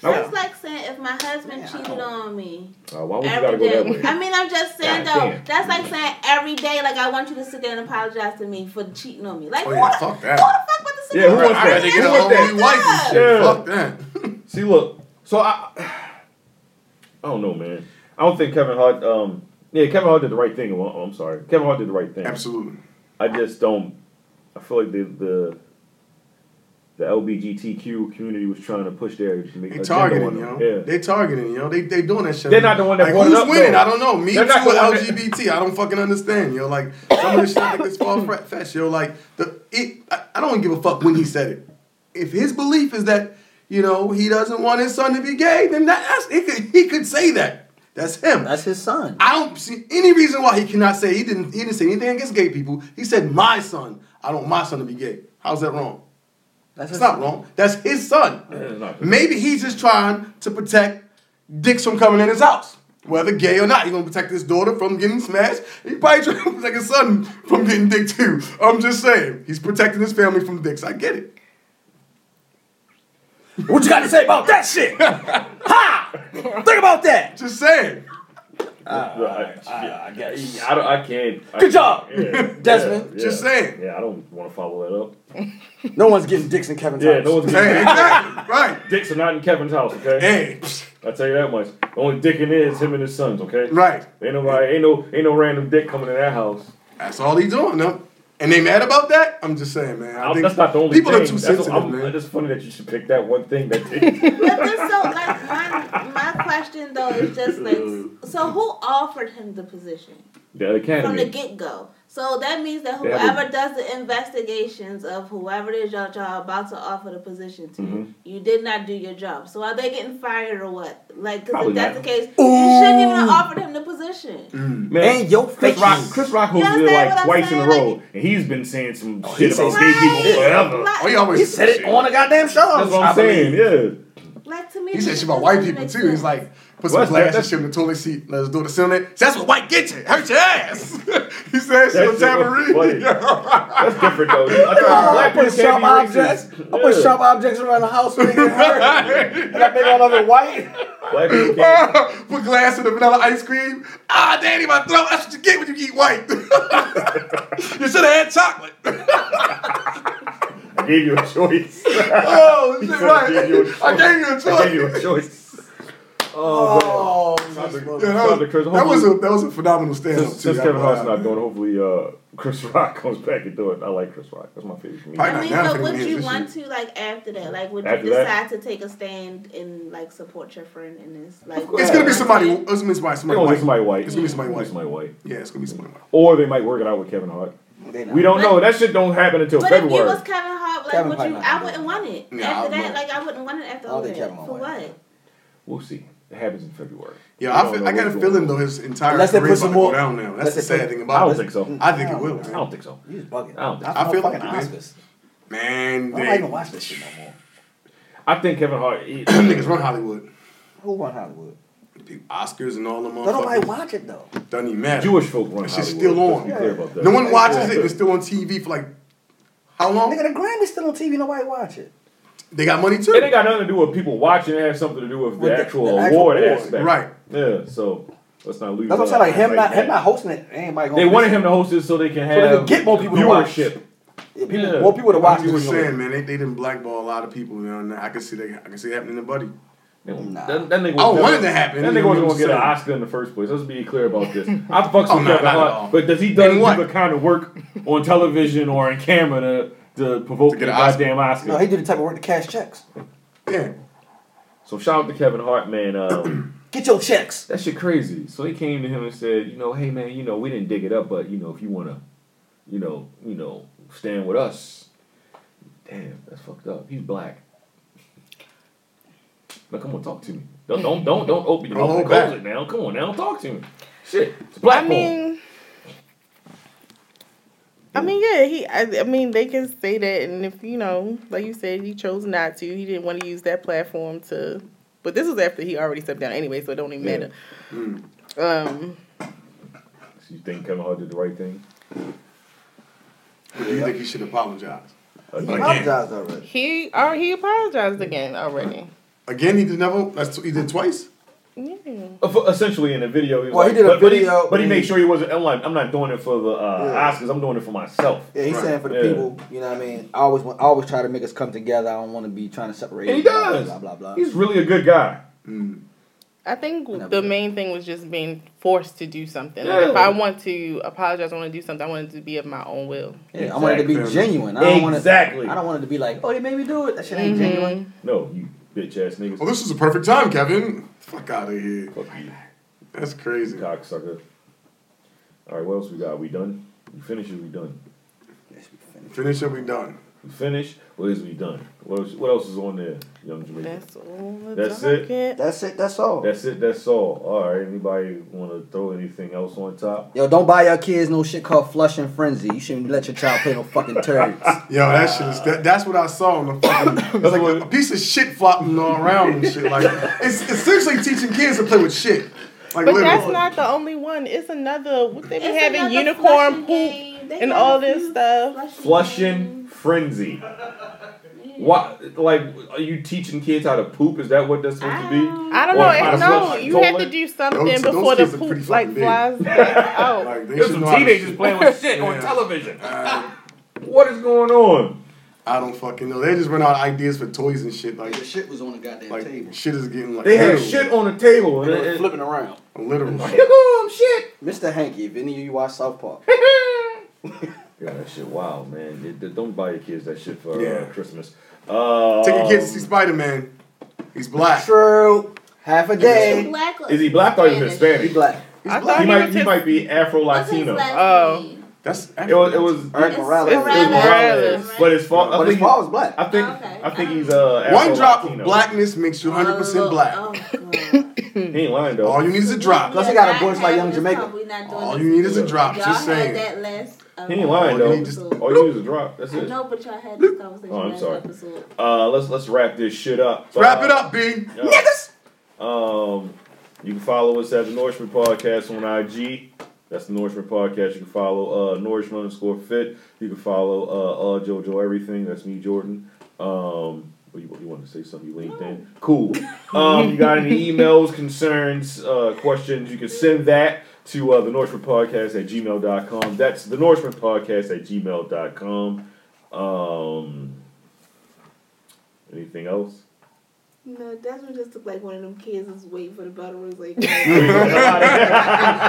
F: That's like saying if my husband cheated on me.
D: Uh, why would you gotta
F: every
D: go
F: day.
D: that way?
F: I mean, I'm just saying
D: God
F: though.
D: damn.
F: That's like saying every day, like I want you to sit there and apologize to me for cheating on me. Like,
E: Oh,
F: what?
E: yeah, fuck that.
D: Yeah, who
E: Right,
D: wants
E: I
D: that? Who
E: gotta get
D: wants
E: a whole
D: that?
E: new wife and shit.
D: Yeah.
E: Fuck that.
D: See, look. So I, I don't know, man. I don't think Kevin Hart. Um, yeah, Kevin Hart did the right thing. Well, I'm sorry, Kevin Hart did the right thing.
E: Absolutely.
D: I just don't. I feel like the the the LBGTQ community was trying to push their
E: They targeting, yo.
D: them. Yeah.
E: They targeting, yo. They they doing that shit.
D: They're not the one that
E: like,
D: brought it
E: who's
D: up,
E: winning?
D: though.
E: I don't know. Me too
D: They're
E: or
D: not the one that-
E: LGBT. I don't fucking understand, yo. Like some of this shit niggas fall fre- fetch, yo. Like the it. I, I don't give a fuck when he said it. If his belief is that you know he doesn't want his son to be gay, then that, that's he could he could say that. That's him. That's
C: his son.
E: I don't see any reason why he cannot say he didn't he didn't say anything against gay people. He said my son. I don't want my son to be gay. How's that wrong?
C: That's
E: it's not wrong. That's his son.
D: it's not.
E: Maybe he's just trying to protect dicks from coming in his house. Whether gay or not, he's gonna protect his daughter from getting smashed. He probably trying to protect his son from getting dick too. I'm just saying, he's protecting his family from dicks. I get it.
C: What you got to say about that shit? ha! Think about that.
E: Just saying.
D: I, I, don't, I can't. I
C: Good
D: can't-
C: job,
D: yeah,
C: Desmond.
D: yeah,
E: Just
D: yeah.
E: saying.
D: Yeah, I don't want to follow that up.
C: No one's getting dicks in Kevin's
D: Yeah,
C: house.
D: no one's
E: Hey,
D: getting
E: exactly. Right.
D: Dicks are not in Kevin's house, okay?
E: Hey.
D: I tell you that much. The only dick in there is him and his sons, okay?
E: Right.
D: Ain't nobody, ain't no, ain't no random dick coming in that house.
E: That's all he's doing, though. And they mad about that? I'm just saying, man. I
D: I'm-
E: think
D: that's not the only
E: people
D: thing.
E: are too
D: That's-
E: sensitive,
D: I'm-
E: man.
D: It's funny that you should pick that one thing that dick.
F: But this so like my my question though is just like so who offered him the position
D: the
F: from the
D: academy.
F: get go? So that means that
D: They have a-
F: whoever does the investigations of whoever it is y'all, y'all about to offer the position to,
D: Mhm.
F: you did not do your job. So are they getting fired or what? Like, 'cause
D: Probably
F: if that's
D: not. Mm.
F: the case, you shouldn't even have offered him the position.
D: Man, and your Chris Rock, Chris Rock
F: You
D: hosted it
F: understand what
D: like
F: I'm
D: twice in a row, and he's been saying some shit
C: says
D: about gay people
C: shit.
D: forever.
C: Like- Oh, he always He says said it shit. on the goddamn show,
D: That's what
C: I
D: I'm saying. Yeah.
F: Like to me,
E: He said shit about white people too. He's like, put some
D: Well, that's-
E: glass and
D: that's-
E: shit in the toilet seat. Let's do the ceiling. That's what white get you. Hurt your ass. he said shit
D: That shit
E: on
D: was
E: tambourine.
D: That's different though.
C: I put sharp objects. I put sharp objects around the house when it get hurt. and I think all of it white.
D: Black people
E: Put glass in the vanilla ice cream. Ah, daddy, my throat. That's what you get when you eat white. you should have had chocolate.
D: I gave you a choice.
E: Oh,
D: He
E: shit,
D: said,
E: right.
D: I gave you a choice.
E: I gave you a
D: I gave you a choice. Oh,
E: Yeah, that, was, that was a that was a phenomenal stand up
D: Since,
E: too.
D: since Kevin Hart's
E: I-
D: not going, hopefully uh, Chris Rock comes back and do it. I like Chris Rock. That's my favorite comedian.
F: I mean, but would you want to like after that? Like, would
D: After
F: you
D: that?
F: decide to take a stand and like support your friend in this? Like,
E: It's gonna be somebody. It's gonna be somebody. Somebody
D: It's
E: white.
D: somebody white.
E: It's gonna be somebody white.
D: It's somebody white.
E: Yeah, it's gonna be somebody white.
D: Or they might work it out with Kevin Hart. We don't know. That shit don't happen until
F: But if you
D: February.
F: was Kevin Hart, like,
D: Kevin
F: would
D: Hart
F: you?
D: not
F: I
D: gonna
F: wouldn't want it.
D: Nah, I
F: after that,
D: wouldn't.
F: like, I wouldn't want it after
D: I don't
F: all
D: think
F: that.
D: Kevin Hart
F: For
D: would.
F: what?
D: We'll see. It happens in February.
E: Yeah,
D: We
E: I,
D: don't
E: feel,
D: know
E: I got a
D: what's going
E: feeling
D: on.
E: though his entire
D: Unless they
E: career
D: put
E: is
D: some
E: about
D: more-
E: to go down now. That's
D: unless
E: the
D: they put-
E: sad thing
D: I
E: about
D: don't
E: it.
D: think so.
E: I think
D: I
E: it
D: don't
E: will.
D: think so. I don't think so.
E: He's
C: bugging.
D: I don't think
E: I
D: so.
E: feel like it,
D: Fucking
E: man.
D: Oscars.
E: Man,
D: I don't
E: they-
D: even
C: watch this shit no more.
D: I think Kevin Hart. He,
E: niggas run Hollywood.
C: Who won Hollywood?
E: The Oscars and all them.
C: Don't nobody
E: motherfuckers.
C: watch it though.
E: Doesn't even matter.
D: Jewish folk run
E: That shit's
D: Hollywood.
E: still on.
D: Let's be clear about that.
E: No one watches it.
D: Yeah.
E: and It's still on TV for like how long?
C: Nigga, the Grammy's still on TV. Nobody watch it.
E: They got money too.
D: It ain't got nothing to do with people watching. It has something to do with,
C: With
D: the,
C: the-
D: actual
C: the actual
D: award
C: award,
D: aspect.
C: right.
D: Yeah. So let's not lose.
C: That's what I'm
D: that
C: saying. Like him
D: right
C: not
D: now.
C: him not hosting it. Ain't nobody gonna
D: They wanted
C: miss
D: him to host it so they can
C: So they
D: have
C: can get more people to watch.
D: viewership.
C: it. Yeah, people, more people to watch
E: I'm just
C: it.
E: saying, man, they, they didn't blackball a lot of people. You know, and I can see that. I can see it happening to Buddy.
D: Nah. That, that nigga
E: I
D: was
E: want
D: never-
E: it to happen.
D: That
E: you
D: nigga
E: know
D: wasn't gonna
E: what I'm
D: get an
E: saying?
D: Oscar in the first place. Let's be clear about this. I fucks
E: Oh,
D: with Kevin
E: nah, not at
D: Hart,
E: all.
D: but does he does do the kind of work on television or in camera to, to provoke a
C: an Oscar.
D: goddamn Oscar?
C: No, he do the type of work to cash checks.
E: Yeah.
D: So shout out to Kevin Hart, man. Um,
C: Get your checks.
D: That shit crazy. So they came to him and said, you know, hey man, you know, we didn't dig it up, but you know, if you wanna, you know, you know, stand with us. Damn, that's fucked up. He's black. Now come on, talk to me. Don't don't don't, don't open your
E: Don't
D: mouth.
E: hold
D: Close
E: back.
D: it now. Come on now, talk to me. Shit, it's black.
G: I mean, I mean, yeah, he. I, I mean, they can say that, and if you know, like you said, he chose not to. He didn't want to use that platform to. But this was after he already stepped down anyway, so it don't even
D: Yeah.
G: matter. Um,
D: So you think Kevin Hart did the right thing?
E: Do you think he should apologize?
D: Again.
C: apologized already.
G: he or he apologized again already.
E: Again, he did never. That's he did twice.
G: Yeah.
D: Uh, for- Essentially, in the video, he was
C: Well, he
D: like-
C: did a
D: but, but he- But
C: video
D: he,
C: and
D: made
C: he-
D: sure he wasn't. I'm like, I'm not doing it for the uh,
C: Yeah.
D: Oscars. I'm doing it for myself.
C: Yeah, he's saying for the
D: Yeah.
C: people. You know what I mean? I always want. I always try to make us come together. I don't want to be trying to separate.
D: And he
C: us, blah,
D: does.
C: Blah blah blah.
D: He's really a good guy.
G: I think the main thing was just being forced to do something. Like
D: Yeah.
G: if I want to apologize, I want to do something. I want it to be of my own will.
C: Yeah, I wanted to be
D: Exactly.
C: genuine. I don't
D: Exactly.
C: Want to, I don't want it to be like, oh, they made me do it. That shit ain't
G: Mhm.
C: genuine.
D: No, you bitch ass niggas.
E: Well, this is a perfect time, Kevin. Fuck out of here.
D: Fuck you.
E: That's crazy.
D: Cocksucker. All right, what else we got? We done? We finish or we done?
E: Finish and we done.
D: We finish? What is we done? What else, what else is on there, young Jamaican?
G: That's all.
D: That's
G: all I
D: it?
G: get.
C: That's it. That's all.
D: That's it. That's all. All right. Anybody want to throw anything else on top?
C: Yo, don't buy your kids no shit called flush and frenzy. You shouldn't let your child play no fucking turds.
E: Yo, that shit is that, that's what I saw on the fucking. It's like a piece of shit flopping all around and shit. Like it's essentially teaching kids to play with shit. Like
G: but
E: literally.
G: that's not the only one. It's another. What they been
F: It's
G: having
F: another
G: unicorn
F: flushing
G: poop
F: They
G: and
F: got
G: all
F: a
G: this
F: few
G: stuff.
D: Flushing frenzy. What? Like, are you teaching kids how to poop? Is that what that's supposed to be?
G: I don't
D: Or
G: know.
D: how to
G: It's, no,
D: flush the
G: you have to
D: toilet?
G: do something
D: Those- those
G: before the
D: kids are pretty
G: poop like
D: fucking big.
G: flies back out.
E: Like, they
D: There's
E: should
D: some
E: know how to
D: teenagers
E: shit.
D: playing with shit on
E: Yeah. Uh,
D: television. What is going on?
E: I don't fucking know. They just ran out of ideas for toys and shit. Like
C: shit was on the goddamn
E: like, Shit is getting like
D: They had
E: literal.
D: shit on the table.
C: And it
D: And
C: was
D: it-
C: flipping around.
E: Literal.
D: Oh shit!
C: Mr. Hanky, if any of you watch South Park,
D: Yeah, that shit wild, man. It- it- don't buy your kids that shit for
E: Yeah.
D: uh, Christmas. Um,
E: Take your kids to see Spider Man. He's black.
C: true. Half a day.
F: black or
D: Is he Um, black or is he Hispanic?
C: He black.
E: He's
G: I
E: black.
D: He might, he might be Afro
F: What's his
D: Latino.
F: last name?
E: That's
D: it was it was
E: Eric
D: it's-
E: Morales.
D: it's- it's
E: Morales,
D: Morales,
E: right.
D: but his fault.
E: But his father was black.
D: I
F: Oh,
D: think I think he's uh
E: One drop
D: Afro-Latino.
E: of blackness makes
G: Oh.
E: you 100% black.
F: Oh,
D: He ain't lying though.
E: All you need is a drop.
F: Plus, he got a voice like Young Jamaica. We not doing
E: All
F: this.
E: you need is a drop.
F: Y'all
E: Just
F: had
E: saying.
F: that last. Um,
D: He ain't lying though. All Oh, you need is a drop. That's
F: I
D: it.
F: know, but y'all had this conversation
D: Oh, I'm
F: last
D: sorry.
F: episode.
D: Uh, let's let's wrap this shit up.
E: Wrap it
D: Uh,
E: up, B.
D: yeah. Um, you can follow us at the Norseman Podcast on IG. That's the Norseman Podcast. You can follow uh, Norseman underscore fit. You can follow uh, uh JoJo everything. That's me, Jordan. Um, what you, you want to say something? You linked in. Cool. Um, you got any emails, concerns, uh, questions? You can send that to uh, the Norseman Podcast at gmail.com. That's the Norseman Podcast at gmail.com. Um, anything else?
F: No, Desmond just looked like one of them kids that's waiting for the battle rose. Like,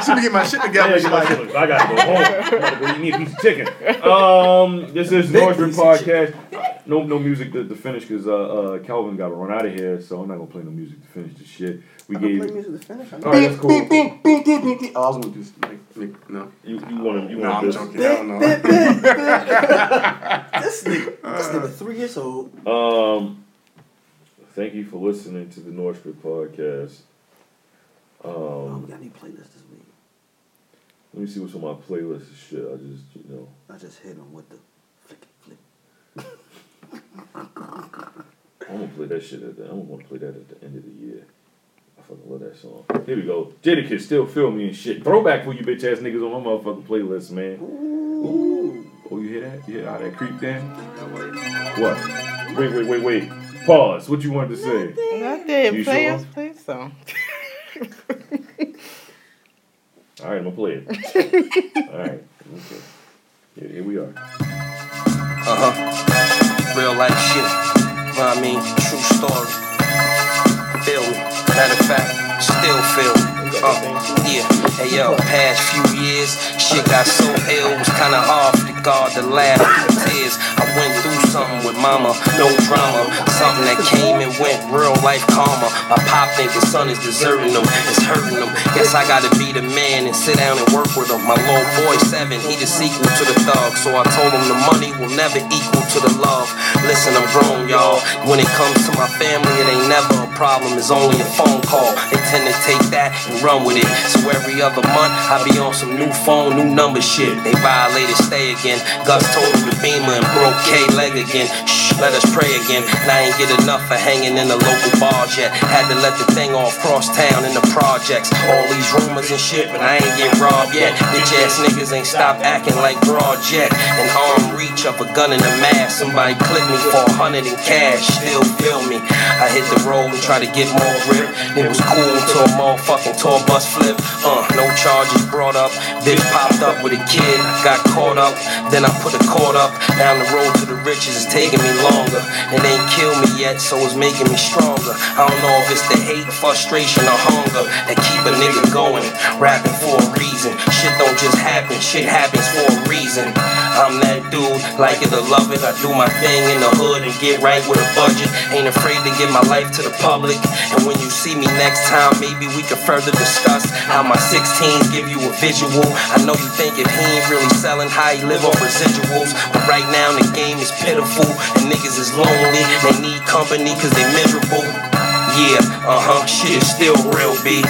D: Should
E: me get my shit together.
D: Yeah, get my shit together. I gotta go home. I gotta go eat me a piece of chicken. Um, this is Northern Podcast. No, no music to, to finish because uh, uh, Calvin got to run out of here, so I'm not gonna play no music to finish this shit. We
E: I'm
D: gave.
E: gonna play music to finish. I'm
D: All right, that's cool.
E: Beep, beep, beep, beep, beep, beep. Oh, I was gonna do this. Like, like, no.
D: You, you want to? You
E: no,
D: want
E: I'm
D: this?
E: joking. Hell no.
C: this nigga, this nigga three years old.
D: Um, thank you for listening to the Northwood podcast. Um, oh,
C: we got any playlists this week?
D: Let me see what's on my playlist. and Shit, I just you know.
C: I just hit him with the flick flip.
D: I'm gonna play that shit at the. I'm gonna play that at the end of the year. I fucking love that song. Here we go. Jadakiss still feel me and shit. Throwback for you bitch ass niggas on my motherfucking playlist, man. Ooh. Oh, you hear that? You hear how that creep down? What? Wait, wait, wait, wait. Pause. What you wanted to say?
G: Not that
D: You
G: play
D: sure?
G: us, play some.
D: All right, I'm gonna play it. All right. Okay. Here, here we are.
B: Uh huh. Real life shit. Know what I mean, true story. Feel me. Matter of fact, still feel me. Uh, yeah. Hey yo, past few years, shit got so ill, it was kinda hard to guard the laugh and tears. I went through something with mama, no drama. Something that came and went, real life karma. My pop thinking son is deserting him, it's hurting him. Guess I gotta be the man and sit down and work with him. My little boy seven, he the sequel to the thug. So I told him the money will never equal to the love. Listen, I'm grown, y'all. When it comes to my family, it ain't never a problem. It's only a phone call. They tend to take that and run with it. So every other month, I be on some new phone, new number shit. They violated stay again. Gus told him the beamer and broke K leg again. Shh, let us pray again. And I ain't get enough for hanging in the local bars yet. Had to let the thing off cross town in the projects. All these rumors and shit, but I ain't get robbed yet. Bitch ass niggas ain't stop acting like broad jet. An arm reach up a gun in a mask. Somebody clip me for a hundred in cash. Still feel me. I hit the road and try to get more grip. It was cool until a motherfucking tour bus flip. Uh, no charges brought up. Bitch popped up with a kid. I got caught up. Then I put a cord up. Down the road to the riches is taking me longer. It ain't killed me yet, so it's making me stronger. I don't know if it's the hate, frustration, or hunger that keep a nigga going. Rapping for a reason. Shit don't just happen. Shit happens for a reason. I'm that dude, like it or love it. I do my thing in the hood and get right with a budget. Ain't afraid to give my life to the public. And when you see me next time, maybe we can further discuss how my 16s give you a visual. I know you think if he ain't really selling, how he live on residuals. But right now, the game is pitiful. And niggas is lonely. They need company because they miserable. Yeah, uh huh. Shit is still real, B.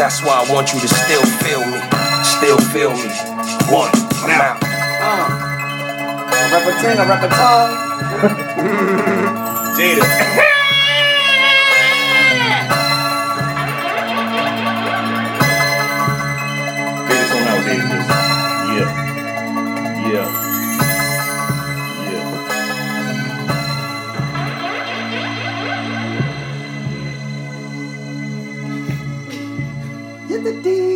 B: That's why I want you to still feel me. Still feel me. One, I'm out.
L: Repertoire, repertoire.
B: Jada.
D: Play this on out, Jadakiss. Yeah. Yeah. Yeah.
L: Get the D.